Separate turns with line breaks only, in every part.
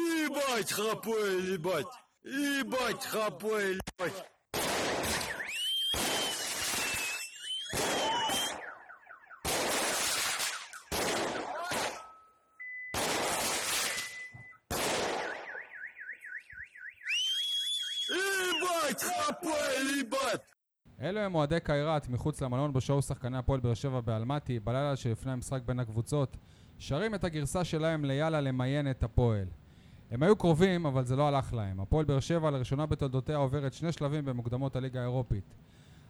Ебать, храпує, ебать. Ебать, храпує, ебать. Ебать, храпує, ебать.
אלו הם אוהדי קיירת מחוץ למלון בשואו שחקני הפועל באר שבע באלמטי, בלילה שלפני המשחק בין הקבוצות, שרים את הגרסה שלהם ליאללה למיין את הפועל. הם היו קרובים, אבל זה לא הלך להם. הפועל באר שבע לראשונה בתולדותיה עוברת שני שלבים במוקדמות הליגה האירופית.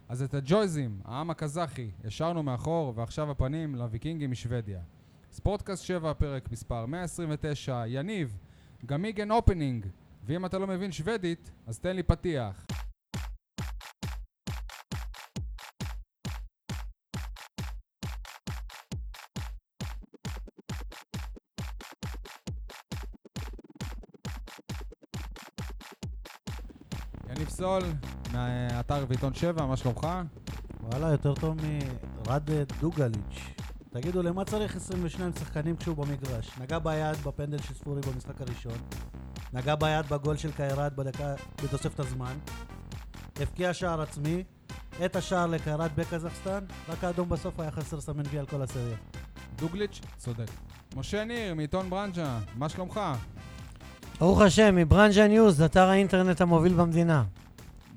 אז את הג'ויזים, העם הקזחי, השארנו מאחור, ועכשיו הפנים לוויקינגים משוודיה. ספורטקאסט 7, פרק מספר 129, יניב, גמיגן אופנינג, ואם אתה לא מבין שוודית, אז תן לי פתיח. יניב סול, מאתר ועיתון 7, מה שלומך?
וואלה, יותר טוב מרד דוגליץ'. תגידו, למה צריך 22 שחקנים כשהוא במגרש? נגע ביד בפנדל של ספורי במשחק הראשון, נגע ביד בגול של קיירת בדקה בתוספת הזמן, הבקיע שער עצמי, את השער לקיירת בקזחסטן, רק האדום בסוף היה חסר סמן וי על כל הסריה.
דוגליץ', צודק. משה ניר, מעיתון ברנז'ה, מה שלומך?
ברוך השם, מברנז'ה ניוז, אתר האינטרנט המוביל במדינה.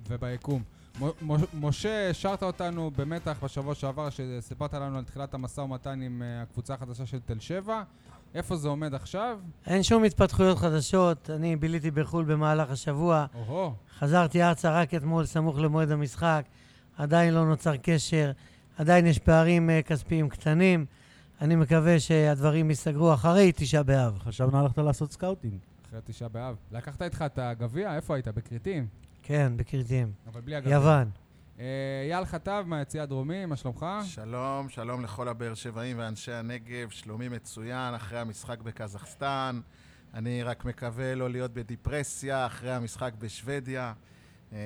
וביקום. מ- מ- משה, השארת אותנו במתח בשבוע שעבר, שסיפרת לנו על תחילת המשא ומתן עם אה, הקבוצה החדשה של תל שבע. איפה זה עומד עכשיו?
אין שום התפתחויות חדשות, אני ביליתי בחו"ל במהלך השבוע,
או-הו,
חזרתי ארצה רק אתמול סמוך למועד המשחק, עדיין לא נוצר קשר, עדיין יש פערים אה, כספיים קטנים, אני מקווה שהדברים ייסגרו אחרי תשעה באב.
חשבנו הלכת לעשות סקאוטינג.
אחרי תשעה באב. לקחת איתך את הגביע? איפה היית? בכרתים?
כן, בכרתים.
אבל בלי הגביע.
יוון.
אה, אייל חטב מהיציע הדרומי, מה שלומך?
שלום, שלום לכל הבאר שבעים ואנשי הנגב, שלומי מצוין אחרי המשחק בקזחסטן. אני רק מקווה לא להיות בדיפרסיה אחרי המשחק בשוודיה. אה,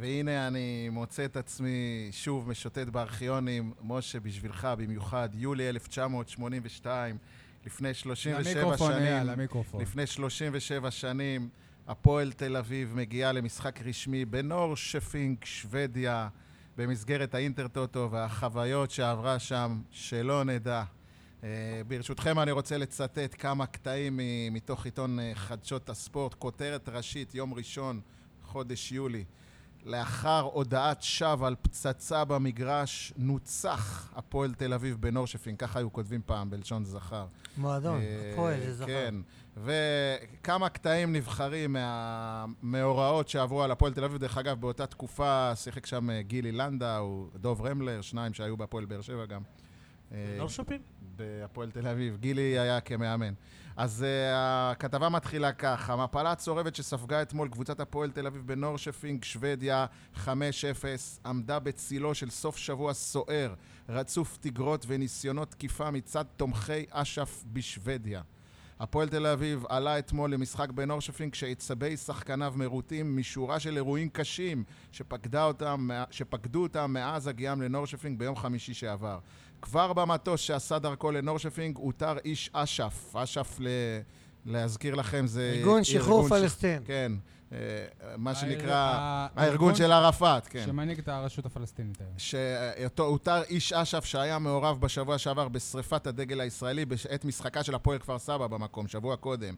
והנה אני מוצא את עצמי שוב משוטט בארכיונים, משה, בשבילך במיוחד, יולי 1982, לפני 37 שנים.
למיקרופון, אייל, למיקרופון.
לפני 37 שנים, הפועל תל אביב מגיעה למשחק רשמי בנור שפינק, שוודיה, במסגרת האינטרטוטו והחוויות שעברה שם, שלא נדע. אה, ברשותכם אני רוצה לצטט כמה קטעים מ- מתוך עיתון אה, חדשות הספורט, כותרת ראשית, יום ראשון, חודש יולי. לאחר הודעת שווא על פצצה במגרש, נוצח הפועל תל אביב בנורשפינג, ככה היו כותבים פעם, בלשון זכר.
מועדון,
אה,
הפועל, זה זכר.
כן, וכמה קטעים נבחרים מהמאורעות שעברו על הפועל תל אביב. דרך אגב, באותה תקופה שיחק שם אה, גילי לנדאו, דוב רמלר, שניים שהיו בהפועל באר שבע גם. אה,
שופינג?
בהפועל תל אביב. גילי היה כמאמן. אז uh, הכתבה מתחילה כך: המפלה הצורבת שספגה אתמול קבוצת הפועל תל אביב בנורשפינג, שוודיה, 5-0, עמדה בצילו של סוף שבוע סוער, רצוף תגרות וניסיונות תקיפה מצד תומכי אש"ף בשוודיה. הפועל תל אביב עלה אתמול למשחק בנורשפינג כשעצבי שחקניו מרוטים משורה של אירועים קשים שפקדה אותם, שפקדו אותם מאז הגיעם לנורשפינג ביום חמישי שעבר. כבר במטוס שעשה דרכו לנורשפינג הותר איש אש"ף. אש"ף, ל... להזכיר לכם, זה...
ארגון שחרור
ארגון ש-
פלסטין.
כן, אה, מה
האר- ה-
שנקרא...
אה, הארגון
הארגון של ערפאת, כן.
שמנהיג את הרשות הפלסטינית היום.
שאותו הותר איש אש"ף שהיה מעורב בשבוע שעבר בשריפת הדגל הישראלי בעת משחקה של הפועל כפר סבא במקום, שבוע קודם.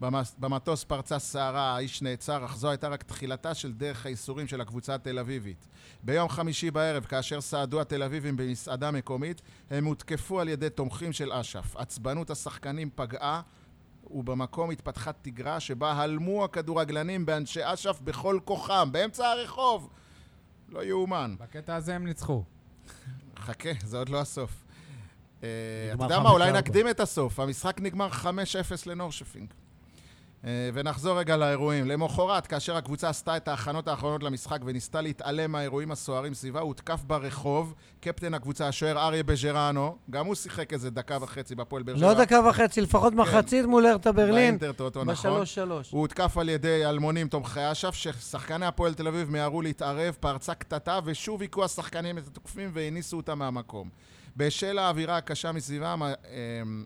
במס- במטוס פרצה סערה, האיש נעצר, אך זו הייתה רק תחילתה של דרך הייסורים של הקבוצה התל אביבית. ביום חמישי בערב, כאשר סעדו התל אביבים במסעדה מקומית, הם הותקפו על ידי תומכים של אש"ף. עצבנות השחקנים פגעה, ובמקום התפתחה תגרה שבה הלמו הכדורגלנים באנשי אש"ף בכל כוחם, באמצע הרחוב. לא יאומן.
בקטע הזה הם ניצחו.
חכה, זה עוד לא הסוף. אה, אתה
נגמר
יודע מה, אולי
5-4.
נקדים את הסוף. המשחק נגמר 5-0 לנורשפינג. אה, ונחזור רגע לאירועים. למחרת, כאשר הקבוצה עשתה את ההכנות האחרונות למשחק וניסתה להתעלם מהאירועים הסוערים סביבה, הותקף ברחוב קפטן הקבוצה, השוער אריה בג'רנו, גם הוא שיחק איזה דקה וחצי בהפועל באר שבע.
לא דקה וחצי, לפחות מחצית מול ארתה ברלין,
באינטרטוטו, נכון.
בשלוש שלוש.
הוא הותקף על ידי אלמונים תומכי אש"ף, ששחקני הפועל תל אביב מיהרו להתערב, פרצה קטטה, ושוב היכו השחקנים את התוקפים והניסו אותם אה, מהמקום. בשל האווירה הקשה מסביבם, ה- אמ,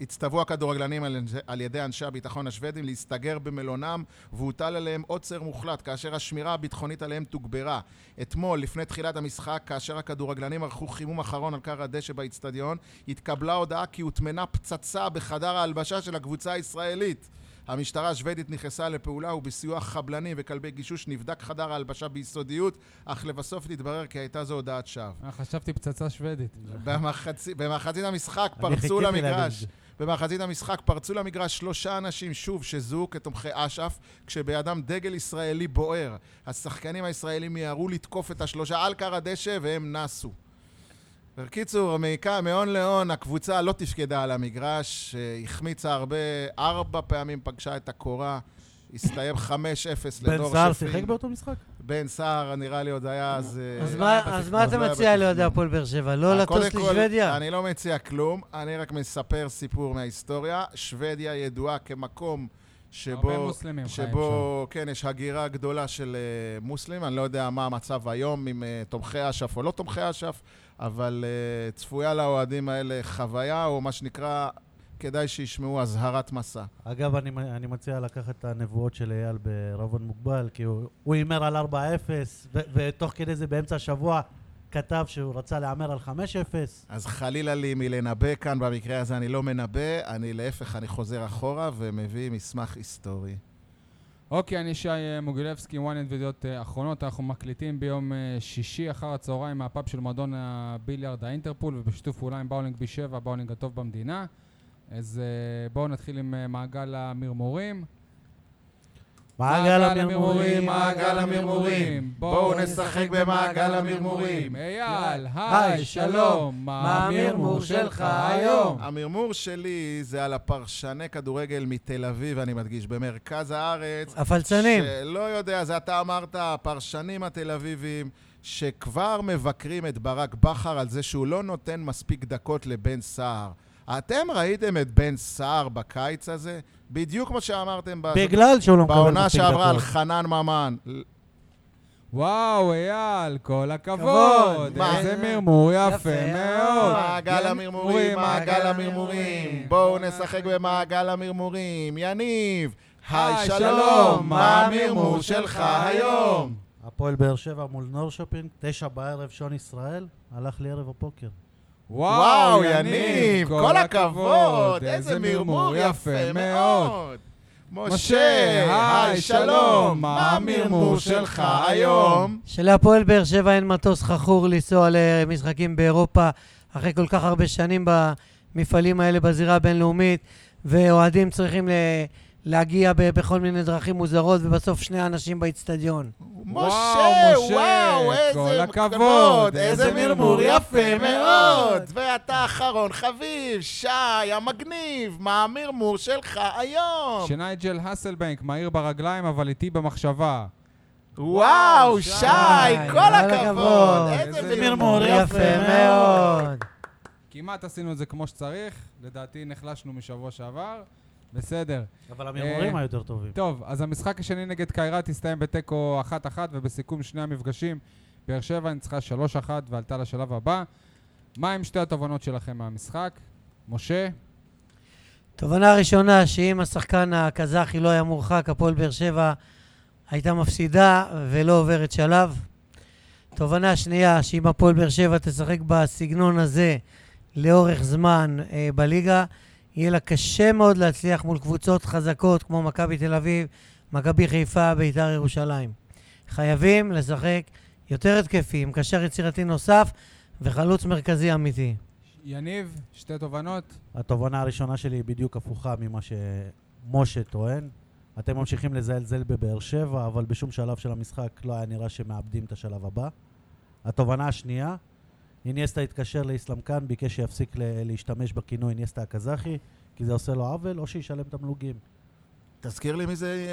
הצטוו הכדורגלנים על- על ידי אנשי הביטחון השוודים להסתגר במלונם והוטל עליהם עוצר מוחלט כאשר השמירה הביטחונית עליהם תוגברה. אתמול, לפני תחילת המשחק, כאשר הכדורגלנים ערכו חימום אחרון על כר הדשא באיצטדיון, התקבלה הודעה כי הוטמנה פצצה בחדר ההלבשה של הקבוצה הישראלית. המשטרה השוודית נכנסה לפעולה ובסיוע חבלנים וכלבי גישוש נבדק חדר ההלבשה ביסודיות, אך לבסוף נתברר כי הייתה זו הודעת שווא.
אה, חשבתי פצצה שוודית.
במחצי- במחצית המשחק
אני
פרצו
חיכיתי להגיד
למגרש.
את
במחצית המשחק פרצו למגרש שלושה אנשים, שוב, שזוהו כתומכי אש"ף, כשבידם דגל ישראלי בוער. השחקנים הישראלים מיהרו לתקוף את השלושה על כר הדשא, והם נסו. בקיצור, מעיקר, מהון להון, הקבוצה לא תפקדה על המגרש, אה, החמיצה הרבה, ארבע פעמים פגשה את הקורה, הסתיים 5-0
בן
לדור
סער
שפין.
שיחק באותו משחק?
בן סער, נראה לי עוד היה אז... אה,
אז
לא
מה-
היה
אז
בתכנון,
מה אתה
לא אה, היה
מציע
בתכנון.
לאוהדי הפועל באר שבע? לא
קודם
לטוס
כל,
לשוודיה?
אני לא מציע כלום, אני רק מספר סיפור מההיסטוריה. שוודיה ידועה כמקום שבו...
הרבה מוסלמים חיים
שבו, כן, יש הגירה גדולה של אה, מוסלמים. אני לא יודע מה המצב היום, אם אה, תומכי אש"ף או לא תומכי אש"ף, אבל אה, צפויה לאוהדים האלה חוויה, או מה שנקרא, כדאי שישמעו אזהרת מסע.
אגב, אני, אני מציע לקחת את הנבואות של אייל בערבון מוגבל, כי הוא הוא הימר על 4-0, ו- ותוך כדי זה באמצע השבוע כתב שהוא רצה להמר על 5-0.
אז חלילה לי מלנבא כאן, במקרה הזה אני לא מנבא, אני להפך, אני חוזר אחורה ומביא מסמך היסטורי.
אוקיי, אני שי אה, מוגילבסקי, וואנט וידיעות אה, אחרונות. אנחנו מקליטים ביום אה, שישי אחר הצהריים מהפאב של מועדון הביליארד האינטרפול, ובשיתוף פעולה עם באולינג בי 7, הבאולינג הטוב במדינה. אז אה, בואו נתחיל עם אה, מעגל המרמורים.
מעגל המרמורים,
מעגל המרמורים. בואו נשחק במעגל המרמורים.
אייל,
היי,
היי, שלום, מה המרמור
המרמור
שלך
שלך
היום?
המרמור שלי זה על הפרשני כדורגל מתל אביב, אני מדגיש, במרכז הארץ.
הפלצנים.
שלא יודע, זה אתה אמרת, הפרשנים התל אביבים, שכבר מבקרים את ברק בכר על זה שהוא לא נותן מספיק דקות לבן סער. אתם ראיתם את בן סער בקיץ הזה? בדיוק כמו שאמרתם בזאת-
בגלל שהוא לא מקבל
בעונה
מספיק
שעברה על
דקות.
חנן ממן.
וואו, אייל, כל הכבוד!
כבוד.
איזה
מה-
מרמור יפה
יפה
מאוד!
מאוד.
מעגל המרמורים, מעגל המרמורים, בואו נשחק במעגל המרמורים. יניב, היי שלום, מה המרמור שלך היום?
הפועל באר שבע מול נורשופינג, תשע בערב שעון ישראל, הלך לי ערב הפוקר.
וואו, יניב, כל הכבוד, איזה מרמור יפה מאוד. משה, היי שלום, מה המרמור שלך היום?
שלהפועל באר שבע אין מטוס חכור לנסוע למשחקים באירופה אחרי כל כך הרבה שנים במפעלים האלה בזירה הבינלאומית, ואוהדים צריכים ל... להגיע ב- בכל מיני דרכים מוזרות, ובסוף שני אנשים באיצטדיון.
משה,
משה,
וואו,
כל
איזה
הכבוד,
כבוד,
איזה
איזה
מרמור
מרמור יפה
יפה
מאוד.
מאוד.
ואתה אחרון חביב, שי המגניב, מה המרמור שלך היום?
שנייג'ל הסלבנק מהיר ברגליים, אבל איתי במחשבה.
וואו, שי, כל הכבוד, איזה
איזה
מרמור יפה מאוד.
כמעט עשינו את זה כמו שצריך, לדעתי נחלשנו משבוע שעבר. בסדר.
אבל המרמורים
אה,
היו יותר טובים.
טוב, אז המשחק השני נגד קיירת הסתיים בתיקו 1-1, ובסיכום שני המפגשים, באר שבע ניצחה 3-1 ועלתה לשלב הבא. מה עם שתי התובנות שלכם מהמשחק? משה?
תובנה ראשונה, שאם השחקן הקזחי לא היה מורחק, הפועל באר שבע הייתה מפסידה ולא עוברת שלב. תובנה שנייה, שאם הפועל באר שבע תשחק בסגנון הזה לאורך זמן אה, בליגה, יהיה לה קשה מאוד להצליח מול קבוצות חזקות כמו מכבי תל אביב, מכבי חיפה, בית"ר ירושלים. חייבים לשחק יותר התקפי, עם קשר יצירתי נוסף וחלוץ מרכזי אמיתי.
יניב, שתי תובנות.
התובנה הראשונה שלי היא בדיוק הפוכה ממה שמשה טוען. אתם ממשיכים לזלזל בבאר שבע, אבל בשום שלב של המשחק לא היה נראה שמאבדים את השלב הבא. התובנה השנייה, איניאסטה התקשר לאיסלאמקן, ביקש שיפסיק ל- להשתמש בכינוי איניאסטה הקזחי, כי זה עושה לו עוול, או שישלם תמלוגים.
תזכיר לי מי זה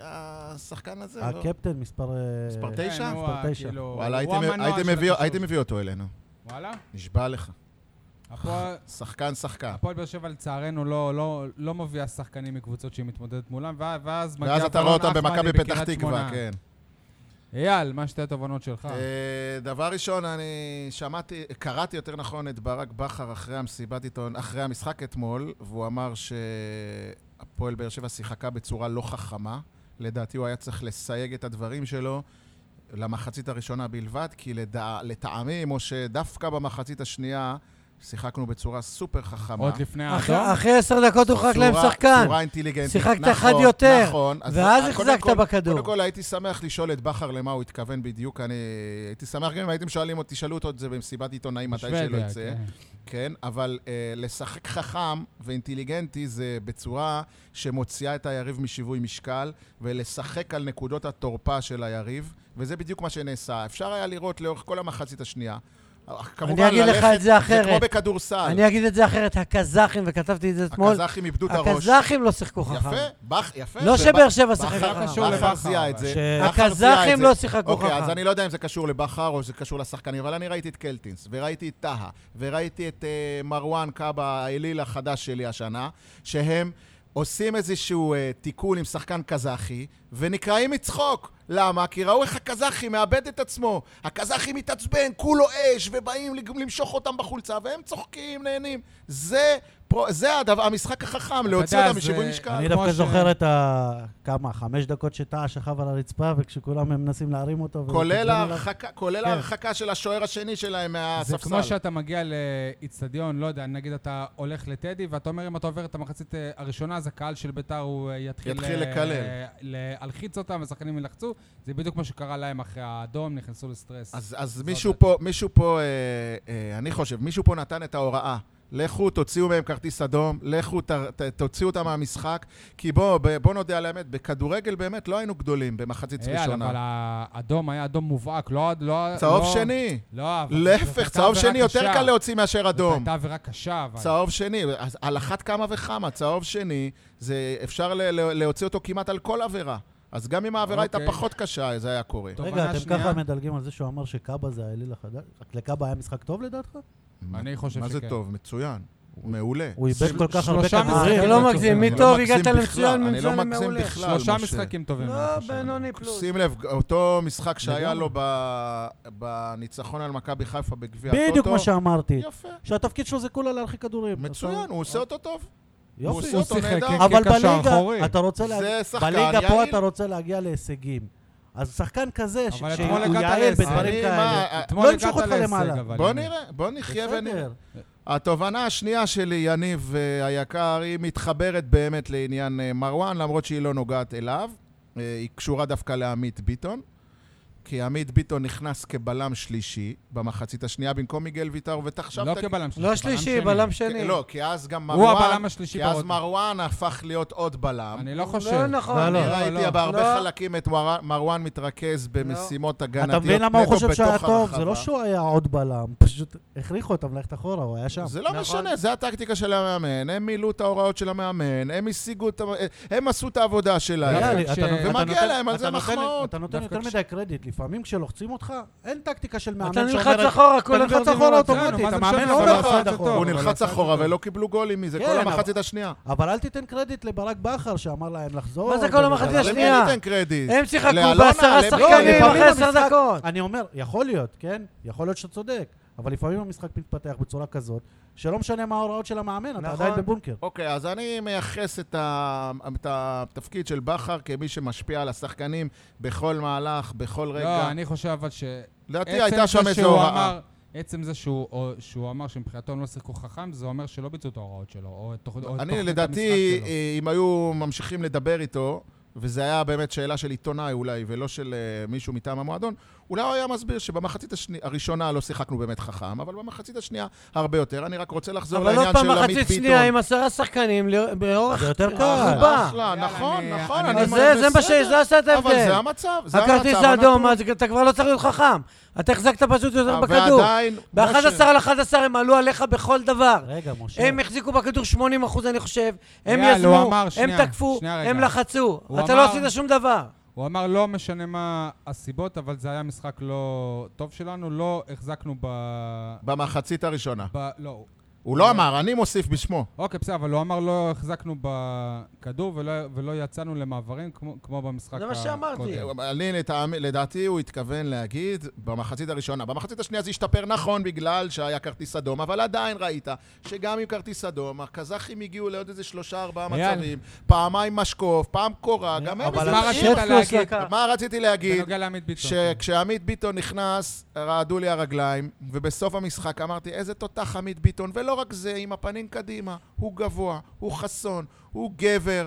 אה, השחקן הזה? לא?
הקפטן מספר... אה,
מספר תשע?
כן, הוא
מספר
ה-
תשע.
כאילו,
וואלה,
הוא
הייתם-
המנוע
הייתם
של
מביא-
הקישור.
הייתם מביא אותו אלינו,
וואלה?
נשבע לך.
הפועל-
שחקן, שחקן.
הפועל באר שבע לצערנו לא, לא, לא מביאה שחקנים מקבוצות שהיא מתמודדת מולם, ו- ואז מגיע
ואז אתה
ורון
רואה אותם
אחמדי
במכבי פתח
בקריית
תקווה,
שמונה.
כן.
אייל, מה שתי התובנות שלך?
אה, דבר ראשון, אני שמעתי, קראתי יותר נכון את ברק בכר אחרי המסיבת עיתון, אחרי המשחק אתמול, והוא אמר שהפועל באר שבע שיחקה בצורה לא חכמה. לדעתי הוא היה צריך לסייג את הדברים שלו למחצית הראשונה בלבד, כי לדע, לטעמי, משה, דווקא במחצית השנייה שיחקנו בצורה סופר חכמה.
עוד לפני
אח-
האדום?
אחרי עשר דקות הוא חרק לא להם
צורה-
שחקן.
צורה אינטליגנטית.
שיחקת
נכון,
אחד יותר,
נכון. אז
ואז
קודם
החזקת
כל-
בכדור.
קודם כל הייתי שמח לשאול את בכר למה הוא התכוון בדיוק. אני הייתי שמח גם אם הייתם שואלים אותו, תשאלו אותו את זה במסיבת עיתונאים מתי
בשוודיה,
שלא יצא.
כן.
כן, אבל אה, לשחק חכם ואינטליגנטי זה בצורה שמוציאה את היריב משיווי משקל, ולשחק על נקודות התורפה של היריב, וזה בדיוק מה שנעשה. אפשר היה לראות לאורך כל המחצית השנייה. כמובן,
אגיד לך
ללכת-
את זה אחרת.
זה כמו בכדורסל.
אני אגיד את זה אחרת, הקזחים, וכתבתי את זה אתמול,
אה, הקזחים איבדו את הראש.
הקזחים לא שיחקו חכם.
יפה, בכ, יפה.
לא
זה
שבאר
בכ-
שבע שיחק
בכר-
ככה.
קשור
בכר
לבכר,
זיהה את זה.
אבל.
בכר
שהקזחים
זיהה את זה.
לא שיחקו
אוקיי,
ככה.
אז אני לא יודע אם זה קשור לבכר או שזה קשור לשחקנים, אבל אני ראיתי את קלטינס, וראיתי את טהה, וראיתי את אה, מרואן קאבה, האליל החדש שלי השנה, שהם... עושים איזשהו אה, תיקון עם שחקן קזחי, ונקרעים מצחוק. למה? כי ראו איך הקזחי מאבד את עצמו. הקזחי מתעצבן, כולו אש, ובאים לג- למשוך אותם בחולצה, והם צוחקים, נהנים. זה, פרו- זה הדבר, המשחק החכם, להוציא
יודע,
אותם
זה-
משיווי משקל.
כמו
אני דווקא
ש-
זוכר את ה... כמה? חמש דקות שטאה שכב על הרצפה, וכשכולם הם מנסים להרים אותו... והוא
כולל
מתעצבן עליו.
ההרחקה, כולל
כן.
ההרחקה של השוער השני שלהם
זה
מהספסל.
כמו שאתה מגיע לאיצטדיון, לא יודע, נגיד אתה הולך לטדי, ואתה אומר, אם אתה עובר את המחצית אה, הראשונה, אז הקהל של ביתר הוא אה, יתחיל...
יתחיל
אה,
לקלל.
אה, להלחיץ אותם, והשחקנים ילחצו. זה בדיוק מה שקרה להם אחרי האדום, נכנסו לסטרס.
אז, אז
זאת
מישהו
דעתי.
פה, מישהו פה, אה, אה, אני חושב, מישהו פה נתן את ההוראה. לכו, תוציאו מהם כרטיס אדום, לכו, ת, ת, תוציאו אותם מהמשחק, כי בואו בוא נודה על האמת, בכדורגל באמת לא היינו גדולים במחצית
אייל, אבל
ראשונה.
האדום היה אדום מובהק, לא... לא-
צהוב
לא-
שני.
לא, אבל... זאת
להפך,
הייתה
צהוב
עבירה
שני יותר
קשה.
קל להוציא מאשר
זאת
אדום.
הייתה עבירה קשה, אבל...
צהוב שני, אז על אחת כמה וכמה, צהוב שני, זה אפשר ל- ל- להוציא אותו כמעט על כל עבירה. אז גם אם העבירה הייתה
אוקיי.
פחות קשה, זה היה קורה.
טוב,
רגע,
תובנה
אתם
שנייה.
ככה מדלגים על זה שהוא אמר שקאבה זה האליל החדש? רק לקאבה היה משחק טוב לדעתך?
מה-
אני חושב
מה זה
שכן.
טוב? מצוין. מעולה.
הוא איבד
של-
כל כך הרבה
שלושה
כדורים.
משחקים.
אתה לא
אה,
מגזים,
אני לא
מטוב
מגזים
הגעת
בכלל,
למצוין,
אני לא
מצוין
מגזים
למעולה.
בכלל.
שלושה
משה.
משחקים טובים.
לא,
אני חושב.
בינוני פלוס.
שים לב, אותו משחק שהיה
לגמרי.
לו ב- בניצחון על מכבי חיפה בגביע הטוטו.
לא בדיוק מה שאמרתי.
יפה.
שהתפקיד שלו זה כולה להרחיק כדורים.
מצוין,
אתה-
הוא עושה אותו טוב. הוא
יופי.
עושה אותו
שיחק,
נהדר.
כן, כן.
אבל
כקשר
בליגה,
אחורי.
אתה רוצה לה-
זה שחקן
בליגה פה
יעיל.
אתה רוצה להגיע להישגים. אז שחקן כזה, ש-
אבל
שהוא
אתמול הגעת
יעל
להישג.
בדברים
אני-
כאלה.
מה- אה,
אתמול
לא
הגעת
נמשוך אותך
להישג,
למעלה.
אבל
בוא
הנה.
נראה, בוא נחיה ונראה.
בסדר.
התובנה השנייה שלי, יניב אה, היקר, היא מתחברת באמת לעניין אה, מרואן, למרות שהיא לא נוגעת אליו. אה, היא קשורה דווקא לעמית ביטון, כי עמית ביטון נכנס כבלם שלישי במחצית השנייה במקום מיגל ויטר, ותחשב...
לא כבלם שלישי,
לא שלישי, בלם
כן.
שני.
לא, כי אז גם
הוא
מרואן...
הבלם השלישי
כי אז
בעוד.
מרואן הפך להיות עוד בלם.
אני לא חושב.
לא נכון.
לא,
אני
לא,
ראיתי בהרבה
לא.
חלקים את מרואן- מרואן מתרכז במשימות הגנתיות
אתה מבין למה הוא
כן, נטו
חושב שהיה
בתוך
טוב? זה
הרחבה.
לא שהוא היה עוד בלם, פשוט הכריחו אותם ללכת אחורה, הוא היה שם.
זה לא
נכון.
משנה, זה הטקטיקה של המאמן, הם מילאו את ההוראות של המאמן, הם השיגו את ה... הם עשו את העבודה שלהם.
יאללה,
יאללה,
כש-
לא, אתה נותן-
ומגיע
אתה
להם על זה
נותן- אתה נותן-
מחמאות.
אתה נותן
דווקא
יותר
כש-
מדי קרדיט. לפעמים כשלוחצים אותך, אין טקטיקה של מאמן
אתה
שאומרת...
נלחץ אחורה,
אתה
כולם
נלחץ
יורדים
אחורה
למטה.
אוטומטית,
מה זה
המאמן
משנה,
לא
אבל
הולך
הוא
צעד
עשה את
אחורה.
הוא
אבל לא, הוא
נלחץ
עשה את זה
אחורה
טוב.
ולא קיבלו גולים מזה,
כן,
כל
אבל-
המחצית השנייה.
אבל אל תיתן קרדיט לברק בכר שאמר להם לחזור.
מה זה כל המחצית
אבל-
אבל למי
השנייה.
ניתן קרדיט?
הם שיחקו
לאלונה,
בעשרה
לבני.
לא,
שחקנים
לפעמים
אחרי עשר
המשחק-
דקות.
אני אומר, יכול להיות, כן? יכול להיות שאתה צודק. אבל לפעמים המשחק מתפתח בצורה כזאת, שלא משנה מה ההוראות של המאמן, אתה
נכון.
עדיין בבונקר.
אוקיי, אז אני מייחס את, ה... את התפקיד של בכר כמי שמשפיע על השחקנים בכל מהלך, בכל רגע.
לא, אני חושב אבל ש...
לדעתי
עצם
הייתה
זה
שם איזו
שהוא
הוראה.
אמר- עצם זה שהוא או- שהוא אמר שמבחינתו הם לא שיחקו חכם, זה אומר שלא ביצעו את ההוראות שלו, או את תוכ- או את תוכנית
אני,
המשחק
לדעתי,
שלו.
אה, אם היו ממשיכים לדבר איתו, וזו הייתה באמת שאלה של עיתונאי אולי, ולא של אה, מישהו מטעם המועדון, אולי הוא היה מסביר שבמחצית השני, הראשונה לא שיחקנו באמת חכם, אבל במחצית השנייה הרבה יותר. אני רק רוצה לחזור
אבל עוד
לעניין
פעם
של עמית ביטון.
מחצית שנייה עם עשרה שחקנים לא- באורך
זה יותר קל.
רבה.
אחלה,
יאללה,
נכון,
אני-
נכון.
אני-
אני
אז
אומר,
זה- זה מה ש...
בסדר.
זה עשה את
אבל זה
ההבדל.
המצב, זה המצב.
הכרטיס האדום, אז אתה כבר לא צריך להיות חכם. אתה החזקת פשוט יותר בכדור.
ועדיין,
ב-11 על 11 הם עלו עליך בכל דבר.
רגע, משה.
הם החזיקו בכדור 80 אחוז, אני חושב. הם
יאללה, הוא
יזמו,
אמר,
הם
שנייה,
תקפו,
שנייה רגע.
הם לחצו.
הוא
אתה לא
אמר-
עשית שום דבר.
הוא אמר, לא משנה מה הסיבות, אבל זה היה משחק לא טוב שלנו, לא החזקנו ב...
במחצית הראשונה.
ב... לא,
הוא לא אמר, אני מוסיף בשמו.
אוקיי, בסדר, אבל הוא אמר לא החזקנו בכדור ולא, ולא יצאנו למעברים כמו, כמו במשחק
זה מה שאמרתי.
כן.
אני, לטעמ- לדעתי, הוא התכוון להגיד במחצית הראשונה. במחצית השנייה זה השתפר נכון בגלל שהיה כרטיס אדום, אבל עדיין ראית שגם עם כרטיס אדום, הקזחים הגיעו לעוד איזה שלושה, ארבעה
אייל.
מצבים, פעמיים משקוף, פעם קורה, גם הם...
אבל
איזה-
מה
אתה-
רצית
שטקוס
להגיד
לקח.
מה רציתי להגיד?
בנוגע לעמית ביטון? כן.
שכשעמית ביטון נכנס, רעדו לי הרגליים, ובסוף המשחק אמרתי, איזה תותח עמית ביטון, ולא רק זה, עם הפנים קדימה, הוא גבוה, הוא חסון, הוא גבר,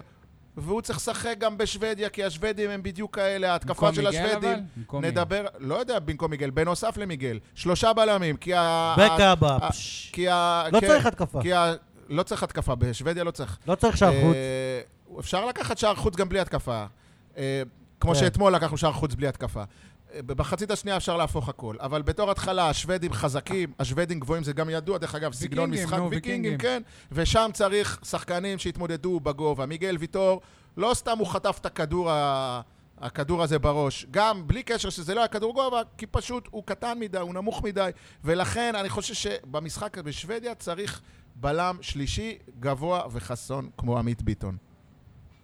והוא צריך לשחק גם בשוודיה, כי השוודים הם בדיוק כאלה, ההתקפה
במקום
של
מיגל, אבל?
השוודים...
במקום מיגל.
נדבר, לא יודע, במקום מיגל, בנוסף למיגל, שלושה בלמים, כי ה...
בקאבה.
ה-
פש.
אה, כי ה...
לא
כן,
צריך התקפה.
כי ה... לא צריך התקפה, בשוודיה לא צריך.
לא צריך שער חוץ.
אה, אפשר לקחת שער חוץ גם בלי התקפה. אה, כמו
כן.
שאתמול לקחנו שער חוץ בלי התקפה. אה, במחצית השנייה אפשר להפוך הכל, אבל בתור התחלה השוודים חזקים, השוודים גבוהים זה גם ידוע, דרך אגב, סגנון
ויקינגים,
משחק
נו,
ויקינגים,
ויקינגים.
כן, ושם צריך שחקנים שיתמודדו בגובה. מיגל ויטור, לא סתם הוא חטף את הכדור, ה- הכדור הזה בראש, גם בלי קשר שזה לא היה כדור גובה, כי פשוט הוא קטן מדי, הוא נמוך מדי, ולכן אני חושב שבמשחק בשוודיה צריך בלם שלישי, גבוה וחסון כמו עמית ביטון.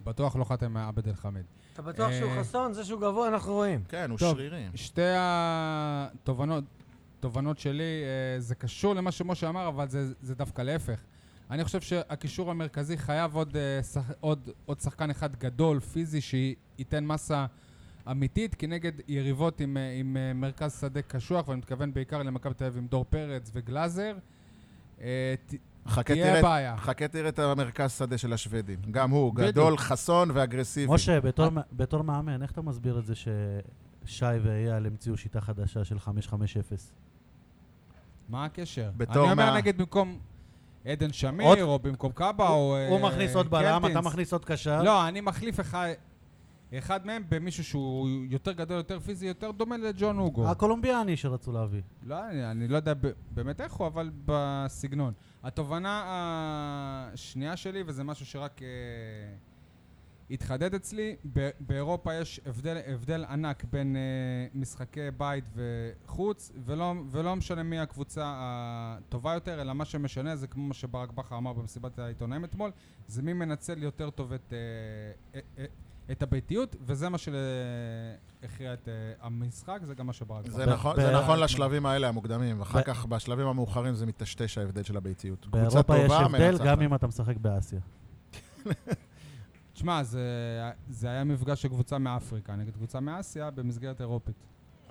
בטוח לא חתם מעבד אל חמיד.
אתה בטוח שהוא
אה,
חסון? זה שהוא גבוה, אנחנו רואים.
כן, הוא
טוב.
שרירי.
שתי התובנות תובנות שלי, אה, זה קשור למה שמשה אמר, אבל זה, זה דווקא להפך. אני חושב שהקישור המרכזי חייב עוד, אה, שח, עוד, עוד שחקן אחד גדול, פיזי, שייתן מסה אמיתית, כי נגד יריבות עם, אה, עם אה, מרכז שדה קשוח, ואני מתכוון בעיקר למכבי תל אביב עם דור פרץ וגלאזר, אה, ת-
חכה
תהיה
תראה-
בעיה.
חכה תראה את המרכז שדה של השוודים. גם הוא, גדול, חסון ואגרסיבי.
משה,
אה.
בתור מא- בתור מאמן, איך אתה מסביר את זה ששי ואייל המציאו שיטה חדשה של 5-5-0?
מה הקשר?
בתור
אני אומר
מה-
נגיד במקום עדן שמיר,
עוד-
או במקום קאבה, או...
הוא
אה,
מכניס עוד בלם, אתה
קלטינס.
מכניס עוד קשר.
לא, אני מחליף אחד, אחד מהם במישהו שהוא יותר גדול, יותר פיזי, יותר דומה לג'ון הוגו.
הקולומביאני שרצו להביא.
לא, אני, אני לא יודע ב- באמת איך הוא, אבל בסגנון. התובנה השנייה שלי, וזה משהו שרק אה, התחדד אצלי, ב- באירופה יש הבדל, הבדל ענק בין אה, משחקי בית וחוץ, ולא, ולא משנה מי הקבוצה הטובה יותר, אלא מה שמשנה זה כמו מה שברק בכר אמר במסיבת העיתונאים אתמול, זה מי מנצל יותר טוב את, אה, אה, אה, את הביתיות, וזה מה שהכריע את אה, המשחק, זה גם מה שברק
זה
בכר.
נכון-
ב-
זה
ב-
נכון לשלבים האלה, המוקדמים. אחר
ב-
כך, בשלבים המאוחרים זה מטשטש ההבדל של הביתיות. קבוצה
באירופה יש
טובה,
הבדל
מנצחת.
גם אם אתה משחק באסיה.
תשמע, זה, זה היה מפגש של קבוצה מאפריקה נגד קבוצה מאסיה במסגרת אירופית.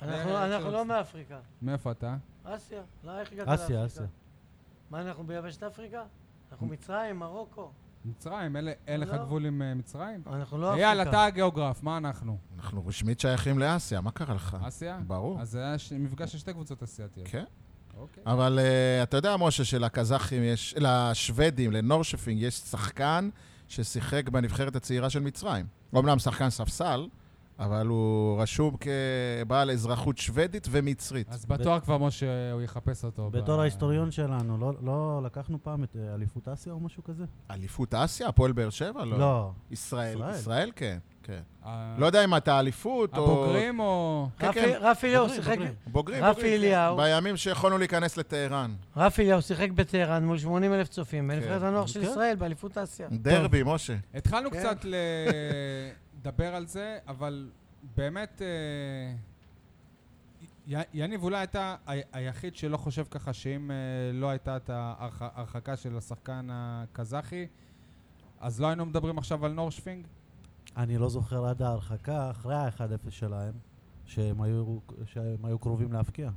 אה,
אנחנו- אנחנו לא מאפריקה.
מאיפה אתה?
אסיה? לא, איך הגעת לאפריקה?
אסיה, אסיה.
מה, אנחנו ביבשת אפריקה? אנחנו מצרים, מרוקו.
מצרים, אלה- אין לך
לא.
גבול עם אה, מצרים?
אנחנו לא אפריקה.
אייל, אתה הגיאוגרף, מה אנחנו?
אנחנו רשמית שייכים לאסיה, מה קרה לך?
אסיה?
אה, ברור.
אז זה היה ש- מפגש של שתי קבוצות אסיאתיות.
כן.
אוקיי.
אבל אה, אתה יודע, משה, שלקזחים יש, לשוודים, לנורשפינג, יש שחקן ששיחק בנבחרת הצעירה של מצרים. אומנם שחקן ספסל, אבל הוא רשום כבעל אזרחות שוודית ומצרית.
אז בתואר כבר משה, הוא יחפש אותו. ב-
בתור ההיסטוריון שלנו, לא- לא לקחנו פעם את אה, אליפות אסיה או משהו כזה?
אליפות אסיה? הפועל באר שבע? לא.
לא.
ישראל.
ישראל.
ישראל, כן. כן.
ה-
לא יודע אם אתה אליפות או...
אה. הבוגרים או...
כן,
רפי-
כן.
רפי אליהו
דברים,
לא, שיחק...
דברים.
בוגרים.
רפי
בוגרים, כן.
אליהו.
בימים שיכולנו להיכנס לטהרן.
רפי אליהו שיחק בטהרן מול 80 אלף צופים, בנבחרת הנוער של
כן.
ישראל, באליפות אסיה.
כן. דרבי, משה.
התחלנו
כן.
קצת לדבר על זה, אבל באמת, אה, י- יניב אולי הייתה ה- היחיד שלא חושב ככה שאם אה, לא הייתה את ההרח- ההרחקה של השחקן הקזחי, אז לא היינו מדברים עכשיו על נורשפינג?
אני לא זוכר עד ההרחקה, אחרי ה-1-0 שלהם, שהם היו, שהם היו קרובים להפקיע.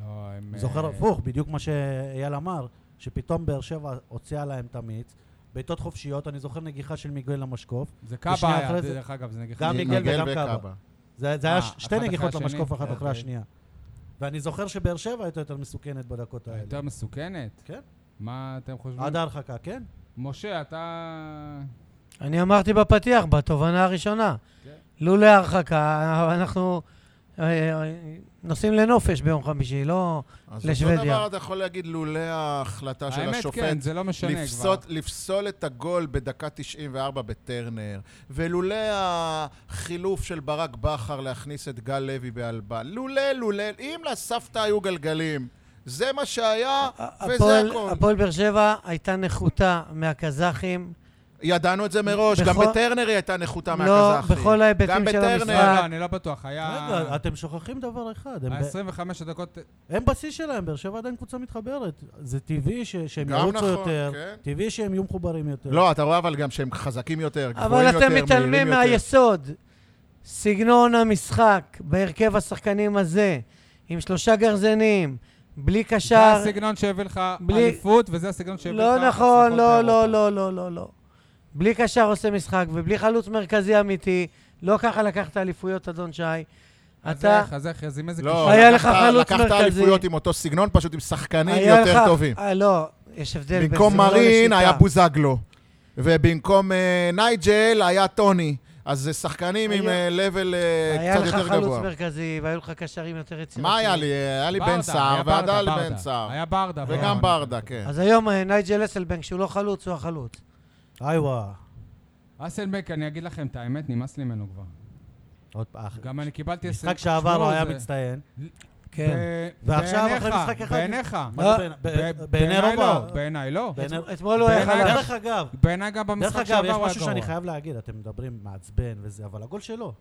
לא, הם...
זוכר
אה,
הפוך, בדיוק מה שאייל אמר, שפתאום באר שבע הוציאה להם את המיץ. בעיטות חופשיות, אני זוכר נגיחה של מיגל למשקוף.
זה
ושנייה
קאבה היה,
אחרי זה-
דרך אגב, זה נגיד...
גם מיגל וגם קאבה.
וקאבה.
זה, זה
אה,
היה ש- שתי
אחת
נגיחות
אחרי
למשקוף
השני?
אחת אחרי
אוקיי.
השנייה. ואני זוכר שבאר שבע הייתה יותר מסוכנת בדקות האלה.
יותר מסוכנת?
כן.
מה אתם חושבים?
עד ההרחקה, כן?
משה, אתה...
אני אמרתי בפתיח, בתובנה הראשונה.
כן.
לולא הרחקה, אנחנו אה, אה, נוסעים לנופש ביום חמישי, לא...
אז
לשוודיה.
אותו דבר אתה יכול להגיד לולא ההחלטה של
האמת,
השופט.
כן, זה לא משנה כבר.
לפסות, לפסול את הגול בדקה 94 בטרנר, ולולא החילוף של ברק בכר להכניס את גל לוי באלבה, לולא, לולא, אם לסבתא היו גלגלים, זה מה שהיה, וזה
הפועל-
הכל.
הפועל באר שבע הייתה נחותה מהקזחים.
ידענו את זה מראש, גם
בכל-
בטרנר היא הייתה נחותה
לא,
מהקזחי.
בכל ההיבטים של
גם
לא,
בטרנר,
המשחק.
לא, אני לא בטוח. היה...
אה, רגע, אתם שוכחים דבר אחד, הם ב-
ה-25 דקות...
הם בשיא שלהם, באר שבע עדיין קבוצה מתחברת. זה טבעי ש- שהם
גם
ירוצו
נכון,
יותר,
כן.
טבעי שהם יהיו מחוברים יותר.
לא, אתה רואה אבל גם שהם חזקים יותר, גבוהים
אבל
יותר, מהירים יותר.
אתם מתעלמים מהיסוד. סגנון המשחק בהרכב השחקנים הזה, עם שלושה גרזנים, בלי
זה
קשר,
הסגנון שהביא לך
בלי-
אליפות, וזה הסגנון שהביא לך...
לא נכון,
הצלחות
לא, לא,
באירופה.
לא, לא, לא, לא. בלי קשר עושה משחק, ובלי חלוץ מרכזי אמיתי, לא ככה לקחת אליפויות, אדון שי.
אז
אתה...
איך, אז איך, אז עם איזה
לא,
היה
לקחת-
לך חלוץ
לקחת
מרכזי.
אליפויות עם אותו סגנון, פשוט עם שחקנים
היה
יותר
לך-
טובים.
אה, לא, יש הבדל בין
במקום
סגנון
מרין
לא לשיטה.
היה בוזגלו, ובמקום אה, נייג'ל היה טוני. אז זה שחקנים עם
היה-
לבל
היה
קצת
לך
יותר
חלוץ
גבוה.
מרכזי, והיו לך קשרים יותר יצירתיים.
מה היה לי? היה לי בן
ברדה,
סער,
היה
ועדה
ברדה,
לי
ברדה.
בן סער.
היה ברדה.
וגם
אבל-
ברדה, כן.
אז היום אה, נייג'ל אסלבנק, שהוא לא חלוץ, הוא החלוץ.
איווה.
אסלבק, אני אגיד לכם את האמת, נמאס לי ממנו כבר.
עוד פעם.
גם אני קיבלתי...
משחק שעבר הוא היה מצטיין.
כן.
ועכשיו, אחרי משחק אחד-
בעיניך.
מה
לא,
זה בעיני-
ב-
ב-
בעיניי
בעיני
לא,
רובע.
בעיניי לא.
בעיני-
אתמול הוא היה
בעיני
חלש.
כן, דרך אגב,
בעיניי גם
לא. דרך
במשחק
אגב,
שעבר
יש
הוא היה
משהו שאני
גרוע.
חייב להגיד, אתם מדברים מעצבן וזה, אבל הגול שלו.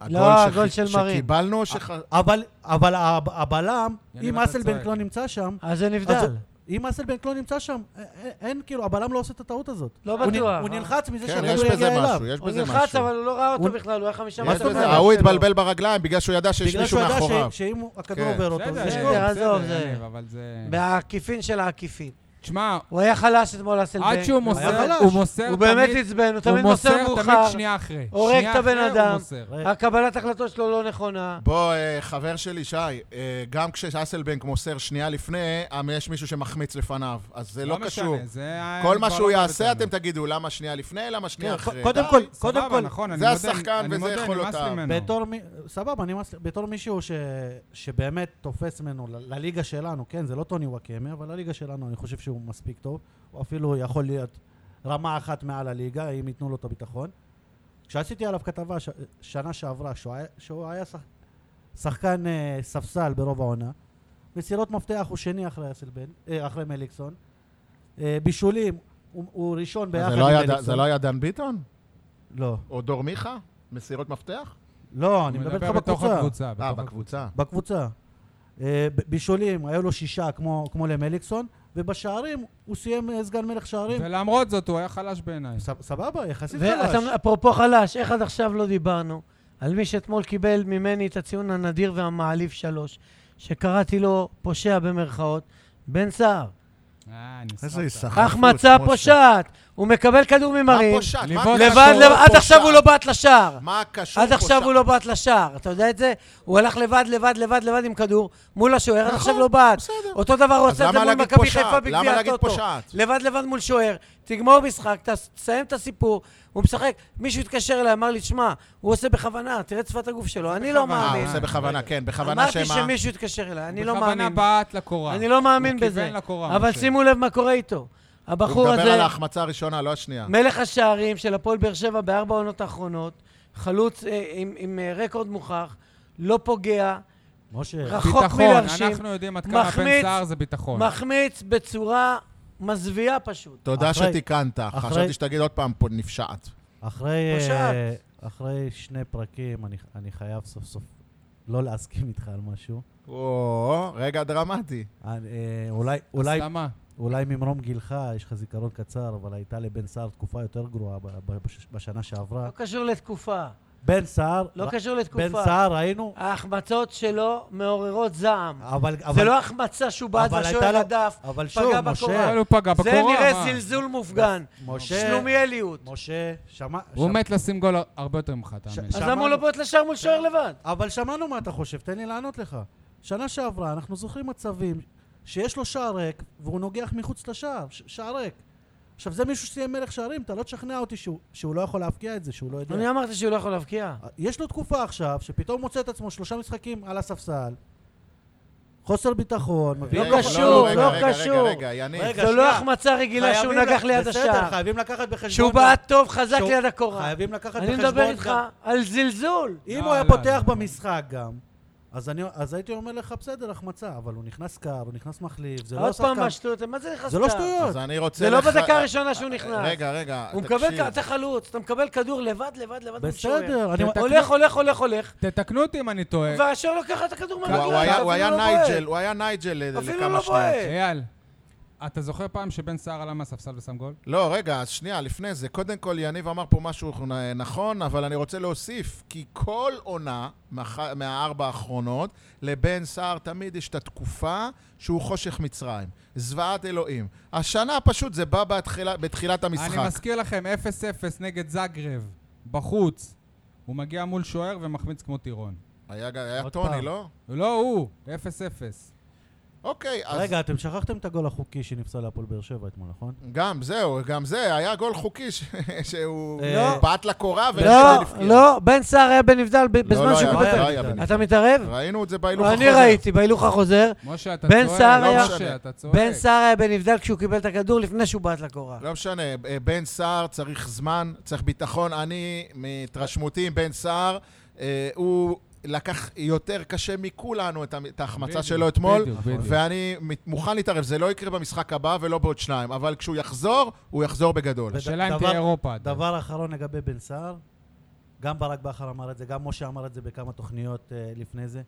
הגול
לא,
שכי-
הגול של מרין. אה,
שקיבלנו, או שח-
אבל, אבל הב- הבלם,
יניב,
אם
אתה
אסלבנק
צועק. אה,
לא נמצא שם,
אז זה
אז
נבדל.
הוא- אם אסלבנק לא נמצא שם, א- א- אין, כאילו, הבלם לא עושה את הטעות הזאת.
לא
הוא נ-
בטוח.
הוא נלחץ מזה
כן,
שהכדור
יש בזה
יגיע אליו.
משהו, יש
הוא
בזה
נלחץ,
משהו.
אבל הוא לא ראה אותו
הוא-
בכלל, הוא היה חמישה
יש
מה זאת
בזה-
אומרת?
ההוא התבלבל ברגליים בגלל שהוא ידע שיש
בגלל
מישהו
שהוא ידע
מאחוריו.
ש- שאם הוא- הכדור
כן.
עובר אותו,
בסדר,
זה
יש
גול.
גול,
עזוב,
בסדר,
זה-
יניב, אבל זה...
בעקיפין של העקיפין.
תשמע,
הוא היה חלש אתמול, הסלבנק.
עד שהוא מוסר,
חלש.
הוא מוסר
הוא
תמיד-
באמת עצבן, הוא
הוא
תמיד מוסר מאוחר.
תמיד שנייה אחרי.
הורג
שנייה
את הבן
אחרי הוא
אדם.
מוסר.
רגע,
הקבלת החלטות שלו לא נכונה.
בוא, אה, חבר שלי, שי, אה, גם כשאסלבנק מוסר שנייה לפני, אה, יש מישהו שמחמיץ לפניו, אז זה לא קשור.
משנה, זה...
כל
כבר
מה שהוא
לא
יעשה,
בטענות.
אתם תגידו, למה שנייה לפני, למה
כן,
שנייה אחרי.
קודם
די.
כל, קודם
סבבה,
כל,
נכון, אני
זה
מודה-
השחקן
אני
וזה
מודה,
יכולותיו.
נמאס לי ממנו.
בתור, מי- סבבה, אני מס... בתור מישהו ש... שבאמת תופס ממנו ל- לליגה שלנו, כן, זה לא טוני וואקמה, אבל לליגה שלנו אני חושב שהוא מספיק טוב. הוא אפילו יכול להיות רמה אחת מעל הליגה, אם ייתנו לו את הביטחון. כשעשיתי עליו כתבה ש... שנה שעברה, שהוא היה, שהוא היה שח... שחקן אה, ספסל ברוב העונה, מסירות מפתח הוא שני אחרי, אסלבן, אה, אחרי מליקסון, אה, בישולים הוא, הוא ראשון
זה
ביחד עם
לא היה-
מליקסון.
זה לא היה דן ביטון?
לא,
או דור מיכה? מסירות מפתח?
לא, אני
הוא
מדבר
מדבר
איתך
בתוך
בקבוצה.
הקבוצה.
אה,
בתוך
בקבוצה.
בקבוצה. אה, ב- בישולים, היו לו שישה כמו, כמו למליקסון, ובשערים הוא סיים אה, סגן מלך שערים.
ולמרות זאת, הוא היה חלש בעיניי.
ס- סבבה, יחסית חלש.
ואפרופו חלש, איך עד עכשיו לא דיברנו על מי שאתמול קיבל ממני את הציון הנדיר והמעליב שלוש, שקראתי לו פושע במרכאות, בן סער.
אה,
איזה
נסחפת.
ישחק.
כך מצא פושעת, הוא מקבל כדור ממרים.
לבעוט
לבד,
קשור,
לבד, עד עכשיו הוא לא בעט לשער.
מה קשור
עד עכשיו
פושע?
הוא לא בעט לשער, אתה יודע את זה? הוא הלך לבד, לבד, לבד, לבד עם כדור, מול השוער, עד
נכון,
עכשיו לא בעט.
בסדר.
אותו דבר הוא
אז
עשה את זה
למה
מול
להגיד
מכבי
פושעת?
חיפה
למה
בגביע
להגיד
הטוטו.
פושעת?
לבד לבד מול שוער, תגמור משחק, ת- תסיים את הסיפור, הוא משחק, מישהו התקשר אליי, אמר לי, תשמע, הוא עושה בכוונה, תראה את שפת הגוף שלו, אני לא
אה, הוא
מאמין.
עושה בכוונה, כן, בכוונה
אמרתי
שמה...
שמישהו התקשר אליי, אני לא
בכוונה
מאמין.
בעט לקורה.
אני לא מאמין
הוא
בזה.
כיוון לקורה.
אבל
משה.
שימו לב מה קורה איתו.
הוא
הבחור
מדבר על
הזה,
ההחמצה הראשונה, לא
אה.
השנייה.
מלך השערים של הפועל באר שבע בארבע העונות האחרונות, חלוץ אה, עם- עם אה, רקורד מוכח, לא פוגע,
משה,
רחוק
ביטחון,
מלהרשים,
אנחנו יודעים עד כמה בן
מחמיץ-
סער זה ביטחון.
נכון.
מחמיץ בצורה מזוויעה פשוט.
תודה
אחרי-
שתיקנת.
אחרי-
חשבתי שתגיד עוד פעם פה נפשעת.
אחרי,
פושעת.
אה, אחרי שני פרקים אני, אני חייב סוף סוף לא להסכים איתך על משהו.
או, רגע דרמטי.
אני, אה, אולי, אולי,
למה?
אולי ממרום גילך, יש לך זיכרון קצר, אבל הייתה לבן סער תקופה יותר גרועה ב- ב- בש- בשנה שעברה.
לא קשור לתקופה.
בן סער,
לא
ר-
קשור
אה. בן
לתקופה.
סער ראינו,
ההחמצות שלו מעוררות זעם.
אבל...
זה
אה, אבל-
לא החמצה שהוא בעט
אבל הייתה
והשוער
לו-
הדף.
אבל
פגע
שוב,
בקורה.
אבל
משה,
הוא פגע בקורה,
זה נראה
מה?
זלזול מופגן.
משה,
שלומיאליות.
משה, שמע...
הוא
שמע-
מת לשים גול הרבה יותר ממך, תאמין.
ש-
אז למה הוא לא בועט לשער מול
כן.
שוער לבד?
אבל שמענו מה אתה חושב, תן לי לענות לך. שנה שעברה אנחנו זוכרים מצבים שיש לו שער ריק והוא נוגח מחוץ לשער, ש- שער ריק. עכשיו זה מישהו שסיים מלך שערים, אתה לא תשכנע אותי שהוא, שהוא לא יכול להבקיע את זה, שהוא לא יודע.
אני אמרתי שהוא לא יכול להבקיע.
יש לו תקופה עכשיו שפתאום מוצא את עצמו שלושה משחקים על הספסל, חוסר ביטחון, מביא-
לא
רגע,
קשור,
רגע,
לא
רגע, רגע,
קשור.
רגע, יניב.
רגע,
זו לא
שנייה.
החמצה רגילה שהוא
חייבים
נגח
ל-
ליד
בסדר,
השער.
חייבים לקחת בחשבון...
שהוא
גם-
בעט טוב, חזק
שהוא-
ליד הקורה.
חייבים לקחת
אני
בחשבון...
מדבר
גם-
איתך על זלזול.
אם
לא,
הוא היה
לא,
פותח
לא.
במשחק גם, אז, אני, אז הייתי אומר לך, בסדר, החמצה, אבל הוא נכנס קר, הוא נכנס מחליף, זה לא
עוד פעם
שחקן.
מהשטויות, מה זה נכנסת?
זה לא שטויות.
אז אני רוצה...
זה לא
לך-
בדקה הראשונה שהוא
אה,
נכנס.
רגע, רגע,
הוא
תקשיב.
מקבל, אתה חלוץ, אתה מקבל כדור לבד, לבד, לבד.
בסדר,
משוער.
אני-
הולך, הולך, הולך, הולך,
תתקנו אותי אם אני טועה.
והשוער לוקח לך את הכדור
הוא-
מהרגליים.
הוא היה-
אפילו
הוא היה
לא
נייג'ל,
בועט.
הוא היה נייג'ל ל-
אפילו
לכמה
לא
שניות.
בועט.
אייל, אתה זוכר פעם שבן סער עלה מהספסל ושם גול?
לא, רגע, אז שנייה, לפני זה. קודם כל, יניב אמר פה משהו נ- נכון, אבל אני רוצה להוסיף, כי כל עונה מהח- מהארבע האחרונות, לבן סער תמיד יש את התקופה שהוא חושך מצרים. זוועת אלוהים. השנה פשוט זה בא בתחילה, בתחילת
אני
המשחק.
מזכיר לכם, 0-0 נגד זגרב, בחוץ. הוא מגיע מול שוער ומחמיץ כמו טירון.
היה, ג- היה
עוד
טוני,
פעם.
לא?
לא הוא, 0-0.
אוקיי, אז...
רגע, אתם שכחתם את הגול החוקי שנפסל להפועל באר שבע אתמול, נכון?
כן.
גם זהו, גם זה, היה גול חוקי ש... שהוא
לא.
בעט לקורה
לא,
והשוער הפקיע.
לא, בן סער היה בנבדל ב- בזמן
לא
שהוא
היה,
כותב.
לא
כותב.
היה בנבדל.
אתה מתערב?
ראינו את זה בהילוך החוזר.
אני ראיתי, בהילוך החוזר.
משה, אתה
בן
צועק.
סער
לא
היה-
משה, אתה צועק.
בן סער היה בנבדל כשהוא קיבל את הכדור לפני שהוא בעט לקורה.
לא משנה, אה, בן סער צריך זמן, צריך ביטחון. אני, מהתרשמותי עם בן סער, אה, הוא לקח יותר קשה מכולנו את המ- את ההחמצה
בדיוק,
שלו אתמול,
בדיוק, בדיוק.
ואני מת- מוכן להתערב, זה לא יקרה במשחק הבא ולא בעוד שניים, אבל כשהוא יחזור, הוא יחזור בגדול.
השאלה אם
דבר-
תהיה אירופה. עד אז.
דבר אחרון לגבי בן סער, גם ברק בכר אמר את זה, גם משה אמר את זה בכמה תוכניות אה, לפני זה.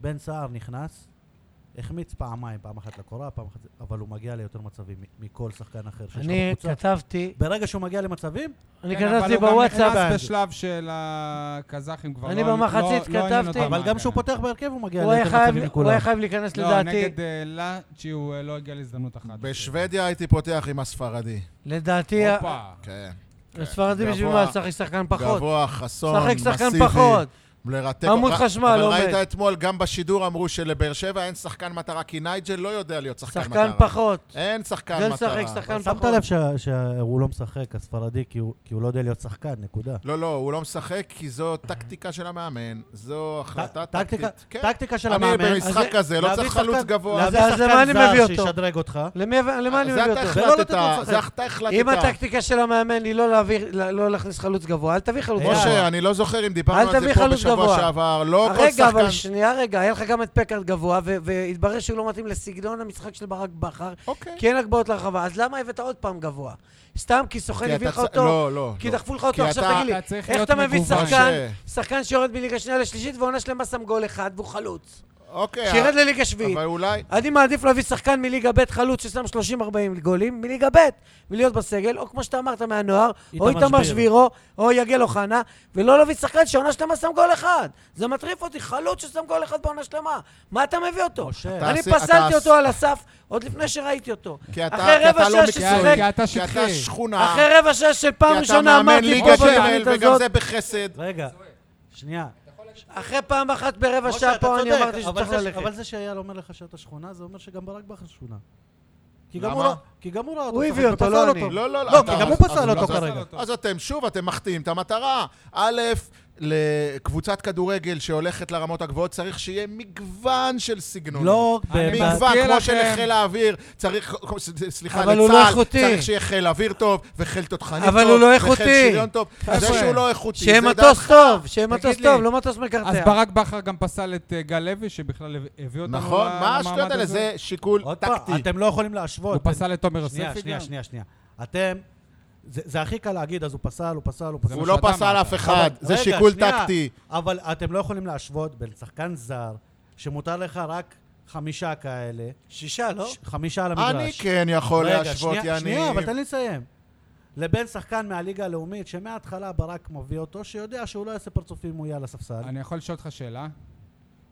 בן סער נכנס, החמיץ פעמיים, פעם אחת לקורה, פעם אחת... זה, אבל הוא מגיע ליותר מצבים מ- מכל שחקן אחר שיש לו
אני
בקבוצה.
כתבתי,
ברגע שהוא מגיע למצבים,
אני
כן, אבל
כתבתי
הוא גם
בוואטסאפ,
נכנס בשלב של הקזחים כבר.
אני
לא-
במחצית
לא- לא עניין
כתבתי.
אותם
אבל גם
ההגנה.
כשהוא פותח בהרכב הוא מגיע
אה. הוא היה
ליותר
חייב-
כן, מצבים
הוא היה
מכולם.
חייב להיכנס
לא,
לדעתי,
נגד אה, לאצ'י הוא אה, לא הגיע להזדמנות אחת.
בשוודיה הייתי פותח עם הספרדי.
לדעתי,
הופה.
כן.
הספרדים בשביל
גבוה.
מה? לשחק שחקן פחות.
גבוה, חסון,
שחק
מסיבי.
שחקן פחות.
לרתק.
עמוד
אבל-
חשמל
אבל
עומד.
ראית אתמול, גם בשידור אמרו שלבאר שבע אין שחקן מטרה, כי נייג'ל לא יודע להיות שחקן מטרה.
שחקן פחות.
אין שחקן
זה
מטרה.
לשחק שחקן
שמת
פחות.
לב שה- שהוא לא משחק, הספרדי, כי הוא- כי הוא לא יודע להיות שחקן, נקודה.
לא, לא, הוא לא משחק, כי זו טקטיקה של המאמן, זו החלטה
טקטיקה-
אה, טקטית. כן.
טקטיקה של
אני
המאמן.
במשחק
אז-
כזה, לא
להביא
צריך
שחקן-
חלוץ גבוה.
להביא
אז- אז למה אני
שחקן
מביא
זר
אותו?
שישדרג אותך.
למי- למה אני
זה
מביא
אתה
אותו?
ולא לתת לו
החלטת,
לשחק.
זה אתה החלטת.
לא אם הטקטיקה של המאמן היא לא להביא- לא לא להכניס חלוץ גבוה, אל תביא חלוץ
אייל.
גבוה.
משה, אני לא זוכר אם דיברנו
אל
על זה
תביא
פה
חלוץ
בשבוע
גבוה.
שעבר. לא כל
רגע, אבל
שחקן...
שנייה רגע, היה לך גם את פקארד גבוה, ו- והתברר שהוא לא מתאים לסגנון המשחק של ברק בכר,
אוקיי.
כי אין כן הגבהות לרחבה, אז למה הבאת עוד פעם גבוה? סתם כי סוכן
כי
הביא לך
אתה צ-
אותו?
לא, לא.
כי
לא.
דחפו לך אותו,
כי
עכשיו
אתה-
תגיד לי,
אתה צריך
איך
להיות
אתה מביא
מגוון.
שחקן,
משה.
שחקן שיורד מליגה שנייה לשלישית ועונה שלמה שם גול אחד והוא חלוץ?
אוקיי.
שירד
אה,
לליגה שביעית.
אבל אולי...
אני מעדיף להביא שחקן מליגה ב' חלוץ ששם 30-40 גולים, מליגה ב', ולהיות בסגל, או כמו שאתה אמרת מהנוער, או
איתמר
איתמר
שביר.
שבירו, או יגל אוחנה, ולא להביא שחקן שעונה שלמה שם גול אחד. זה מטריף אותי, חלוץ ששם גול אחד בעונה שלמה. מה אתה מביא אותו?
משה.
אתה
אני
עשי- אתה
פסלתי
עש-
אותו על הסף עוד לפני שראיתי אותו.
כי אתה-
אחרי
כי אתה
רבע
לא
שעה
מקצועי.
ששיחק,
כי אתה
כי אתה
שטחי.
שכונה.
אחרי רבע שעה של פעם
כי אתה
ראשונה
מאמן
אמרתי
ליגה
פה
ג'
בתוכנית
וגם
הזאת,
זה בחסד.
רגע, שנייה.
אחרי פעם אחת ברבע
משה,
שעה
אתה
פה אני
צודק,
אמרתי
אבל
שצריך
זה-
ללכת.
אבל זה שאייל אומר לך שאתה שכונה, זה אומר שגם ברק בכר שכונה. כי גם
למה?
הוא לא- כי גם הוא ראה אותו.
הוא
שחק
הביא אותו,
ופסל
לא אני.
לא, לא,
לא,
אתה-
כי גם הוא
אז-
פסל
אז
אותו
לא פסל
כרגע.
אז אתם, שוב, אתם מחטיאים את המטרה. א', לקבוצת כדורגל שהולכת לרמות הגבוהות צריך שיהיה מגוון של סגנונים.
לא,
אני
באמת.
מזכיר
מגוון, כמו
לכם-
שלחיל האוויר, צריך, ס- ס- סליחה,
אה, אבל
לצה"ל,
הוא לא איכותי.
צריך שיהיה חיל אוויר טוב, וחיל תותחני
אבל
טוב,
הוא לא
וחיל
איכותי.
שריון טוב. זה
חבר'ה,
שהוא לא איכותי,
שיהיה
זה
מטוס
דעתך.
טוב, שיהיה מטוס
תגיד לי.
טוב, לא מטוס מקרטע.
אז ברק בכר גם פסל את אה, גל לוי, שבכלל הביא
לא,
אותנו
נכון,
ל-
מה
למעמד
השטויות האלה?
הזה.
זה שיקול
עוד
טקטי.
פעם, אתם לא יכולים
הוא
להשוות. בין-
פסל את תומר יוספי גם.
שנייה, שנייה, שנייה, שנייה. אתם, זה זה הכי קל להגיד, אז הוא פסל, הוא פסל, הוא פסל.
מה
הוא לא
שאתה
פסל
אמרת.
אף אחד,
אבל-
זה
רגע,
שיקול
שנייה.
טקטי.
אבל אתם לא יכולים להשוות בין שחקן זר, שמותר לך רק חמישה כאלה,
שישה, לא?
ש- חמישה על המגרש.
אני כן יכול
רגע,
להשוות,
שנייה,
יניב.
שנייה, אבל תן לי לסיים. לבין שחקן מהליגה הלאומית, שמההתחלה ברק מביא אותו, שיודע שהוא לא יעשה פרצופים אם הוא יהיה על הספסל.
אני יכול לשאול אותך שאלה?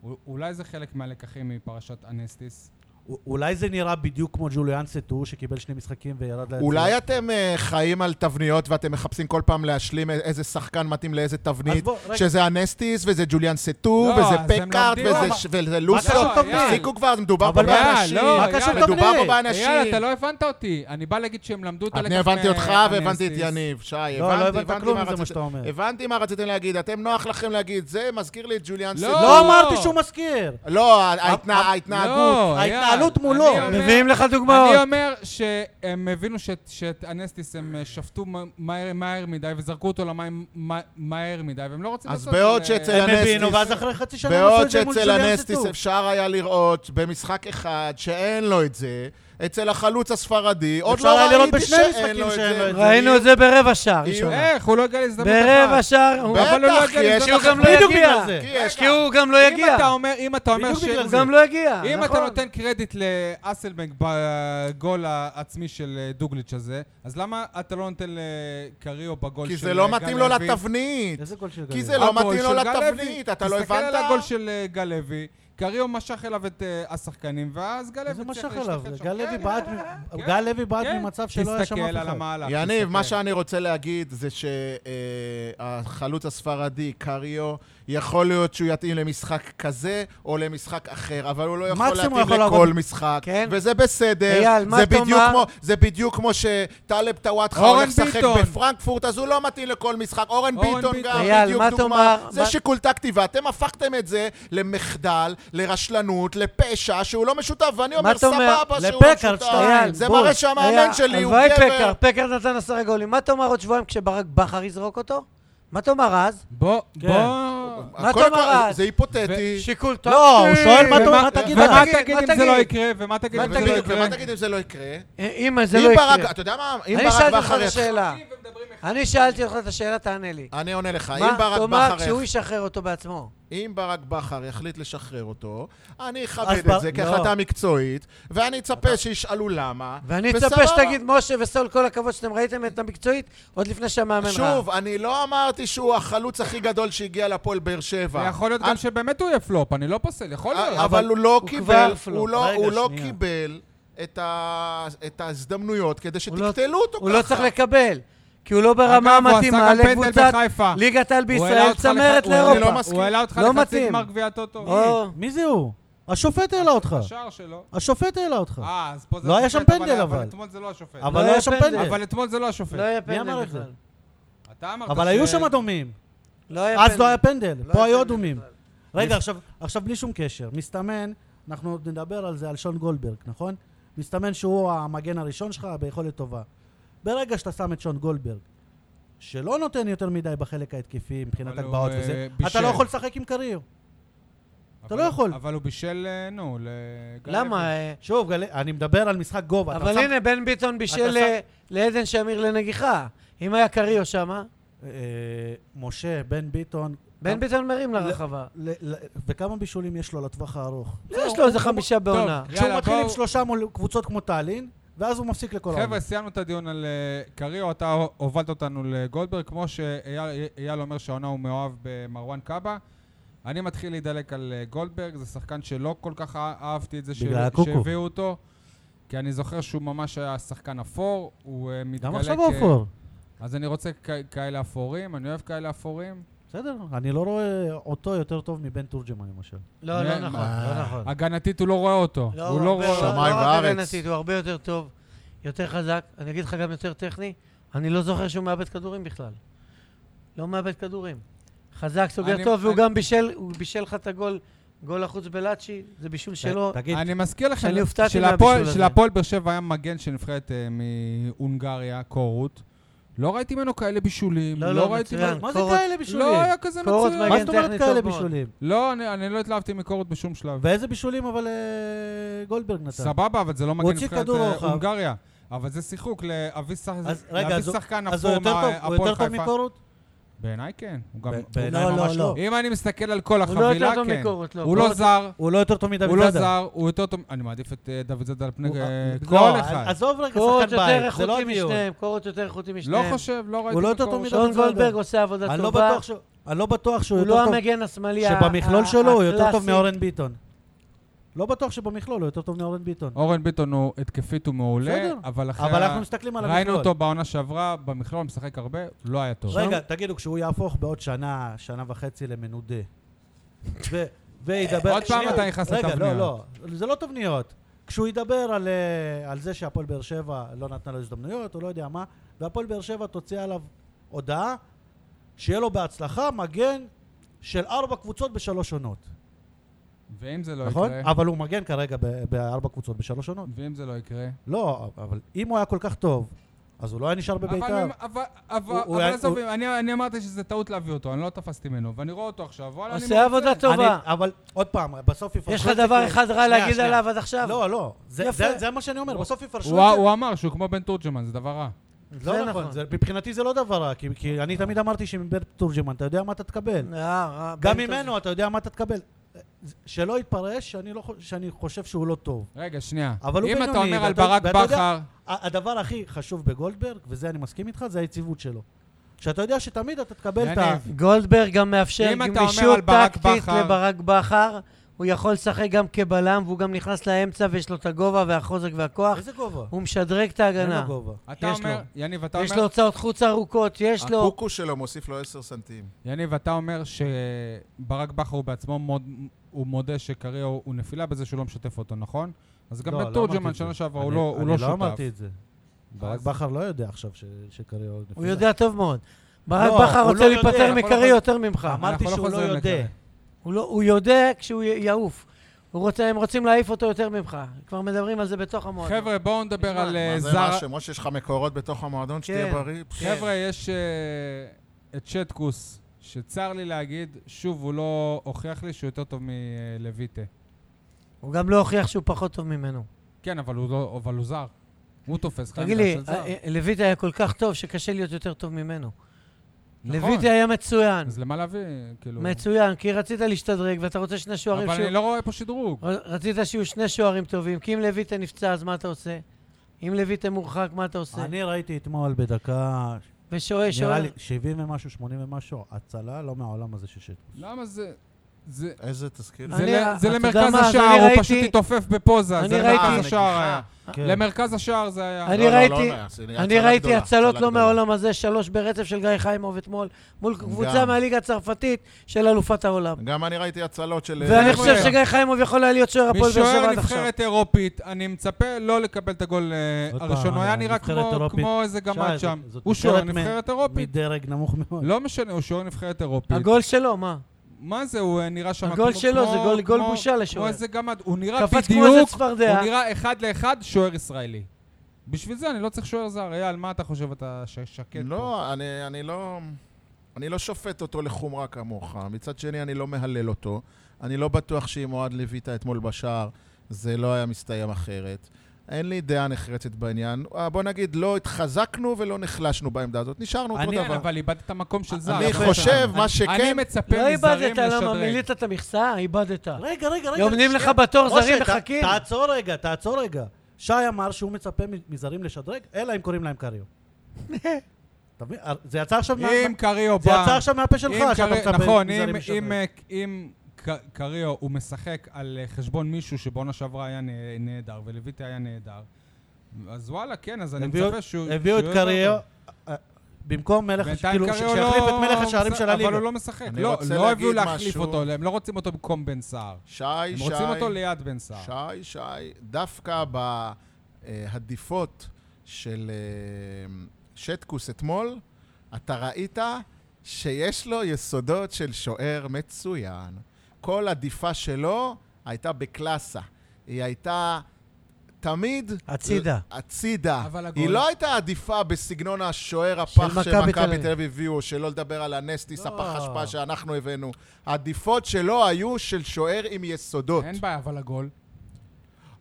א- אולי זה חלק מהלקחים מפרשת אנסטיס?
א- אולי זה נראה בדיוק כמו ג'וליאן סטו, שקיבל שני משחקים וירד ליציאה.
אולי אתם אה, חיים על תבניות ואתם מחפשים כל פעם להשלים א- איזה שחקן מתאים לאיזה
אז
תבנית,
בוא, רגע.
שזה אנסטיס וזה ג'וליאן סטו
לא,
וזה
אז הם
פקארט
לומדים,
וזה
אבל-
ש- וזה
קשור
לוסו.
תבנית?
תפסיקו כבר, זה מדובר פה
אבל מה,
באנשים.
לא, מה קשור
מדובר פה
תבנית?
באנשים.
אייל, אתה לא הבנת אותי. אני בא להגיד שהם למדו את הלקח
אני הבנתי אותך והבנתי את
מאנסטיס.
יניב, שי, הבנתי,
אה, לא, לא הבנת
הבנתי
כלום,
מה
זה מה
רציתם-
שאתה אומר.
הבנתי מה רציתם להגיד, אתם נוח לכם להגיד, זה מזכיר לי את ג'וליאן
לא.
סטו.
לא אמרתי שהוא מזכיר!
לא, ההתנה- ההתנהגות,
לא, אייל.
ההתנהלות מולו.
אני אומר-
מביאים לך דוגמאות.
אני אומר שהם הבינו שאת- שאת אנסטיס הם אה, שפטו מה- מהר מהר מדי וזרקו אותו למים מה- מהר מדי, והם לא רוצים
אז
לעשות...
בעוד
אה,
שאצל
הם הבינו,
אנסטיס...
ואז אחרי חצי שנה הם עשו
בעוד
לא את זה מול
שאצל
שוליה
אנסטיס
סטוף.
אפשר היה לראות במשחק אחד שאין לו את זה, אצל החלוץ הספרדי, עוד
אפשר היה
לא
לראות
ראיתי
בשני
שאין
משחקים
לו את
שאין לו
זה.
את זה.
ראינו את זה ברבע שער
אם-
ראשונה.
איך? הוא לא הגיע להזדמנות אחת.
ברבע שער, הוא-
בטח,
אבל הוא לא
כי
יגיע
יש לו
הוא גם
גם
לא
בדיוק
יגיע.
בגלל זה.
כי יש
כי הוא גם לא
אם
יגיע.
אתה אומר, אם אתה אומר
בדיוק
ש...
בגלל
הוא
זה.
גם לא יגיע,
אם אתה
נכון.
נותן קרדיט לאסלבנק בגול העצמי של אה, דוגליץ' הזה, אז למה אתה לא נותן לקריו בגול של
כי
אה,
זה לא
גל
מתאים לו
לוי?
לתבנית.
איזה גול של
כי
גליה.
זה לא
הגול
מתאים לו
של גל
לתבנית,
לוי.
אתה לא
תסתכל על
הבנת?
הגול של אה, גל לוי, קריו משך אליו את אה, השחקנים, ואז גל
זה
לוי
משך
צריך
עליו.
להשתחרר שם.
גל לוי
כן,
בעט מ- גל לוי בעט
כן.
ממצב שלא היה שם
תסתכל על
אף אחד.
המהלך.
יניב, מה
תסתכל.
שאני רוצה להגיד זה שהחלוץ הספרדי, קריו, יכול להיות שהוא יתאים למשחק כזה או למשחק אחר, אבל הוא לא יכול
מקסימום
להתאים
הוא יכול
לכל
לעבוד.
משחק,
כן.
וזה בסדר.
אייל, מה
זה
אתה
בדיוק
אומר?
כמו- זה בדיוק כמו שטלב טוואטחה
אורן
הולך לשחק
ביטון.
בפרנקפורט, אז הוא לא מתאים לכל משחק. אורן
אורן
ביטון
ביטון.
גם,
אייל,
בדיוק
מה אתה
דוגמה.
אומר?
זה
מה-
שיקול טקטי, ואתם הפכתם את זה למחדל, לרשלנות, לפשע, שהוא לא משותף, ואני אומר,
אתה אומר?
סבבה שהוא לא
לפקארט,
משותף.
שתיים,
זה
בול.
מראה שהמאמן
היה-
שלי הוא
הלוואי
גבר.
פקארט, פקארט נתן עשרה גולים. מה תאמר עוד שבועיים כשברק בכר יזרוק אותו? מה תאמר אז?
בוא,
כן.
בוא...
מה
הכל
אתה
כבר-
אומר אה, אז?
זה היפוטטי.
שיקול טוב.
לא, הוא שואל מה אתה
ומה-
מה תגיד
ומה
עליו.
תגיד
מה
אם זה
תגיד?
לא יקרה? ומה תגיד
מה
אם זה
תגיד?
לא יקרה?
ומה תגיד אם זה לא יקרה?
אם זה
אם
לא
ברק-
יקרה.
אתה יודע מה? אם
אני
ברק
שאלתי אותך
בכר...
את השאלה. אני שאלתי אותך את השאלה, תענה לי.
אני עונה לך, אה, אם
מה
ברק
תאמר
בכר...
כשהוא ישחרר אותו בעצמו?
אם ברק בכר יחליט לשחרר אותו, אני
אז
אכבד
בר-
את זה
לא.
כהחלטה מקצועית, ואני אצפה שישאלו למה.
ואני
וסבבה.
אצפה שתגיד, משה וסול, כל הכבוד שאתם ראיתם את המקצועית, עוד לפני שהמאמן ראה.
שוב, אני לא אמרתי שהוא החלוץ הכי גדול שהגיע לפועל באר שבע.
ויכול להיות גם שבאמת הוא יהיה פלופ, אני לא פוסל, יכול להיות.
אבל הוא לא
הוא
קיבל,
כבר
הוא
פלופ.
לא-
רגע,
הוא לא
שנייה.
קיבל את ה- את ההזדמנויות כדי
הוא לא-
שתקטלו אותו ככה.
הוא לא צריך לקבל, כי הוא לא ברמה
אגב, הוא
המתאימה
עשה גם פנדל
לקבוצת
בחיפה.
ליגת העל
הוא העלה
בישראל,
אותך לח-
צמרת
הוא העלה-
אני לא
לאירופה.
מסכים.
הוא העלה אותך
לא
לחצי
מתאים.
גמר גביע הטוטו.
או,
מי זה הוא? השופט העלה אותך.
לא, השער שלו.
השופט העלה אותך.
אה, אז פה זה
אה. לא היה
השופט,
שם פנדל, אבל.
אבל אתמול זה לא השופט.
אבל לא היה שם פנדל.
אבל אתמול זה לא השופט.
לא יהיה
מי אמר
פנדל
את זה?
בכלל.
אתה אמרת
אבל
ש-
היו שם אדומים.
לא היה
אז
פנדל.
לא היה פנדל,
לא
פה
היה
היו
פנדל
אדומים.
בכלל.
רגע, עכשיו- עכשיו בלי שום קשר, מסתמן, אנחנו עוד נדבר על זה, על שון גולדברג, נכון? מסתמן שהוא המגן הראשון שלך ביכולת טובה. ברגע שאתה שם את שון גולדברג, שלא נותן יותר מדי בחלק ההתקפי מבחינת
אבל הוא,
הגבהות
אה,
וזה, אתה
בישל.
לא יכול לשחק עם קריו. אתה
אבל-
לא יכול.
אבל הוא בישל, אה, נו, לגל
למה?
לוי.
אה,
שוב, גלי- אני מדבר על משחק גובה. אתה
אבל
שם-
הנה, בן ביטון בישל
שם-
ל- לעדן שמיר לנגיחה. אם היה קריו שמה,
אה, משה, בן ביטון.
בן ביטון
לא.
מרים לרחבה.
ל- ל- וכמה בישולים יש לו לטווח הארוך?
יש לו איזה
לא-
חמישה בעונה.
יאללה,
כשהוא מתחיל עם
בואו-
שלושה מול קבוצות כמו טאלין, ואז הוא מפסיק לכל העונה.
חבר'ה, סיימנו את הדיון על אה, קריו, אתה הובלת אותנו לגולדברג, כמו שאייל אייל אומר שהעונה הוא מאוהב במרואן קאבה. אני מתחיל להידלק על אה, גולדברג, זה שחקן שלא כל כך אה- אהבתי את זה ש-
בגלל הקוקו.
שהביאו אותו, כי אני זוכר שהוא ממש היה שחקן אפור, הוא אה, מתגלה
גם עכשיו הוא אפור.
כ... אז אני רוצה כ- כאלה אפורים, אני אוהב כאלה אפורים.
בסדר, אני לא רואה אותו יותר טוב מבן תורג'מן למשל.
לא,
אה,
לא נכון, לא נכון.
הגנתית הוא לא רואה אותו, הוא לא
הרבה-
רואה אותו.
שמיים
לא רק
וארץ.
הגנתית, הוא הרבה יותר טוב, יותר חזק. אני אגיד לך גם יותר טכני, אני לא זוכר שהוא מאבד כדורים בכלל. לא מאבד כדורים. חזק, סוגר
אני-
טוב, והוא
אני-
גם בישל, הוא בישל לך את הגול, גול החוץ בלאצ'י, זה בישול שלו.
תגיד,
אני מזכיר לכם
שאני הופתעתי
שלהפועל-
מהבישול הזה.
שלהפועל באר שבע היה מגן של נבחרת אה, מהונגריה, קורות. לא ראיתי ממנו כאלה בישולים.
לא, לא,
ראיתי
מצוין.
ממנו-
מה זה
קורות-
כאלה בישולים?
לא היה כזה
קורות
מצוין.
מה
מגן
זאת אומרת
טכני
כאלה
טוב מאוד.
בישולים?
לא, אני, אני לא התלהבתי מקורות בשום שלב.
ואיזה בישולים אבל אה, גולדברג נתן.
סבבה, אבל זה לא מגן
הוציא
נבחרת
כדור
אה,
רוחב.
הונגריה. אבל זה שיחוק להביא שח-
אז רגע,
להביא
אז הוא-
שחקן
אז הוא
אפור
יותר טוב, הוא יותר
מהפועל
טוב
חיפה.
מקורות?
בעיניי כן. הוא גם...
ב-
הוא-
בעיניי
לא,
ממש
לא,
לא.
אם אני מסתכל על כל
הוא לא
החבילה,
יותר טוב
כן.
מקורות, לא.
הוא לא
קורות-
זר,
הוא לא יותר טוב מדוד
הוא לא
זאדה.
זר, הוא יותר טוב... אני מעדיף את אה, דוד זאדה על פני
הוא-
אה,
לא,
כל אחד.
עזוב רגע,
קורות
שחקן
יותר
בית, זה לא
איכותי
הדיון.
משניהם, קורות יותר איכותי
לא
משניהם.
חושב, לא ראיתי
לא יותר טוב
מקורות.
מדי.
שון
דוד זאדה.
גולדברג עושה עבודה
אני לא
טובה,
בטוח שהוא- אני לא בטוח שהוא
הוא
יותר
לא
טוב,
המגן השמאלי ה-
שבמכלול
ה-
שלו הוא יותר טוב
הקלאסי.
מאורן ביטון. לא בטוח שבמכלול הוא יותר טוב מאורן ביטון.
אורן ביטון הוא התקפית הוא מעולה,
בסדר.
אבל אוקיי, אחרי...
אבל
ה-
אנחנו מסתכלים על
ראינו
המכלול.
אותו בעונה שעברה, במכלול הוא משחק הרבה, לא היה טוב.
רגע, תגידו, כשהוא יהפוך בעוד שנה, שנה וחצי למנודה, ו- וידבר...
עוד פעם
שנייה,
אתה נכנס
רגע,
לתבניות.
לא, לא, זה לא תבניות. כשהוא ידבר על, אה, על זה שהפועל באר שבע לא נתנה לו הזדמנויות, או לא יודע מה, והפועל באר שבע תוציא עליו הודעה, שיהיה לו בהצלחה מגן של ארבע קבוצות בשלוש עונות.
ואם זה לא
נכון?
יקרה...
אבל הוא מגן כרגע ב- בארבע קבוצות, בשלוש עונות.
ואם זה לא יקרה...
לא, אבל אם הוא היה כל כך טוב, אז הוא לא היה נשאר בביתר.
אבל- אבל- אבל
הוא- הוא
אבל
היה-
עזוב,
הוא-
אני אני אמרתי שזה טעות להביא אותו, אני לא תפסתי ממנו, ואני רואה אותו עכשיו, וואלה, אני...
עושה עבודה טובה.
אני- אבל עוד פעם, בסוף יפרשו את
יש
זה.
לך דבר
כ-
אחד רע
שנייה,
להגיד
שנייה.
עליו עד עכשיו?
לא, לא. זה-
יפה.
זה- זה מה שאני אומר, בסוף יפרשו
הוא-
את זה.
הוא אמר שהוא כמו בן תורג'מן, זה דבר רע.
לא
זה
נכון,
נכון.
זה- מבחינתי זה לא דבר רע, כי- כי אני תמיד אמרתי שמבן תורג'מן אתה יודע מה אתה תקבל.
אה, אה,
גם
בן טוב.
ממנו אתה יודע מה אתה תקבל. שלא יתפרש שאני לא חו- שאני חושב שהוא לא טוב.
רגע, שנייה.
אבל הוא
אם אתה
בינוני,
אומר על
ואתה-
ברק
ואתה יודע-
בכר...
ה- הדבר הכי חשוב בגולדברג, וזה אני מסכים איתך, זה היציבות שלו. שאתה יודע שתמיד אתה תקבל את ה...
יניב,
גולדברג גם מאפשר
אם אתה אומר
גמישות
על ברק
טקטית
בכר-
לברק בכר. הוא יכול לשחק גם כבלם, והוא גם נכנס לאמצע ויש לו את הגובה והחוזק והכוח.
איזה גובה?
הוא משדרג את
אין
ההגנה.
לו גובה.
אתה
יש
אומר,
לו.
יניב, אתה
יש
אומר
לו הוצאות חוץ ארוכות, יש לו...
הקוקו שלו מוסיף לו 10 סנטים.
יניב, אתה אומר שברק בכר הוא בעצמו מוד, הוא מודה שקריה הוא הוא נפילה בזה שהוא לא משתף אותו, נכון? אז גם
לא, לא אמרתי
בתורג'מן
את זה.
שנה שעברה הוא
אני-
לא, הוא לא שותף.
אני לא אמרתי את זה. ברק
אז-
בכר לא יודע עכשיו ש- שקריא עוד
הוא
נפילה.
יודע טוב מאוד. ברק
לא,
בכר
הוא
רוצה
לא
להיפטר
יודע,
אנחנו
מקרי
לא-
יותר ממך.
אמרתי
אנחנו לא
שהוא לא
חוזרים לקריא.
יודע.
הוא לא- הוא יודע כשהוא י- יעוף. הוא רוצה- הם רוצים להעיף אותו יותר ממך. כבר מדברים על זה בתוך המועדון.
חבר'ה, בואו נדבר
מזמן.
על אה,
מה זה
זר...
רשם? משה, יש לך מקורות בתוך המועדון? שתהיה
כן.
בריא.
חבר'ה, יש אה, את שטקוס, שצר לי להגיד, שוב, הוא לא הוכיח לי שהוא יותר טוב מלויטה.
הוא גם לא הוכיח שהוא פחות טוב ממנו.
כן, אבל הוא, לא, אבל הוא זר. הוא תופס חיים
תגיד לי,
של זר.
אה, אה, לויטה היה כל כך טוב שקשה להיות יותר טוב ממנו.
נכון.
לויטה היה מצוין.
אז למה להביא? כאילו...
מצוין, כי רצית להשתדרג ואתה רוצה שני שוערים
אבל
שהוא...
אני לא רואה פה
אה,
שדרוג.
ר- רצית שיהיו שני שוערים טובים, כי אם לויטה נפצע, אז מה אתה עושה? אם לויטה מורחק, מה אתה עושה?
אני ראיתי אתמול בדקה,
ושוער,
נראה
שוער...
לי 70 ומשהו, 80 ומשהו, הצלה לא מהעולם הזה של שטקוס.
למה זה... זה...
איזה תזכיר?
זה,
אני-
ל... זה
אתה יודע
למרכז
מה, אז
השער,
אני
הוא
ראיתי-
פשוט התעופף בפוזה,
אני
זה
ראיתי-
למרכז השער היה.
כן.
למרכז השער זה היה.
אני
לא, לא, לא,
ראיתי-
לא, זה הצלה
אני ראיתי
גדולה,
הצלות
הצלה
לא
גדולה.
מהעולם הזה, שלוש ברצף של גיא חיימוב אתמול, מול קבוצה
גם.
מהליגה הצרפתית של אלופת העולם.
גם אני ראיתי הצלות של...
ואני
אה,
חושב
חבר'ה.
שגיא חיימוב יכול היה להיות שוער לא הפועל באר שבע
משוער
עד עכשיו.
נבחרת אירופית, אני מצפה לא לקבל את הגול אה,
עוד פעם,
הראשון, הוא היה
אני-
נראה
נבחרת
כמו-
אירופית.
כמו איזה גמד
שי,
שם.
זאת- זאת
הוא שוער
נבחרת מ-
נבחרת אירופית.
מדרג נמוך מאוד.
לא משנה, הוא שוער נבחרת אירופית.
הגול שלו, מה?
מה זה, הוא אה, נראה שם
הגול
כמו-
שלו זה
כמו-
גול- גול
כמו-
בושה לשוער.
כמו איזה גמד, הוא נראה
קפץ כמו איזה
בדיוק,
צפרדע.
הוא נראה אחד לאחד שוער ישראלי. בשביל זה אני לא צריך שוער זר. אייל, מה אתה חושב? אתה ש- שקט פה.
לא, אני, אני לא... אני לא שופט אותו לחומרה כמוך. מצד שני, אני לא מהלל אותו. אני לא בטוח שאם אוהד לויטה אתמול בשער, זה לא היה מסתיים אחרת. אין לי דעה נחרצת בעניין. אה, בוא נגיד, לא התחזקנו ולא נחלשנו בעמדה הזאת. נשארנו אותו
אני-
דבר.
כן, אבל איבדת את המקום של זר.
אני
אבל-
חושב,
אני-
מה שכן...
אני מצפה
לא
מזרים
איבדת, למה
לשדרג.
מילאת את המכסה? איבדת.
רגע, רגע, רגע.
יומנים
שנייה.
לך בתור,
משה,
זרים
ת-
מחכים.
תעצור רגע, תעצור רגע. שי אמר שהוא מצפה מ- מזרים לשדרג, אלא אם קוראים להם קריו. אתה מבין? זה יצא עכשיו מה-
אם קריו
זה
בא...
יצא עכשיו מהפה שלך,
אם
שאתה
קרי-
מצפה
נכון,
מזרים
אם-
לשדרג.
אם, אה, אם ק- קריו הוא משחק על אה, חשבון מישהו שבעונה שעברה היה נה- נהדר, ולויטי היה נהדר, אז וואלה, כן, אז אני
הביאו-
מצפה שהוא...
הביאו את
שהוא יהיה
קריו,
יותר טוב.
אה, במקום מלך,
בינתיים
כאילו, ש-
קריו
שיחליף
לא
את מלך השערים
מש-
של הליגה.
אבל הוא לא משחק.
אני
לא,
רוצה
לא הביאו
להגיד
להחליף
משהו.
אותו, הם לא רוצים אותו במקום בן סער.
שי,
הם
שי,
רוצים אותו ליד בן סער.
שי, שי, דווקא בהדיפות של אה, שטקוס אתמול, אתה ראית שיש לו יסודות של שוער מצוין. כל עדיפה שלו הייתה בקלאסה. היא הייתה תמיד...
הצידה.
הצידה.
אבל הגול-
היא לא הייתה עדיפה בסגנון השוער
של
הפח
מכבי תל
שמכבי
אביב.
תל אביב הביאו, שלא לדבר על הנסטיס,
לא.
הפח אשפה שאנחנו הבאנו. העדיפות שלו היו של שוער עם יסודות.
אין בעיה, אבל הגול.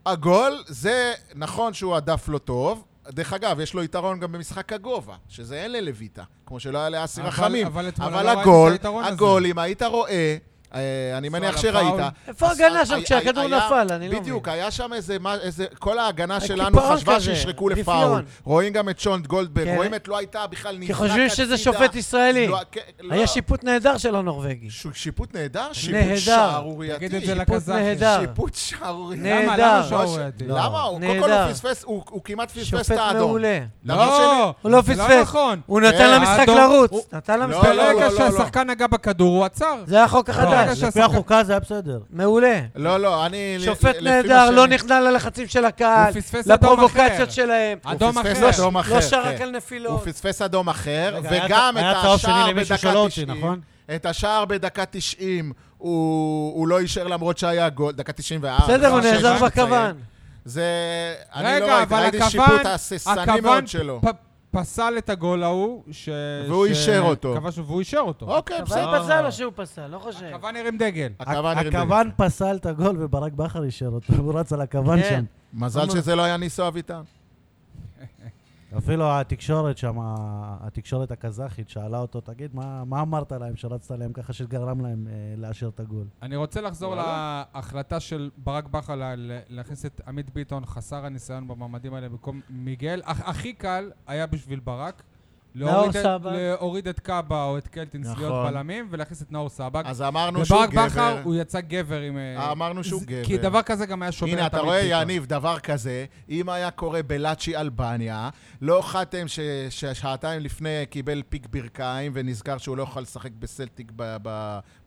הגול, זה נכון שהוא הדף לא טוב. דרך אגב, יש לו יתרון גם במשחק הגובה, שזה אין ללויטה, כמו שלא היה לאסי
אבל-
רחמים.
אבל אתמול
אבל
לא ראיתי
הגול,
את היתרון הזה.
הגול, אם היית רואה, אה, אני מניח
הפאול.
שראית.
איפה
אז
ההגנה שם
היה-
כשהכדור
היה-
נפל? אני לא מבין.
בדיוק, היה שם איזה, מה- איזה, כל ההגנה שלנו
קיפאון
חשבה
כזה,
שישרקו
רפיון.
לפאול. רואים גם את שונט גולדברג,
כן.
רואים את לא הייתה בכלל נזרק
כי
הצידה.
חושבים שזה שופט ישראלי.
לא, כן, לא.
היה שיפוט נהדר של הנורבגי.
ש- שיפוט נהדר,
נהדר.
שיפוט שערורייתי.
תגיד את זה
שיפוט
לקזחי.
נהדר.
שיפוט שערורייתי.
למה?
נהדר.
למה שעורייתי?
לא.
למה? הוא- קודם כל
נהדר.
הוא פספס, הוא הוא כמעט פספס את
שופט
האדום.
מעולה.
דבר שני-
לא,
הוא לא
זה
פספס.
נכון.
הוא נתן
כן,
למשחק
האדום- הוא-
לרוץ. נתן למשחק
לא, לא,
ברגע
לרוץ.
לא, לא.
שהשחקן נגע בכדור, הוא עצר.
זה החוק
ברגע שהשחקן-
החדש.
לפי החוקה זה היה בסדר.
מעולה.
לא, לא, אני...
שופט
לפי מה
נהדר,
שאני-
לא נכנע ללחצים של הקהל,
הוא פספס אדום אחר.
לפרובוקציות שלהם.
הוא
אדום
פספס
אחר.
אדום אחר,
לא שרק
כן.
על
הוא
נפילות.
פספס אדום אחר,
רגע, היה-
וגם את
היה צהוב שני
השער
למישהו
בדקה
שלא הוציא,
90.
נכון?
את השער בדקה 90 הוא, הוא לא אישר למרות שהיה גול, דקה 94.
בסדר, הוא
דקה שש,
נעזר
אני אה, מציין.
בכוון.
זה... אני לא
רגע,
ראיתי,
אבל
ראיתי
הכוון,
שיפוט הססני
הכוון
מאוד שלו.
פ- פסל את הגול ההוא, ש...
והוא
ש-
אישר אותו.
כבש- והוא אישר אותו.
אוקיי,
אבל
בסדר.
פסל או שהוא פסל, לא חושב.
הכוון הרים דגל.
הכוון הרים דגל.
הכוון פסל את הגול וברק בכר אישר אותו, הוא רץ על הכוון
כן.
שם.
מזל שזה לא היה ניסו אביטן.
אפילו התקשורת שם, התקשורת הקזחית, שאלה אותו, תגיד, מה, מה אמרת להם שרצת להם ככה שגרם להם אה, לאשר את הגול?
אני רוצה לחזור להחלטה של ברק בכר ל- ל- להכניס את עמית ביטון, חסר הניסיון במעמדים האלה, במקום מיגל. הכ- הכי קל היה בשביל ברק. להוריד את-
סבג.
להוריד את קאבה או את קלטינס
נכון.
להיות בלמים ולהכניס את נאור סבג.
אז אמרנו שהוא
וברק
גבר.
בכר הוא יצא גבר עם... אה,
אמרנו שהוא
זה-
גבר.
כי דבר כזה גם היה שומע
הנה,
את
אתה
עמית
רואה,
ביטון.
יניב, דבר כזה, אם היה קורה בלאצ'י אלבניה, לא חתם ש- ששעתיים לפני קיבל פיק ברכיים ונזכר שהוא לא יוכל לשחק בסלטיק ב-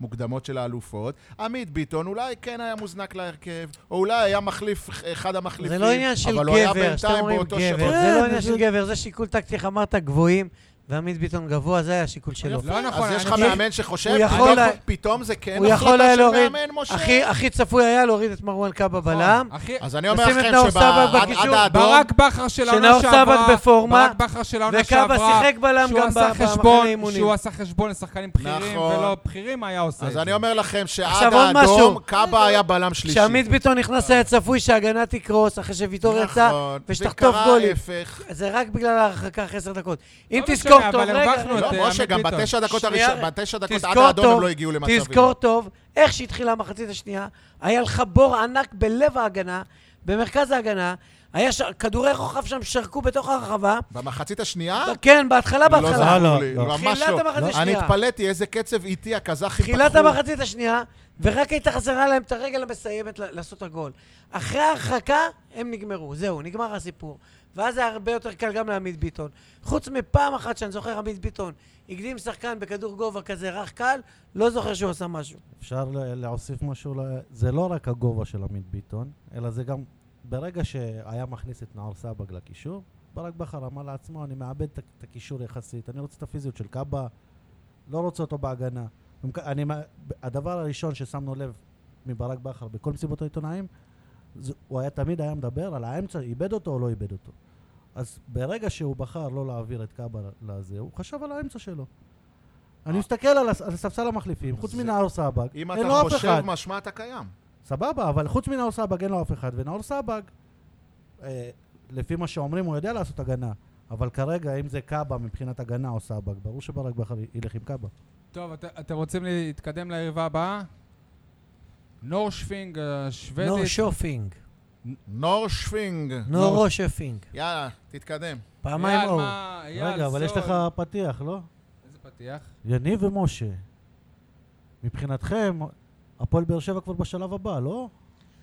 במוקדמות של האלופות, עמית ביטון אולי כן היה מוזנק להרכב, או אולי היה מחליף, אחד המחליפים,
זה לא עניין של
אבל הוא היה
גבר, שאתם
בינתיים
אומרים
באותו
גבר,
שבוע.
זה לא
כן,
עניין
זה-
של גבר, זה שיקול טקטי, איך אמרת גבוהים, ועמית ביטון גבוה, זה היה השיקול שלו.
לא נכון,
אז יש לך
אני-
מאמן שחושב,
הוא יכול
פתאום-
לה-
פתאום זה כן
הוא יכול
החלטה
היה
של
להוריד,
מאמן, משה?
הכי- הכי צפוי היה להוריד את מרואן קאבה
נכון.
בלם,
הכי-
אז אני אומר
לשים את
לכם
נאור סבג
שעד
בקישור.
האדום...
ברק בכר של העונה
שנאור
שעברה,
סבג בפורמה,
ברק בכר של העונה
וקאבה
שעברה,
שיחק בלם
שהוא
גם
עשה
ב- במחנה
חשבון-
אימונים.
שהוא עשה חשבון לשחקנים בכירים
נכון.
ולא בכירים, היה עושה את
אז
זה.
אני אומר לכם
עכשיו
שעד
עוד
האדום,
משהו.
קאבה היה בלם שלישי.
כשעמית ביטון נכנס
נכון.
היה צפוי שההגנה תקרוס אחרי שוויטור יצא,
נכון,
ושתחטוף
זה קרה
גולים.
ההפך.
זה רק בגלל ההרחקה אחרי עשר דקות. אם
לא
תזכור
משנה,
טוב,
אבל
רגע,
הרווחנו
רגע,
את-
לא, משה,
עמית
גם
ביטון.
בתשע דקות
שנייה,
הראשונות, בתשע דקות עד
תזכור
האדום הם
טוב,
לא הגיעו למצבים.
תזכור טוב, איך שהתחילה המחצית השנייה, היה לך בור ענק בלב ההגנה, במרכז ההגנה, היה ש... כדורי רוחב שם שרקו בתוך הרחבה. במחצית
השנייה?
כן, בהתחלה,
לא
בהתחלה.
זכור
לא,
לי,
לא.
ממש
תחילת
לא.
המחצית
אני
השנייה.
התפלאתי איזה קצב איטי הקזחים פתחו.
תחילת המחצית השנייה, ורק הייתה חסרה להם את הרגל המסיימת ל- לעשות את הגול. אחרי ההרחקה, הם נגמרו, זהו, נגמר הסיפור. ואז היה הרבה יותר קל גם לעמית ביטון. חוץ מפעם אחת שאני זוכר, עמית ביטון הקדים שחקן בכדור גובה כזה רך קל, לא זוכר שהוא עשה משהו.
אפשר ל- להוסיף משהו? ל- זה לא רק הגובה של עמית ביטון, אלא זה גם ברגע שהיה מכניס את נאור סבג לקישור, ברק בכר אמר לעצמו, אני מאבד את ה- את הקישור יחסית, אני רוצה את הפיזיות של קאבה, לא רוצה אותו בהגנה. ומכ- אני, מא- הדבר הראשון ששמנו לב מברק בכר בכל מסיבות העיתונאים, זה, הוא היה תמיד היה מדבר על האמצע, איבד אותו או לא איבד אותו. אז ברגע שהוא בחר לא להעביר את קאבה לזה, הוא חשב על האמצע שלו. אני מסתכל על הס- על ספסל המחליפים, חוץ
זה-
מנאור סבג,
אם
אין לו אף
אתה
אחד.
חושב, משמע אתה קיים.
סבבה, אבל חוץ מנאור סבג אין לו אף אחד, ונאור סבג, אה, לפי מה שאומרים, הוא יודע לעשות הגנה. אבל כרגע, אם זה קאבה מבחינת הגנה או סבג, ברור שברק בכר י- ילך עם קאבה.
טוב, את- אתם רוצים להתקדם ליריבה הבאה? נור שפינג, אה, השוודית.
נור שופינג,
נור שפינג.
נורו שופינג.
יאללה, תתקדם.
פעמיים
אייל,
אור.
מה- אייל,
רגע, אבל יש
סול.
לך פתיח, לא?
איזה פתיח?
יניב ומשה, מבחינתכם, הפועל באר שבע כבר בשלב הבא, לא?